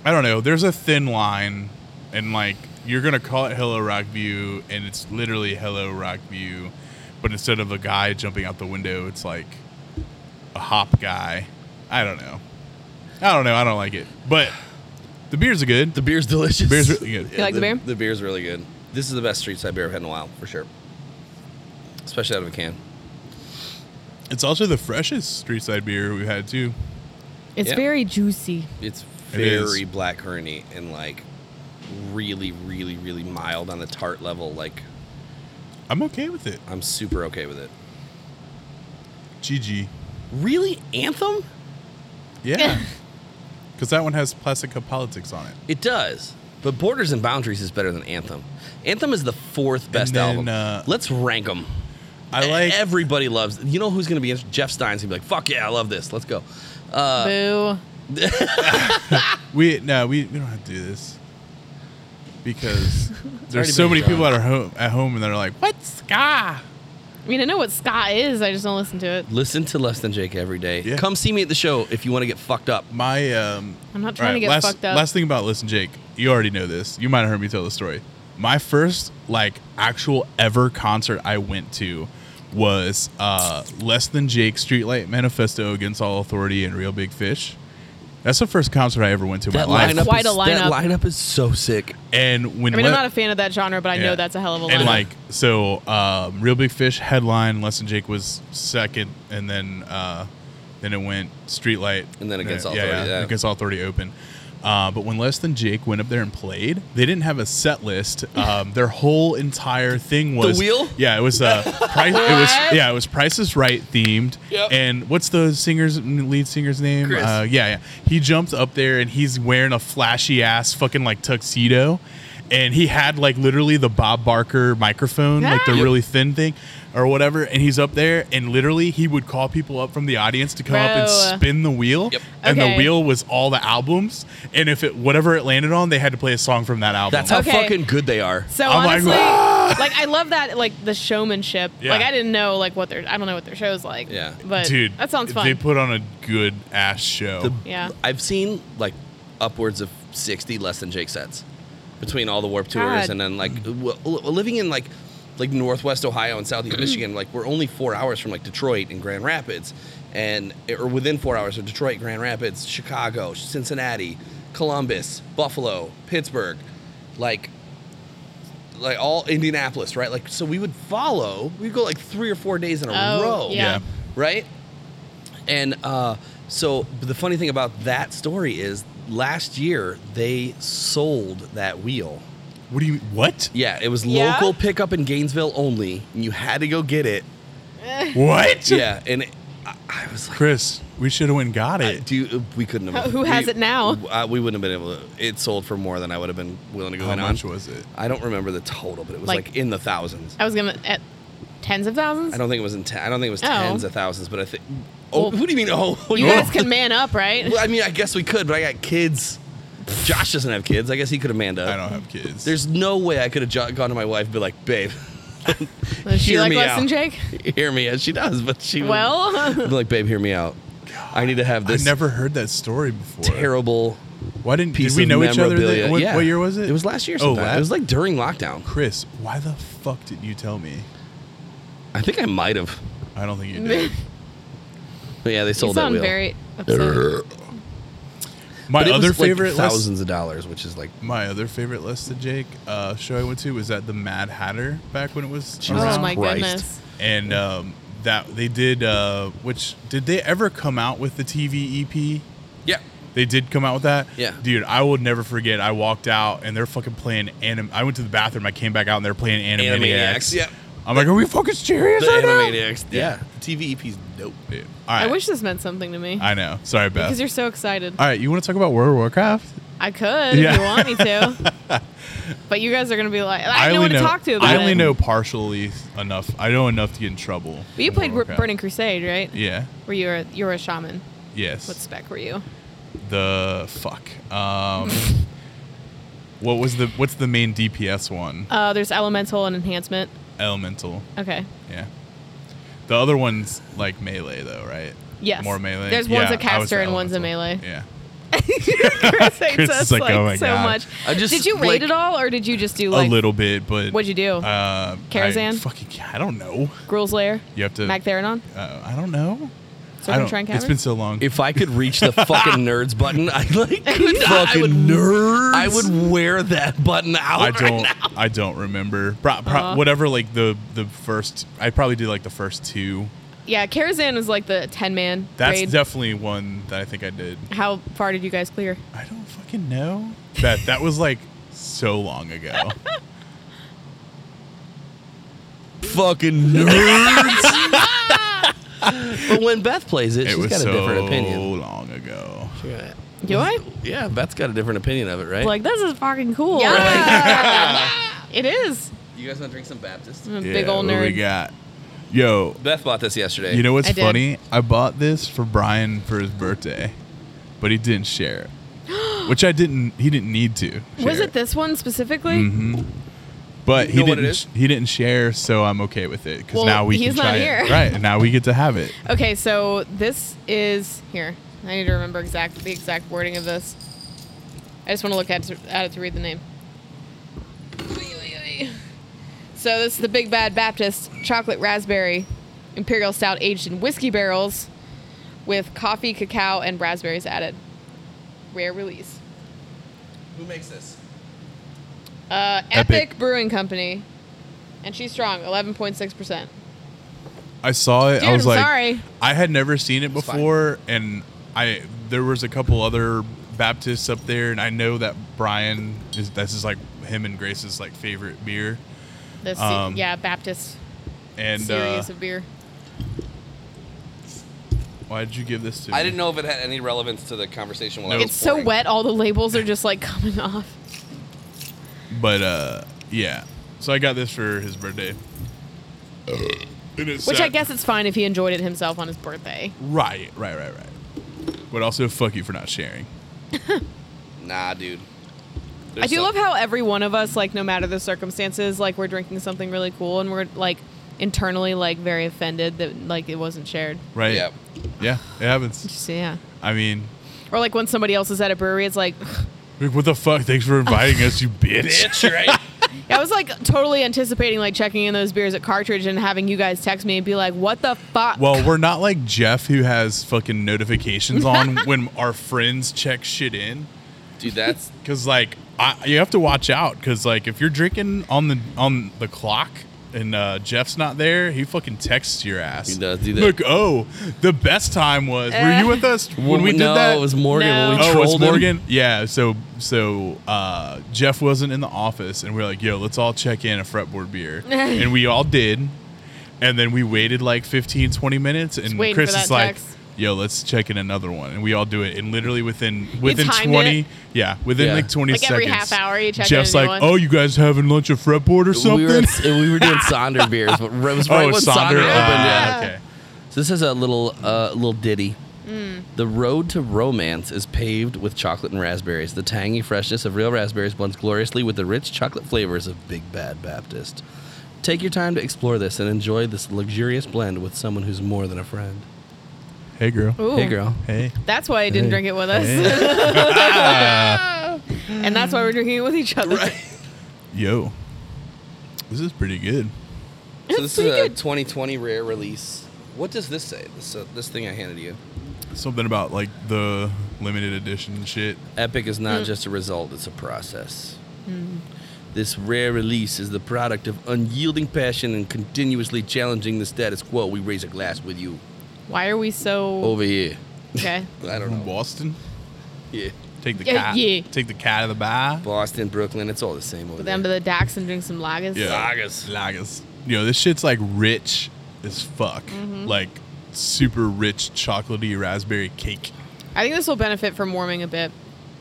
[SPEAKER 1] I don't know. There's a thin line, and like you're gonna call it Hello Rockview, and it's literally Hello Rockview, but instead of a guy jumping out the window, it's like a hop guy. I don't know. I don't know. I don't like it. But the beers are good.
[SPEAKER 3] The beer's delicious.
[SPEAKER 1] Beer's really good.
[SPEAKER 2] You like the beer?
[SPEAKER 3] The beer's really good. This is the best street side beer I've had in a while, for sure. Especially out of a can.
[SPEAKER 1] It's also the freshest street side beer we've had too.
[SPEAKER 2] it's
[SPEAKER 3] yeah.
[SPEAKER 2] very juicy.
[SPEAKER 3] It's
[SPEAKER 1] It is.
[SPEAKER 3] very black currant and like really, really, really mild on the tart level. Like
[SPEAKER 1] I'm okay with it.
[SPEAKER 3] I'm super okay with it.
[SPEAKER 1] GG.
[SPEAKER 3] Really, Anthem?
[SPEAKER 1] Yeah. Because that one has plastic cup politics on it.
[SPEAKER 3] It does. But Borders and Boundaries is better than Anthem. Anthem is the fourth best
[SPEAKER 1] then,
[SPEAKER 3] album.
[SPEAKER 1] uh,
[SPEAKER 3] Let's rank them.
[SPEAKER 1] I
[SPEAKER 2] E-,
[SPEAKER 1] like.
[SPEAKER 3] Everybody loves. You know who's going to be interested? Jeff Stein's going to be like, "Fuck yeah, I love this. Let's go." Uh,
[SPEAKER 2] Boo.
[SPEAKER 1] we no, we, we don't have to do this because
[SPEAKER 3] already
[SPEAKER 1] there's so
[SPEAKER 3] been
[SPEAKER 1] many
[SPEAKER 3] drawn.
[SPEAKER 1] people at our home at home and they're like, "What ska?"
[SPEAKER 2] I mean, I know what ska is. I just don't listen to it.
[SPEAKER 3] listen to Less Than Jake every day.
[SPEAKER 1] Yeah.
[SPEAKER 3] Come see me at the show if you want to get fucked up.
[SPEAKER 1] My um.
[SPEAKER 2] I'm not trying to get
[SPEAKER 1] last,
[SPEAKER 2] fucked up.
[SPEAKER 1] Last thing about listen, Jake. You already know this. You might have heard me tell the story. My first like actual ever concert I went to was uh less than Jake Streetlight Manifesto Against All Authority and Real Big Fish. That's the first concert I ever went to in my life.
[SPEAKER 2] lineup- Quite
[SPEAKER 3] is,
[SPEAKER 2] a lineup.
[SPEAKER 3] That lineup is so sick.
[SPEAKER 1] And when
[SPEAKER 2] I mean, I'm
[SPEAKER 1] Le-
[SPEAKER 2] not a fan of that genre, but I
[SPEAKER 1] Yeah.
[SPEAKER 2] know that's a hell of a lineup.
[SPEAKER 1] And like so, um, Real Big Fish headline. Less than Jake was second, and then uh, Then it went streetlight.
[SPEAKER 3] And then against all
[SPEAKER 1] yeah,
[SPEAKER 3] authority,
[SPEAKER 1] Yeah,
[SPEAKER 3] yeah.
[SPEAKER 1] against all authority open. Uh, but when Less Than Jake went up there and played, they didn't have a set list. Um, their whole entire thing was
[SPEAKER 3] wheel?
[SPEAKER 1] Yeah, it was uh, price. it was
[SPEAKER 2] What?
[SPEAKER 1] yeah, it was Price is Right themed.
[SPEAKER 3] Yep.
[SPEAKER 1] And what's the singer's lead singer's name?
[SPEAKER 3] Chris.
[SPEAKER 1] Uh, yeah, yeah. He jumped up there and he's wearing a flashy ass fucking like tuxedo. And he had like literally the Bob Barker microphone, like the
[SPEAKER 2] Ah.
[SPEAKER 1] really thin thing or whatever. And he's up there and literally he would call people up from the audience to come up and
[SPEAKER 2] Bro.
[SPEAKER 1] spin the wheel.
[SPEAKER 3] Yep.
[SPEAKER 1] And the
[SPEAKER 2] Okay.
[SPEAKER 1] wheel was all the albums. And if it, whatever it landed on, they had to play a song from that album.
[SPEAKER 3] That's how
[SPEAKER 2] Okay.
[SPEAKER 3] fucking good they are.
[SPEAKER 2] So
[SPEAKER 1] I'm like,
[SPEAKER 2] honestly,
[SPEAKER 1] "Ah!"
[SPEAKER 2] like, I love that, like the showmanship.
[SPEAKER 1] Yeah.
[SPEAKER 2] Like I didn't know like what their I don't know what their show's like.
[SPEAKER 3] Yeah.
[SPEAKER 2] but
[SPEAKER 1] Dude,
[SPEAKER 2] that
[SPEAKER 1] They
[SPEAKER 2] sounds fun.
[SPEAKER 1] put on a good ass show.
[SPEAKER 3] The-
[SPEAKER 2] yeah,
[SPEAKER 3] I've seen like upwards of 60 less than Jake sets between all the warp tours
[SPEAKER 2] God.
[SPEAKER 3] and then like w- w- living in like like northwest Ohio and
[SPEAKER 2] Mm-hmm.
[SPEAKER 3] southeast Michigan, like we're only four hours from like Detroit and Grand Rapids, and or within four hours of Detroit, Grand Rapids, Chicago, Cincinnati, Columbus, Buffalo, Pittsburgh, like like all Indianapolis, right? Like so we would follow, we'd go like three or four days in a
[SPEAKER 2] Oh,
[SPEAKER 3] row
[SPEAKER 2] yeah.
[SPEAKER 3] right? And uh, so the funny thing about that story is last year they sold that wheel.
[SPEAKER 1] What do you what?
[SPEAKER 3] Yeah, it was
[SPEAKER 2] Yeah?
[SPEAKER 3] local pickup in Gainesville only. And you had to go get it.
[SPEAKER 1] What?
[SPEAKER 3] Yeah, and it, I, I was like,
[SPEAKER 1] Chris, we should have went and got it.
[SPEAKER 3] do you, we couldn't have.
[SPEAKER 2] Who has
[SPEAKER 3] we-
[SPEAKER 2] it now?
[SPEAKER 3] Uh, we wouldn't have been able. to. It sold for more than I would have been willing to go
[SPEAKER 1] How
[SPEAKER 3] in
[SPEAKER 1] much
[SPEAKER 3] on.
[SPEAKER 1] was it?
[SPEAKER 3] I don't remember the total, but it was
[SPEAKER 2] Like-
[SPEAKER 3] like, in the thousands.
[SPEAKER 2] I was gonna at tens of thousands.
[SPEAKER 3] I don't think it was in. Ten, I don't think it was
[SPEAKER 2] Oh.
[SPEAKER 3] tens of thousands, but I think. Oh, what do you mean? Oh,
[SPEAKER 2] you guys can man up, right?
[SPEAKER 3] Well, I mean, I guess we could, but I got kids. Josh doesn't have kids. I guess he could have manned up.
[SPEAKER 1] I don't have kids.
[SPEAKER 3] There's no way I could have jo- gone to my wife and be like, babe,
[SPEAKER 2] Does she
[SPEAKER 3] hear
[SPEAKER 2] like
[SPEAKER 3] me
[SPEAKER 2] Less Than
[SPEAKER 3] out.
[SPEAKER 2] Jake?
[SPEAKER 3] hear me out. She does, but she would-
[SPEAKER 2] Well,
[SPEAKER 3] I'd be like, babe, hear me out. I need to have
[SPEAKER 1] I
[SPEAKER 3] this
[SPEAKER 1] never heard that story before.
[SPEAKER 3] terrible
[SPEAKER 1] Why didn't
[SPEAKER 3] piece
[SPEAKER 1] did we
[SPEAKER 3] of
[SPEAKER 1] know each other?
[SPEAKER 3] memorabilia.
[SPEAKER 1] Then? What,
[SPEAKER 3] yeah.
[SPEAKER 1] what year was it?
[SPEAKER 3] It was last year.
[SPEAKER 1] Oh,
[SPEAKER 3] Sometime.
[SPEAKER 1] la-
[SPEAKER 3] it was like during lockdown.
[SPEAKER 1] Chris. Why the fuck didn't you tell me?
[SPEAKER 3] I think I might have.
[SPEAKER 1] I don't think you
[SPEAKER 2] you
[SPEAKER 1] did.
[SPEAKER 3] But yeah, they sold that
[SPEAKER 2] sound
[SPEAKER 3] wheel.
[SPEAKER 2] very upset.
[SPEAKER 1] My
[SPEAKER 3] But it
[SPEAKER 1] other
[SPEAKER 3] was, like,
[SPEAKER 1] favorite less-
[SPEAKER 3] thousands of dollars, which is like
[SPEAKER 1] my other favorite less than Jake uh, show I went to was at the Mad Hatter back when it was
[SPEAKER 3] Jesus
[SPEAKER 2] Oh
[SPEAKER 1] around.
[SPEAKER 2] my
[SPEAKER 3] Christ.
[SPEAKER 2] goodness.
[SPEAKER 1] and um, that they did. Uh, which did they ever come out with the E TV EP?
[SPEAKER 3] yeah.
[SPEAKER 1] They did come out with that.
[SPEAKER 3] Yeah.
[SPEAKER 1] Dude, I will never forget. I walked out and they're fucking playing anim. I went to the bathroom. I came back out and they're playing Animaniacs.
[SPEAKER 3] Animaniacs, yeah.
[SPEAKER 1] I'm like, are we fucking serious
[SPEAKER 3] The
[SPEAKER 1] right now?
[SPEAKER 3] Animaniacs. Yeah.
[SPEAKER 1] E
[SPEAKER 3] TV EP's dope.
[SPEAKER 1] Dude, all right.
[SPEAKER 2] I wish this meant something to me
[SPEAKER 1] I know. Sorry, Beth.
[SPEAKER 2] because you're so excited.
[SPEAKER 1] all right, you want to talk about World of Warcraft?
[SPEAKER 2] I could
[SPEAKER 1] Yeah.
[SPEAKER 2] if you want me to, but you guys are gonna be like, I, know what to talk to about
[SPEAKER 1] I
[SPEAKER 2] it.
[SPEAKER 1] only know partially enough. I know enough to get in trouble.
[SPEAKER 2] But you
[SPEAKER 1] in World
[SPEAKER 2] played
[SPEAKER 1] of Warcraft.
[SPEAKER 2] Burning Crusade, right?
[SPEAKER 1] Yeah.
[SPEAKER 2] Were you a you were a shaman?
[SPEAKER 1] Yes.
[SPEAKER 2] What spec were you?
[SPEAKER 1] the fuck? Um, what was the what's the main DPS one?
[SPEAKER 2] Uh, there's elemental and enhancement.
[SPEAKER 1] Elemental.
[SPEAKER 2] Okay.
[SPEAKER 1] Yeah. The other one's like melee though, right?
[SPEAKER 2] Yes.
[SPEAKER 1] More melee.
[SPEAKER 2] There's one's a
[SPEAKER 1] I was
[SPEAKER 2] caster
[SPEAKER 1] the
[SPEAKER 2] and one's a
[SPEAKER 1] elemental.
[SPEAKER 2] melee.
[SPEAKER 1] Yeah.
[SPEAKER 2] Chris hates
[SPEAKER 1] Chris
[SPEAKER 2] us
[SPEAKER 1] is like,
[SPEAKER 2] like,
[SPEAKER 1] "Oh my
[SPEAKER 2] so
[SPEAKER 1] God."
[SPEAKER 2] much.
[SPEAKER 3] I just,
[SPEAKER 2] did you rate
[SPEAKER 3] like-
[SPEAKER 2] it all, or did you just do like
[SPEAKER 1] a little bit, but
[SPEAKER 2] What'd you do?
[SPEAKER 1] Uh, I
[SPEAKER 2] Karazhan?
[SPEAKER 1] fucking I don't know.
[SPEAKER 2] Gruul's Lair,
[SPEAKER 1] You have to.
[SPEAKER 2] Mac Theranon,
[SPEAKER 1] Uh, I don't know. I
[SPEAKER 2] Serpent
[SPEAKER 1] don't-
[SPEAKER 2] Shrine
[SPEAKER 1] It's
[SPEAKER 2] Cavern?
[SPEAKER 1] been so long.
[SPEAKER 3] If I could reach the fucking nerds button, I like could, I would
[SPEAKER 5] Fucking nerds.
[SPEAKER 3] I would wear that button out.
[SPEAKER 1] I
[SPEAKER 3] Right
[SPEAKER 1] don't.
[SPEAKER 3] now.
[SPEAKER 1] I don't remember. Pro, pro,
[SPEAKER 2] Uh-huh.
[SPEAKER 1] Whatever, like the the first. I probably did like the first two.
[SPEAKER 2] yeah, Karazhan is like the ten man
[SPEAKER 1] That's
[SPEAKER 2] raid.
[SPEAKER 1] definitely one that I think I did.
[SPEAKER 2] How far did you guys clear?
[SPEAKER 1] I don't fucking know. That that was like so long ago.
[SPEAKER 5] fucking nerds.
[SPEAKER 3] But when Beth plays it,
[SPEAKER 1] it
[SPEAKER 3] she's
[SPEAKER 1] was
[SPEAKER 3] got a
[SPEAKER 1] so
[SPEAKER 3] different opinion.
[SPEAKER 1] long ago.
[SPEAKER 2] Do I?
[SPEAKER 3] Yeah, Beth's got a different opinion of it, right?
[SPEAKER 2] Like this is fucking cool. Yeah, it is.
[SPEAKER 3] you guys want to drink some Baptist?
[SPEAKER 2] I'm a big old
[SPEAKER 1] what
[SPEAKER 2] nerd.
[SPEAKER 1] we got? Yo,
[SPEAKER 3] Beth bought this yesterday.
[SPEAKER 1] you know what's
[SPEAKER 2] I did.
[SPEAKER 1] funny? I bought this for Brian for his birthday, but he didn't share it. Which I didn't. He didn't need to.
[SPEAKER 2] Was
[SPEAKER 1] share
[SPEAKER 2] it this one specifically?
[SPEAKER 1] Mm-hmm. But
[SPEAKER 3] You
[SPEAKER 1] he
[SPEAKER 3] know what it
[SPEAKER 1] didn't.
[SPEAKER 3] is?
[SPEAKER 1] He didn't share, so I'm okay with it because
[SPEAKER 2] Well,
[SPEAKER 1] now we
[SPEAKER 2] he's
[SPEAKER 1] can
[SPEAKER 2] not
[SPEAKER 1] try
[SPEAKER 2] here.
[SPEAKER 1] it. Right now we get to have it.
[SPEAKER 2] Okay, so this is here. I need to remember exact the exact wording of this. I just want to look at, at it to read the name. So this is the Big Bad Baptist Chocolate Raspberry Imperial Stout aged in whiskey barrels with coffee, cacao, and raspberries added. Rare release.
[SPEAKER 3] Who makes this?
[SPEAKER 2] Uh, Epic.
[SPEAKER 1] Epic.
[SPEAKER 2] Brewing Company, and she's strong, eleven point six percent.
[SPEAKER 1] I saw it.
[SPEAKER 2] Dude,
[SPEAKER 1] I was
[SPEAKER 2] I'm
[SPEAKER 1] like,
[SPEAKER 2] sorry.
[SPEAKER 1] I had never seen it before, and I there was a couple other Baptists up there, and I know that Brian is this is like him and Grace's like favorite beer,
[SPEAKER 2] The se-
[SPEAKER 1] Um,
[SPEAKER 2] yeah Baptist
[SPEAKER 1] and uh,
[SPEAKER 2] series of beer.
[SPEAKER 1] why did you give this to?
[SPEAKER 3] I
[SPEAKER 1] me?
[SPEAKER 3] didn't know if it had any relevance to the conversation. While I
[SPEAKER 1] No.
[SPEAKER 3] was
[SPEAKER 2] It's so
[SPEAKER 3] pouring.
[SPEAKER 2] wet, all the labels are just like coming off.
[SPEAKER 1] but uh, yeah. So I got this for his birthday, Uh, And it's
[SPEAKER 2] Which I
[SPEAKER 1] sad.
[SPEAKER 2] guess it's fine if he enjoyed it himself on his birthday.
[SPEAKER 1] right, right, right, right. But also, fuck you for not sharing.
[SPEAKER 3] Nah, dude.
[SPEAKER 2] I do love how every one of us, like, no matter the circumstances, like, we're drinking something really cool and we're, like, internally, like, very offended that, like, it wasn't shared.
[SPEAKER 1] Right?
[SPEAKER 3] Yeah.
[SPEAKER 1] Yeah, it happens.
[SPEAKER 2] Just, yeah.
[SPEAKER 1] I mean,
[SPEAKER 2] Or, like, when somebody else is at a brewery, it's like,
[SPEAKER 1] like, what the fuck? Thanks for inviting us, you bitch.
[SPEAKER 3] bitch, right?
[SPEAKER 2] I was, like, totally anticipating, like, checking in those beers at Cartridge and having you guys text me and be like, what the fuck?
[SPEAKER 1] Well, we're not like Jeff who has fucking notifications on when our friends check shit in.
[SPEAKER 3] Dude, that's
[SPEAKER 1] Cause like I, you have to watch out. Cause like if you're drinking on the on the clock and uh, Jeff's not there, he fucking texts your ass.
[SPEAKER 3] He does do that.
[SPEAKER 1] Look, oh, the best time was. were you with us when we did
[SPEAKER 3] no,
[SPEAKER 1] that?
[SPEAKER 3] it was Morgan.
[SPEAKER 2] No.
[SPEAKER 3] When we
[SPEAKER 1] Oh, it's
[SPEAKER 3] trolled him.
[SPEAKER 1] Morgan. Yeah. So so uh, Jeff wasn't in the office, and we are like, "Yo, let's all check in a fretboard beer," and we all did. And then we waited like 15, 20 minutes, and
[SPEAKER 2] waiting
[SPEAKER 1] Chris
[SPEAKER 2] for that
[SPEAKER 1] is like,
[SPEAKER 2] text.
[SPEAKER 1] "Yo, let's check in another one," and we all do it. And literally within within
[SPEAKER 2] timed
[SPEAKER 1] twenty,
[SPEAKER 2] it?
[SPEAKER 1] yeah, within
[SPEAKER 3] Yeah.
[SPEAKER 1] like twenty
[SPEAKER 2] Like
[SPEAKER 1] seconds,
[SPEAKER 2] every half hour you check in
[SPEAKER 1] Jeff's
[SPEAKER 2] a
[SPEAKER 1] like,
[SPEAKER 2] new one?
[SPEAKER 1] "Oh, you guys having lunch at fretboard or something?"
[SPEAKER 3] We were, at- we were doing Sonder beers. but It was right
[SPEAKER 1] oh,
[SPEAKER 3] when
[SPEAKER 1] it's
[SPEAKER 3] Sonder,
[SPEAKER 1] Sonder.
[SPEAKER 3] opened.
[SPEAKER 1] Ah,
[SPEAKER 3] yeah.
[SPEAKER 1] okay.
[SPEAKER 3] So this is a little uh, little ditty.
[SPEAKER 2] Mm.
[SPEAKER 3] The road to romance is paved with chocolate and raspberries. The tangy freshness of real raspberries blends gloriously with the rich chocolate flavors of Big Bad Baptist. Take your time to explore this and enjoy this luxurious blend with someone who's more than a friend.
[SPEAKER 1] Hey, girl.
[SPEAKER 2] Ooh,
[SPEAKER 3] Hey, girl.
[SPEAKER 1] Hey.
[SPEAKER 2] That's why he didn't drink it with us. and that's why we're drinking it with each other.
[SPEAKER 1] Yo. This is pretty good.
[SPEAKER 3] So this is
[SPEAKER 2] pretty
[SPEAKER 3] a
[SPEAKER 2] good.
[SPEAKER 3] 2020 rare release. What does this say? This uh, this thing I handed you.
[SPEAKER 1] Something about like the limited edition shit.
[SPEAKER 3] Epic is
[SPEAKER 2] Mm.
[SPEAKER 3] not just a result, it's a process.
[SPEAKER 2] Mm-hmm.
[SPEAKER 3] This rare release is the product of unyielding passion and continuously challenging the status quo. We raise a glass with you
[SPEAKER 2] Why are we so.
[SPEAKER 3] over here.
[SPEAKER 2] Okay.
[SPEAKER 3] I don't
[SPEAKER 1] From
[SPEAKER 3] know.
[SPEAKER 1] Boston.
[SPEAKER 3] Yeah.
[SPEAKER 1] Take the
[SPEAKER 2] Yeah,
[SPEAKER 1] cat.
[SPEAKER 2] yeah.
[SPEAKER 1] Take the cat of the bar.
[SPEAKER 3] Boston, Brooklyn, it's all the same over
[SPEAKER 2] Put them to
[SPEAKER 3] there.
[SPEAKER 2] the docks and drink some lagers.
[SPEAKER 1] Lagers. Lagers. You know, this shit's like rich as fuck.
[SPEAKER 2] Mm-hmm.
[SPEAKER 1] Like super rich chocolatey raspberry cake.
[SPEAKER 2] I think this will benefit from warming a bit.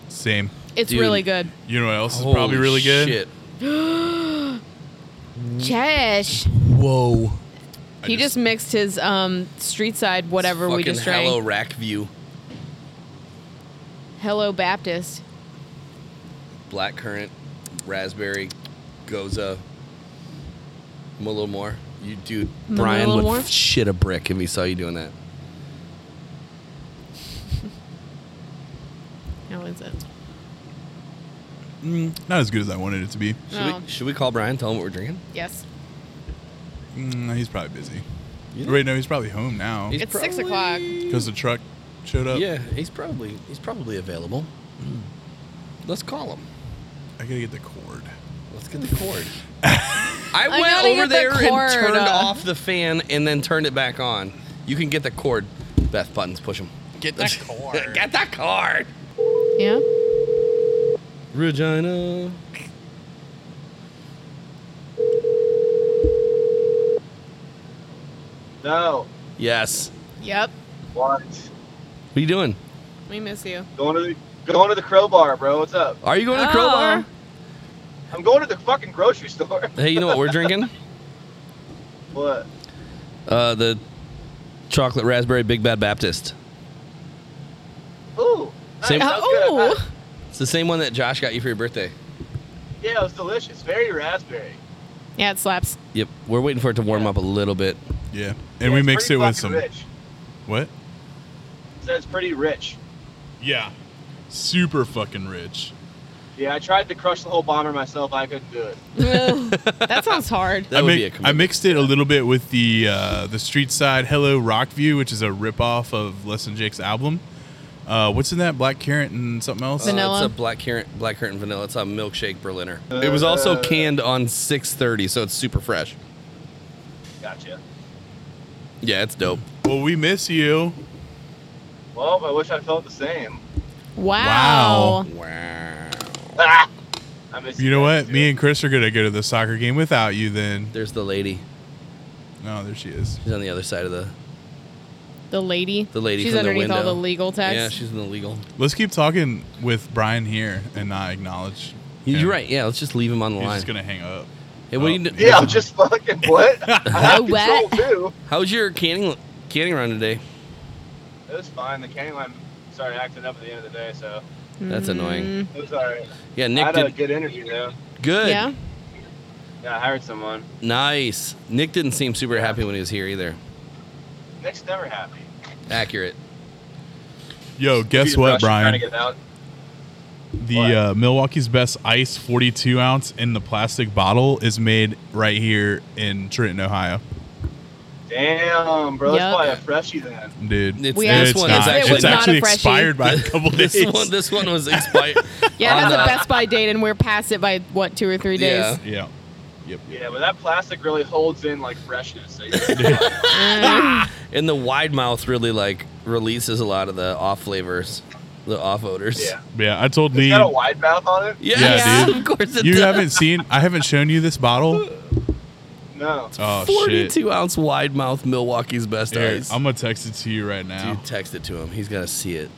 [SPEAKER 1] Same.
[SPEAKER 2] It's
[SPEAKER 3] Dude.
[SPEAKER 2] really good.
[SPEAKER 1] You know what else
[SPEAKER 3] Holy
[SPEAKER 1] is probably really good?
[SPEAKER 3] Shit.
[SPEAKER 2] Chesh.
[SPEAKER 1] Whoa.
[SPEAKER 2] He just, mixed his um, street side whatever we
[SPEAKER 3] Fucking
[SPEAKER 2] just drank.
[SPEAKER 3] hello
[SPEAKER 2] Hello.
[SPEAKER 3] rack view.
[SPEAKER 2] Baptist.
[SPEAKER 3] Black currant, raspberry, goza. I'm a little more. You dude,
[SPEAKER 2] a
[SPEAKER 3] Brian
[SPEAKER 2] little
[SPEAKER 3] would
[SPEAKER 2] more?
[SPEAKER 3] shit a brick if he saw you doing that.
[SPEAKER 2] How is it?
[SPEAKER 1] not as good as I wanted it to be.
[SPEAKER 3] Should,
[SPEAKER 2] Oh.
[SPEAKER 3] we, should we call Brian? Tell him what we're drinking.
[SPEAKER 2] Yes.
[SPEAKER 1] Mm, he's probably busy.
[SPEAKER 3] You
[SPEAKER 1] Right now, he's probably home now
[SPEAKER 3] He's
[SPEAKER 2] It's six o'clock.
[SPEAKER 1] because the truck showed up.
[SPEAKER 3] Yeah, he's probably he's probably available. Mm. Let's call him.
[SPEAKER 1] I gotta get the cord.
[SPEAKER 3] Let's get the cord. I went
[SPEAKER 2] gotta
[SPEAKER 3] over
[SPEAKER 2] get the
[SPEAKER 3] there
[SPEAKER 2] cord,
[SPEAKER 3] and turned
[SPEAKER 2] uh.
[SPEAKER 3] off the fan and then turned it back on. You can get the cord. Beth buttons push him. Get the cord. get the cord.
[SPEAKER 2] Yeah.
[SPEAKER 3] Regina.
[SPEAKER 7] No.
[SPEAKER 3] Yes.
[SPEAKER 2] Yep.
[SPEAKER 7] What?
[SPEAKER 3] What are you doing?
[SPEAKER 2] We miss you.
[SPEAKER 7] Going to the going to the crowbar, bro. What's up?
[SPEAKER 3] Are you going to the crowbar?
[SPEAKER 2] Oh.
[SPEAKER 7] I'm going to the fucking grocery store.
[SPEAKER 3] Hey, you know what we're drinking?
[SPEAKER 7] What?
[SPEAKER 3] Uh, the chocolate raspberry Big Bad Baptist.
[SPEAKER 7] Ooh. nice.
[SPEAKER 3] Same-
[SPEAKER 7] Sounds good.
[SPEAKER 2] Oh.
[SPEAKER 7] I-
[SPEAKER 3] It's the same one that Josh got you for your birthday.
[SPEAKER 7] yeah, it was delicious. Very raspberry.
[SPEAKER 2] Yeah, it slaps.
[SPEAKER 3] Yep. We're waiting for it to warm up a little bit.
[SPEAKER 1] Yeah, and
[SPEAKER 7] Yeah,
[SPEAKER 1] we
[SPEAKER 7] it's
[SPEAKER 1] mixed
[SPEAKER 7] pretty
[SPEAKER 1] it with
[SPEAKER 7] fucking
[SPEAKER 1] some
[SPEAKER 7] Rich.
[SPEAKER 1] what?
[SPEAKER 7] So it's pretty rich.
[SPEAKER 1] Yeah, super fucking rich.
[SPEAKER 7] Yeah, I tried to crush the whole bomber myself. I couldn't do it.
[SPEAKER 2] That sounds hard.
[SPEAKER 3] That
[SPEAKER 1] I,
[SPEAKER 3] would
[SPEAKER 1] mi-
[SPEAKER 3] be a
[SPEAKER 1] I
[SPEAKER 3] commitment.
[SPEAKER 1] mixed it a little bit with the uh, the street side Hello Rock View, which is a ripoff of Les and Jake's album. Uh, what's in that? Black Carrot and something else.
[SPEAKER 2] Vanilla.
[SPEAKER 3] Uh, it's a black currant, black currant and vanilla. It's a milkshake Berliner. It was
[SPEAKER 7] Uh,
[SPEAKER 3] also canned on 6:30, so it's super fresh.
[SPEAKER 7] Gotcha.
[SPEAKER 3] Yeah, it's dope.
[SPEAKER 1] Well, we miss you.
[SPEAKER 7] Well, I wish I felt the same.
[SPEAKER 2] Wow.
[SPEAKER 3] Wow.
[SPEAKER 7] Ah! I miss
[SPEAKER 1] You know
[SPEAKER 7] guys,
[SPEAKER 1] what?
[SPEAKER 7] too.
[SPEAKER 1] Me and Chris are gonna go to the soccer game without you. Then.
[SPEAKER 3] There's the lady.
[SPEAKER 1] No, there she is.
[SPEAKER 3] She's on the other side of the.
[SPEAKER 2] The lady.
[SPEAKER 3] The lady
[SPEAKER 2] She's
[SPEAKER 3] from the
[SPEAKER 2] underneath all
[SPEAKER 3] window.
[SPEAKER 2] the legal text.
[SPEAKER 3] Yeah, she's in the legal.
[SPEAKER 1] Let's keep talking with Brian here and not acknowledge.
[SPEAKER 3] You're
[SPEAKER 1] him.
[SPEAKER 3] right. Yeah, let's just leave him on the
[SPEAKER 1] He's
[SPEAKER 3] line.
[SPEAKER 1] just gonna hang up.
[SPEAKER 3] Hey, what are
[SPEAKER 1] Oh.
[SPEAKER 3] you do-
[SPEAKER 7] Yeah, I'm just fucking what? I have
[SPEAKER 2] What?
[SPEAKER 7] control too.
[SPEAKER 3] How's your canning canning run today?
[SPEAKER 7] It was fine. The canning line started acting up at the end of the day, so
[SPEAKER 3] That's
[SPEAKER 2] Mm.
[SPEAKER 3] annoying.
[SPEAKER 7] it was alright.
[SPEAKER 3] Yeah,
[SPEAKER 7] Mm. I
[SPEAKER 3] Nick
[SPEAKER 7] had a
[SPEAKER 3] did
[SPEAKER 7] good interview though.
[SPEAKER 3] good.
[SPEAKER 2] Yeah.
[SPEAKER 7] Yeah, I hired someone.
[SPEAKER 3] Nice. Nick didn't seem super happy when he was here either.
[SPEAKER 7] Nick's never happy.
[SPEAKER 3] Accurate.
[SPEAKER 1] Yo, guess
[SPEAKER 7] Peter
[SPEAKER 1] what,
[SPEAKER 7] Rush is trying to
[SPEAKER 1] Brian?
[SPEAKER 7] get out. What?
[SPEAKER 1] The uh, Milwaukee's best ice 42 ounce in the plastic bottle is made right here in Trenton, Ohio.
[SPEAKER 7] Damn, bro, that's
[SPEAKER 2] Yup.
[SPEAKER 7] probably a freshie then.
[SPEAKER 1] Dude,
[SPEAKER 3] It's-
[SPEAKER 2] We asked
[SPEAKER 1] it's
[SPEAKER 3] one.
[SPEAKER 1] not.
[SPEAKER 3] It's- it
[SPEAKER 1] It's,
[SPEAKER 3] was not a
[SPEAKER 1] actually
[SPEAKER 2] freshie.
[SPEAKER 1] expired by a couple days.
[SPEAKER 3] This one, this one was expired.
[SPEAKER 2] Yeah,
[SPEAKER 3] On
[SPEAKER 2] that's
[SPEAKER 3] the-
[SPEAKER 2] a Best Buy date, and we're past it by what two or three days.
[SPEAKER 3] Yeah.
[SPEAKER 1] yeah. Yep.
[SPEAKER 7] Yeah, but that plastic really holds in like freshness. So you-
[SPEAKER 2] Mm.
[SPEAKER 3] and the wide mouth really like releases a lot of the off flavors, the off odors.
[SPEAKER 7] yeah.
[SPEAKER 1] Yeah, I told
[SPEAKER 7] It's
[SPEAKER 1] Lee.
[SPEAKER 7] got a wide mouth on it?
[SPEAKER 3] Yes,
[SPEAKER 1] Yeah, dude.
[SPEAKER 3] of course it
[SPEAKER 1] You
[SPEAKER 3] does.
[SPEAKER 1] haven't seen. I haven't shown you this bottle.
[SPEAKER 7] No.
[SPEAKER 1] Oh shit!
[SPEAKER 3] 42 ounce wide mouth Milwaukee's best
[SPEAKER 1] Here,
[SPEAKER 3] ice.
[SPEAKER 1] I'm gonna text it to you right now.
[SPEAKER 3] Dude, text it to him. He's gonna see it.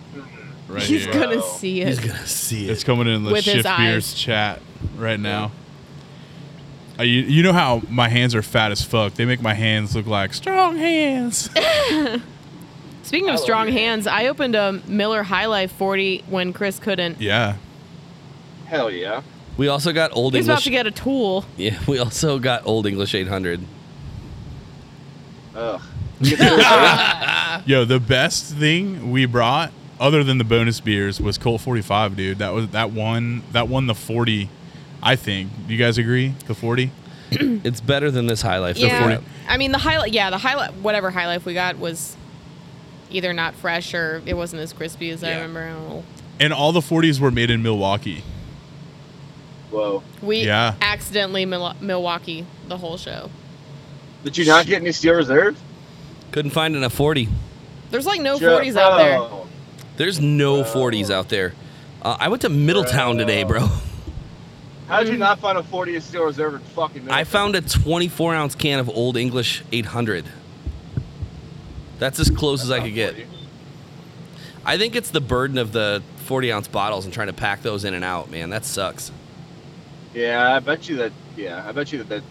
[SPEAKER 1] right
[SPEAKER 2] He's
[SPEAKER 1] here.
[SPEAKER 2] gonna
[SPEAKER 7] Wow.
[SPEAKER 2] see
[SPEAKER 3] He's
[SPEAKER 2] it.
[SPEAKER 3] gonna see
[SPEAKER 1] It's
[SPEAKER 3] it.
[SPEAKER 1] coming in the
[SPEAKER 2] With his
[SPEAKER 1] shift
[SPEAKER 2] eyes.
[SPEAKER 1] beers chat right now. Uh, you, you know how my hands are fat as fuck. They make my hands look like strong hands.
[SPEAKER 2] Speaking of
[SPEAKER 7] I love
[SPEAKER 2] strong
[SPEAKER 7] you.
[SPEAKER 2] hands, I opened a Miller High Life 40 when Chris couldn't.
[SPEAKER 1] yeah.
[SPEAKER 7] Hell yeah.
[SPEAKER 3] We also got old
[SPEAKER 2] He's about
[SPEAKER 3] English.
[SPEAKER 2] to get a tool.
[SPEAKER 3] yeah, we also got old English 800.
[SPEAKER 7] Ugh. You can do it.
[SPEAKER 1] Yo, the best thing we brought, other than the bonus beers, was Colt 45, dude. That was that one. That won the 40. I think. Do you guys agree? The 40. Hmm.
[SPEAKER 3] It's better than this high life. that we
[SPEAKER 2] yeah,
[SPEAKER 3] got.
[SPEAKER 2] I mean the highlight. Yeah, the highlight. Whatever High Life we got was either not fresh or it wasn't as crispy as I
[SPEAKER 3] Yeah.
[SPEAKER 2] remember. I don't know.
[SPEAKER 1] And all the 40s were made in Milwaukee.
[SPEAKER 7] Whoa.
[SPEAKER 2] We
[SPEAKER 1] Yeah.
[SPEAKER 2] accidentally Mil- Milwaukee the whole show.
[SPEAKER 7] Did you not get any steel reserve?
[SPEAKER 3] Couldn't find enough 40.
[SPEAKER 2] There's like no
[SPEAKER 7] Sure,
[SPEAKER 2] 40s out there.
[SPEAKER 7] bro.
[SPEAKER 3] There's no 40s out there. Uh, I went to Middletown today, bro.
[SPEAKER 7] How
[SPEAKER 2] Mm-hmm.
[SPEAKER 7] did you not find a 40 of steel reserve in fucking
[SPEAKER 3] I
[SPEAKER 7] Middletown?
[SPEAKER 3] found a 24 ounce can of Old English 800. That's as close as I could get. I think it's the burden of the 40 ounce bottles and trying to pack those in and out, man. That sucks.
[SPEAKER 7] Yeah, I bet you that. Yeah, I bet you that. that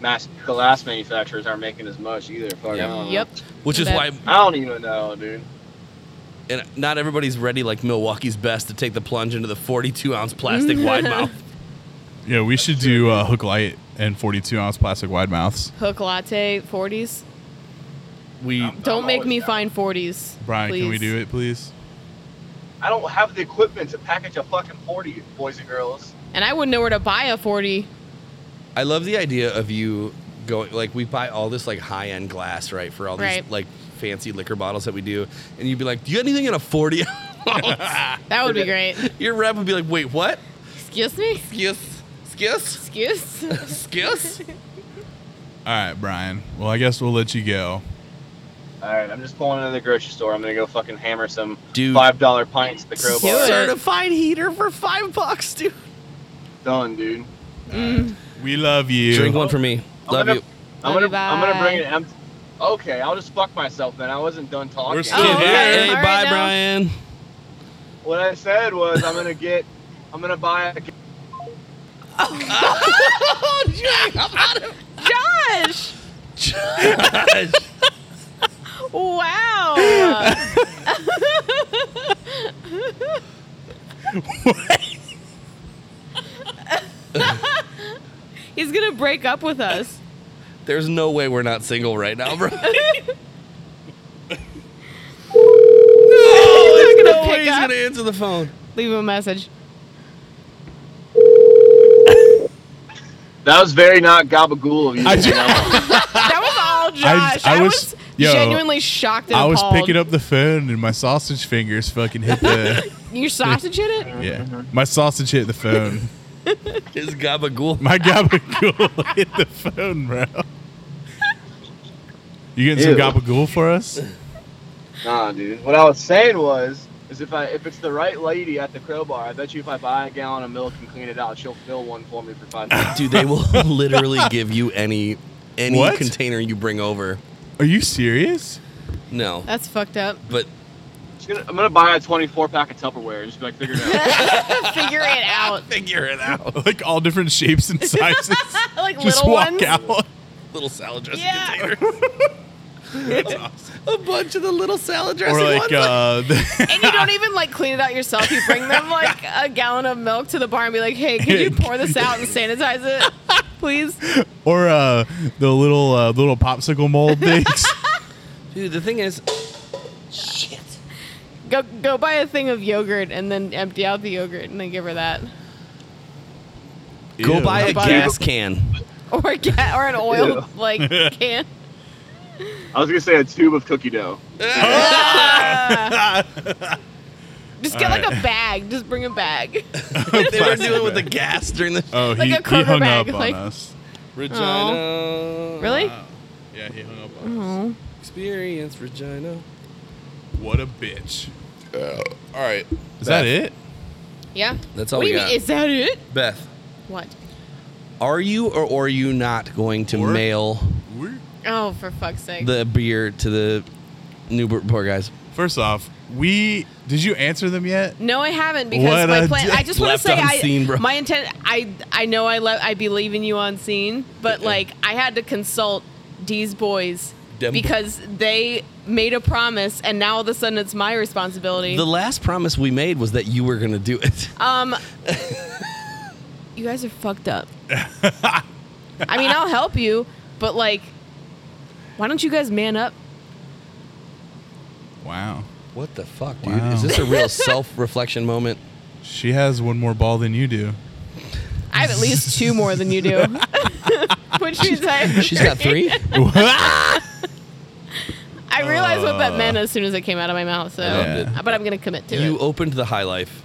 [SPEAKER 7] mass glass manufacturers aren't making as much either. Fuck, I don't know.
[SPEAKER 2] Yep.
[SPEAKER 3] Which is why
[SPEAKER 2] That's-
[SPEAKER 7] I don't even know, dude.
[SPEAKER 3] and not everybody's ready like Milwaukee's best to take the plunge into the 42 ounce plastic wide mouth.
[SPEAKER 1] Yeah, we should do uh, hook light and 42 ounce plastic wide mouths.
[SPEAKER 2] Hook latte 40s.
[SPEAKER 3] We
[SPEAKER 2] Don't
[SPEAKER 7] I'm
[SPEAKER 2] make
[SPEAKER 7] always
[SPEAKER 2] me
[SPEAKER 7] down.
[SPEAKER 2] find 40s.
[SPEAKER 1] Brian, can we
[SPEAKER 2] Um, please.
[SPEAKER 1] do it, please?
[SPEAKER 7] I don't have the equipment to package a fucking 40, boys and girls.
[SPEAKER 2] And I wouldn't know where to buy a 40.
[SPEAKER 3] I love the idea of you going like we buy all this like high end glass, right? For all these
[SPEAKER 2] Right.
[SPEAKER 3] like fancy liquor bottles that we do, and you'd be like, "Do you have anything in a 40
[SPEAKER 2] That would be great.
[SPEAKER 3] Your rep would be like, "Wait, what?
[SPEAKER 2] Excuse me?
[SPEAKER 3] Skis, skis,
[SPEAKER 2] Excuse?
[SPEAKER 3] skis."
[SPEAKER 1] All right, Brian. Well, I guess we'll let you go.
[SPEAKER 7] All right, I'm just pulling into the grocery store. I'm gonna go fucking hammer some
[SPEAKER 3] Dude.
[SPEAKER 7] five dollar pints at the crowbar.
[SPEAKER 2] Do it.
[SPEAKER 3] Certified heater for five bucks, dude.
[SPEAKER 7] Done, dude.
[SPEAKER 1] We love you.
[SPEAKER 3] Drink one for me.
[SPEAKER 7] I'm
[SPEAKER 3] Love
[SPEAKER 7] gonna-
[SPEAKER 3] you.
[SPEAKER 7] I'm
[SPEAKER 2] Love
[SPEAKER 7] gonna,
[SPEAKER 2] you,
[SPEAKER 7] I'm gonna bring
[SPEAKER 2] bye.
[SPEAKER 7] it empty. Okay, I'll just fuck myself then. I wasn't done talking.
[SPEAKER 1] We're still
[SPEAKER 2] Oh, okay.
[SPEAKER 1] here.
[SPEAKER 3] Hey,
[SPEAKER 2] All right,
[SPEAKER 3] bye,
[SPEAKER 2] now.
[SPEAKER 3] Brian.
[SPEAKER 7] What I said was I'm gonna get, I'm gonna buy a
[SPEAKER 2] Josh! Wow. He's gonna break up with us.
[SPEAKER 3] There's no way we're not single right now, bro.
[SPEAKER 2] He's not gonna
[SPEAKER 3] no way
[SPEAKER 2] pick
[SPEAKER 3] he's
[SPEAKER 2] up.
[SPEAKER 3] gonna answer the phone.
[SPEAKER 2] Leave him a message.
[SPEAKER 7] That was very not gabagool of you.
[SPEAKER 1] I
[SPEAKER 7] you
[SPEAKER 1] ju-
[SPEAKER 7] know?
[SPEAKER 2] That was all
[SPEAKER 1] I-
[SPEAKER 2] Josh.
[SPEAKER 1] I
[SPEAKER 2] I,
[SPEAKER 1] was-
[SPEAKER 2] was,
[SPEAKER 1] yo,
[SPEAKER 2] genuinely shocked. And
[SPEAKER 1] I was
[SPEAKER 2] appalled.
[SPEAKER 1] picking up the phone and my sausage fingers fucking hit the
[SPEAKER 2] your sausage hit it.
[SPEAKER 1] yeah. My sausage hit the phone.
[SPEAKER 3] His gabagool.
[SPEAKER 1] My gabagool hit the phone, bro. You getting some
[SPEAKER 7] Ew.
[SPEAKER 1] gabagool for us?
[SPEAKER 7] Nah, dude. What I was saying was, is if I if it's the right lady at the crowbar, I bet you if I buy a gallon of milk and clean it out, she'll fill one for me for five bucks.
[SPEAKER 3] Dude, they will literally give you any any
[SPEAKER 1] What?
[SPEAKER 3] container you bring over.
[SPEAKER 1] Are you serious?
[SPEAKER 3] No,
[SPEAKER 2] That's fucked up.
[SPEAKER 3] but
[SPEAKER 7] She's gonna- I'm gonna buy a 24 pack of Tupperware and just be like, figure it out.
[SPEAKER 2] Figure it out.
[SPEAKER 3] figure it out.
[SPEAKER 1] Like all different shapes and sizes.
[SPEAKER 2] Like
[SPEAKER 1] Just
[SPEAKER 2] little
[SPEAKER 1] walk
[SPEAKER 2] ones.
[SPEAKER 1] out.
[SPEAKER 3] Little salad dressing
[SPEAKER 2] Yeah.
[SPEAKER 3] containers. A bunch of the little salad dressing
[SPEAKER 1] Or like
[SPEAKER 3] ones.
[SPEAKER 1] uh, the-
[SPEAKER 2] And you don't even like clean it out yourself. You bring them like a gallon of milk to the bar and be like, "Hey, could you pour this out and sanitize it, please?"
[SPEAKER 1] or uh, the little uh, little popsicle mold things.
[SPEAKER 3] Dude, the thing is,
[SPEAKER 2] Go go buy a thing of yogurt and then empty out the yogurt and then give her that,
[SPEAKER 3] go
[SPEAKER 1] Ew.
[SPEAKER 3] buy a
[SPEAKER 2] Buy a-
[SPEAKER 3] gas can.
[SPEAKER 2] or get or an oil
[SPEAKER 7] Ew.
[SPEAKER 2] like can.
[SPEAKER 7] I was gonna say a tube of cookie dough.
[SPEAKER 2] Just get like a bag. Just bring a bag.
[SPEAKER 3] they were
[SPEAKER 1] Plastic
[SPEAKER 3] doing with the
[SPEAKER 1] bag.
[SPEAKER 3] gas during the
[SPEAKER 1] Oh,
[SPEAKER 2] Like
[SPEAKER 1] he,
[SPEAKER 2] a
[SPEAKER 1] he
[SPEAKER 2] Kroger
[SPEAKER 1] hung
[SPEAKER 2] bag,
[SPEAKER 1] up
[SPEAKER 2] like-
[SPEAKER 1] on us. Uh,
[SPEAKER 3] Regina.
[SPEAKER 2] Really?
[SPEAKER 1] Yeah, he hung up on us.
[SPEAKER 2] Oh.
[SPEAKER 3] Experience Regina.
[SPEAKER 1] What a bitch.
[SPEAKER 5] Uh, All right.
[SPEAKER 1] Is that it?
[SPEAKER 2] Yeah.
[SPEAKER 3] That's all
[SPEAKER 2] what do
[SPEAKER 3] we
[SPEAKER 2] you
[SPEAKER 3] got.
[SPEAKER 2] mean? Is that it?
[SPEAKER 3] Beth,
[SPEAKER 2] What?
[SPEAKER 3] are you or, or are you not going to
[SPEAKER 1] Or-
[SPEAKER 3] mail
[SPEAKER 2] Oh, for fuck's sake!
[SPEAKER 3] the beer to the Newport guys?
[SPEAKER 1] First off, we did you answer them yet?
[SPEAKER 2] No, I haven't because
[SPEAKER 1] What
[SPEAKER 2] my
[SPEAKER 1] a
[SPEAKER 2] plan.
[SPEAKER 1] d-
[SPEAKER 2] I just want to say
[SPEAKER 3] Left
[SPEAKER 2] I
[SPEAKER 3] unseen, bro.
[SPEAKER 2] my intent. I I know I le- I believe in you on scene, but like I had to consult D's boys
[SPEAKER 3] Dem-
[SPEAKER 2] because they made a promise, and now all of a sudden it's my responsibility.
[SPEAKER 3] The last promise we made was that you were going to do it.
[SPEAKER 2] um, you guys are fucked up. I mean, I'll help you, but like, why don't you guys man up?
[SPEAKER 1] Wow.
[SPEAKER 3] What the fuck, dude?
[SPEAKER 1] Wow.
[SPEAKER 3] Is this a real self-reflection moment?
[SPEAKER 1] She has one more ball than you do.
[SPEAKER 2] I have at least two more than you do. Which means I
[SPEAKER 3] She's got three.
[SPEAKER 2] I realized what that meant as soon as it came out of my mouth. So,
[SPEAKER 1] Uh. loved
[SPEAKER 2] but I'm gonna commit to
[SPEAKER 3] you
[SPEAKER 2] it. Mm-hmm.
[SPEAKER 3] opened the high life,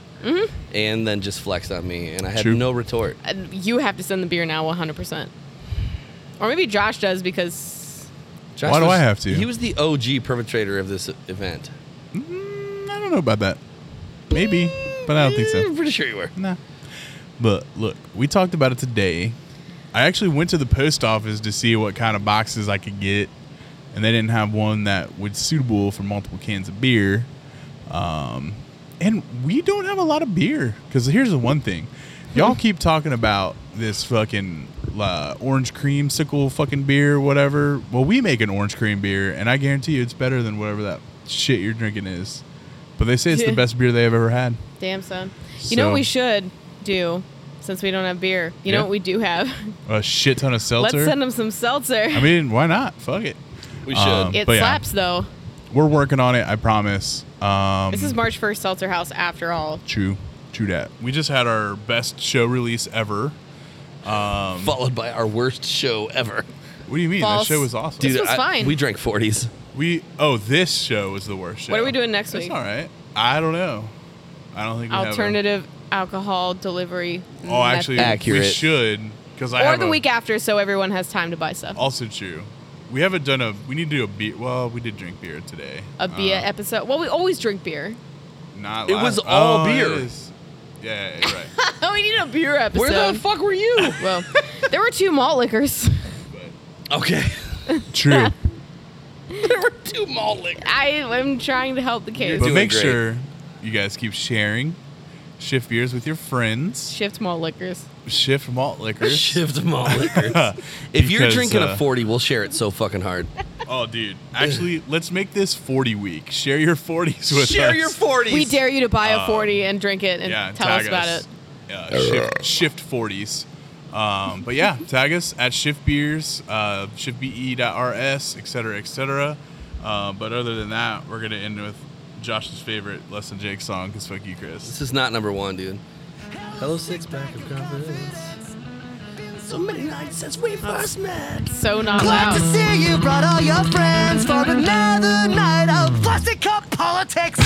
[SPEAKER 3] and then just flexed on me, and I had
[SPEAKER 1] True.
[SPEAKER 3] no retort.
[SPEAKER 2] And you have to send the beer now, 100. percent Or maybe Josh does because
[SPEAKER 3] Josh
[SPEAKER 1] Why do
[SPEAKER 3] was-
[SPEAKER 1] I have to?
[SPEAKER 3] He was the OG perpetrator of this event.
[SPEAKER 1] Mm, I don't know about that. Maybe, but I don't think
[SPEAKER 3] I'm
[SPEAKER 1] so.
[SPEAKER 3] Mm, pretty sure you were.
[SPEAKER 1] Nah. But look, we talked about it today. I actually went to the post office to see what kind of boxes I could get, and they didn't have one that was suitable for multiple cans of beer. Um, and we don't have a lot of beer because here's the one thing
[SPEAKER 2] Hmm.
[SPEAKER 1] y'all keep talking about this fucking uh, orange cream sickle fucking beer, whatever. Well, we make an orange cream beer, and I guarantee you it's better than whatever that shit you're drinking is. But they say it's the best beer they have ever had.
[SPEAKER 2] damn son. You know what
[SPEAKER 1] So-
[SPEAKER 2] we should do since we don't have beer. You know
[SPEAKER 1] Yeah.
[SPEAKER 2] what we do have.
[SPEAKER 1] A shit ton of seltzer.
[SPEAKER 2] Let's send them some seltzer.
[SPEAKER 1] I mean, why not? Fuck it.
[SPEAKER 3] We should.
[SPEAKER 1] Um,
[SPEAKER 2] it
[SPEAKER 1] but yeah.
[SPEAKER 2] slaps though.
[SPEAKER 1] We're working on it. I promise. Um,
[SPEAKER 2] This is March 1st Seltzer House after all.
[SPEAKER 1] true. True that. We just had our best show release ever.
[SPEAKER 3] followed by our worst show ever.
[SPEAKER 1] What do you mean?
[SPEAKER 2] False.
[SPEAKER 1] That show was awesome.
[SPEAKER 2] Dude, This was
[SPEAKER 3] I-
[SPEAKER 2] fine.
[SPEAKER 3] We drank 40s.
[SPEAKER 1] we oh, this show was the worst show.
[SPEAKER 2] What are we doing next
[SPEAKER 1] It's
[SPEAKER 2] week?
[SPEAKER 1] all right. I don't know. I don't think we have a-
[SPEAKER 2] Alternative alcohol delivery.
[SPEAKER 1] oh, actually,
[SPEAKER 2] method.
[SPEAKER 1] we
[SPEAKER 3] Accurate.
[SPEAKER 1] should because I
[SPEAKER 2] or
[SPEAKER 1] have
[SPEAKER 2] the
[SPEAKER 1] a- Oh.
[SPEAKER 2] week after, so everyone has time to buy stuff.
[SPEAKER 1] Also true. We haven't done a. We need to do a beer. Well, we did drink beer today.
[SPEAKER 2] A
[SPEAKER 1] Uh.
[SPEAKER 2] beer episode. Well, we always drink beer.
[SPEAKER 1] Not.
[SPEAKER 3] It
[SPEAKER 1] last-
[SPEAKER 3] was
[SPEAKER 1] oh,
[SPEAKER 3] all
[SPEAKER 1] it
[SPEAKER 3] beer.
[SPEAKER 1] is. Yeah, you're right.
[SPEAKER 2] Oh, we need a beer episode.
[SPEAKER 3] Where the fuck were you?
[SPEAKER 2] Well, there were two malt liquors.
[SPEAKER 3] okay.
[SPEAKER 1] true.
[SPEAKER 3] there were two malt liquor.
[SPEAKER 2] I am trying to help the case.
[SPEAKER 3] You're
[SPEAKER 1] But
[SPEAKER 3] doing
[SPEAKER 1] make
[SPEAKER 3] great.
[SPEAKER 1] sure you guys keep sharing. Shift beers with your friends.
[SPEAKER 2] Shift malt liquors.
[SPEAKER 1] Shift malt liquors.
[SPEAKER 3] Shift malt liquor. if you're
[SPEAKER 1] Because,
[SPEAKER 3] drinking
[SPEAKER 1] uh,
[SPEAKER 3] a 40, we'll share it so fucking hard.
[SPEAKER 1] Oh, dude. Actually, let's make this 40 week. Share your 40s with us.
[SPEAKER 3] 40s.
[SPEAKER 2] We dare you to buy a 40 and drink it and
[SPEAKER 1] Yeah,
[SPEAKER 2] tell
[SPEAKER 1] tag
[SPEAKER 2] us about it.
[SPEAKER 1] Yeah, shift, shift 40s. Um, but yeah, tag us at shift beers, uh, shiftbe.rs, et cetera, et cetera. Uh, but other than that, we're going to end with Josh's favorite Less Than Jake song, because fuck you, Chris.
[SPEAKER 3] This is not number one, dude. Hello, six pack of confidence.
[SPEAKER 5] So many nights since we first met.
[SPEAKER 2] So not
[SPEAKER 5] Glad to
[SPEAKER 2] loud.
[SPEAKER 5] see you brought all your friends for another night of plastic cup politics.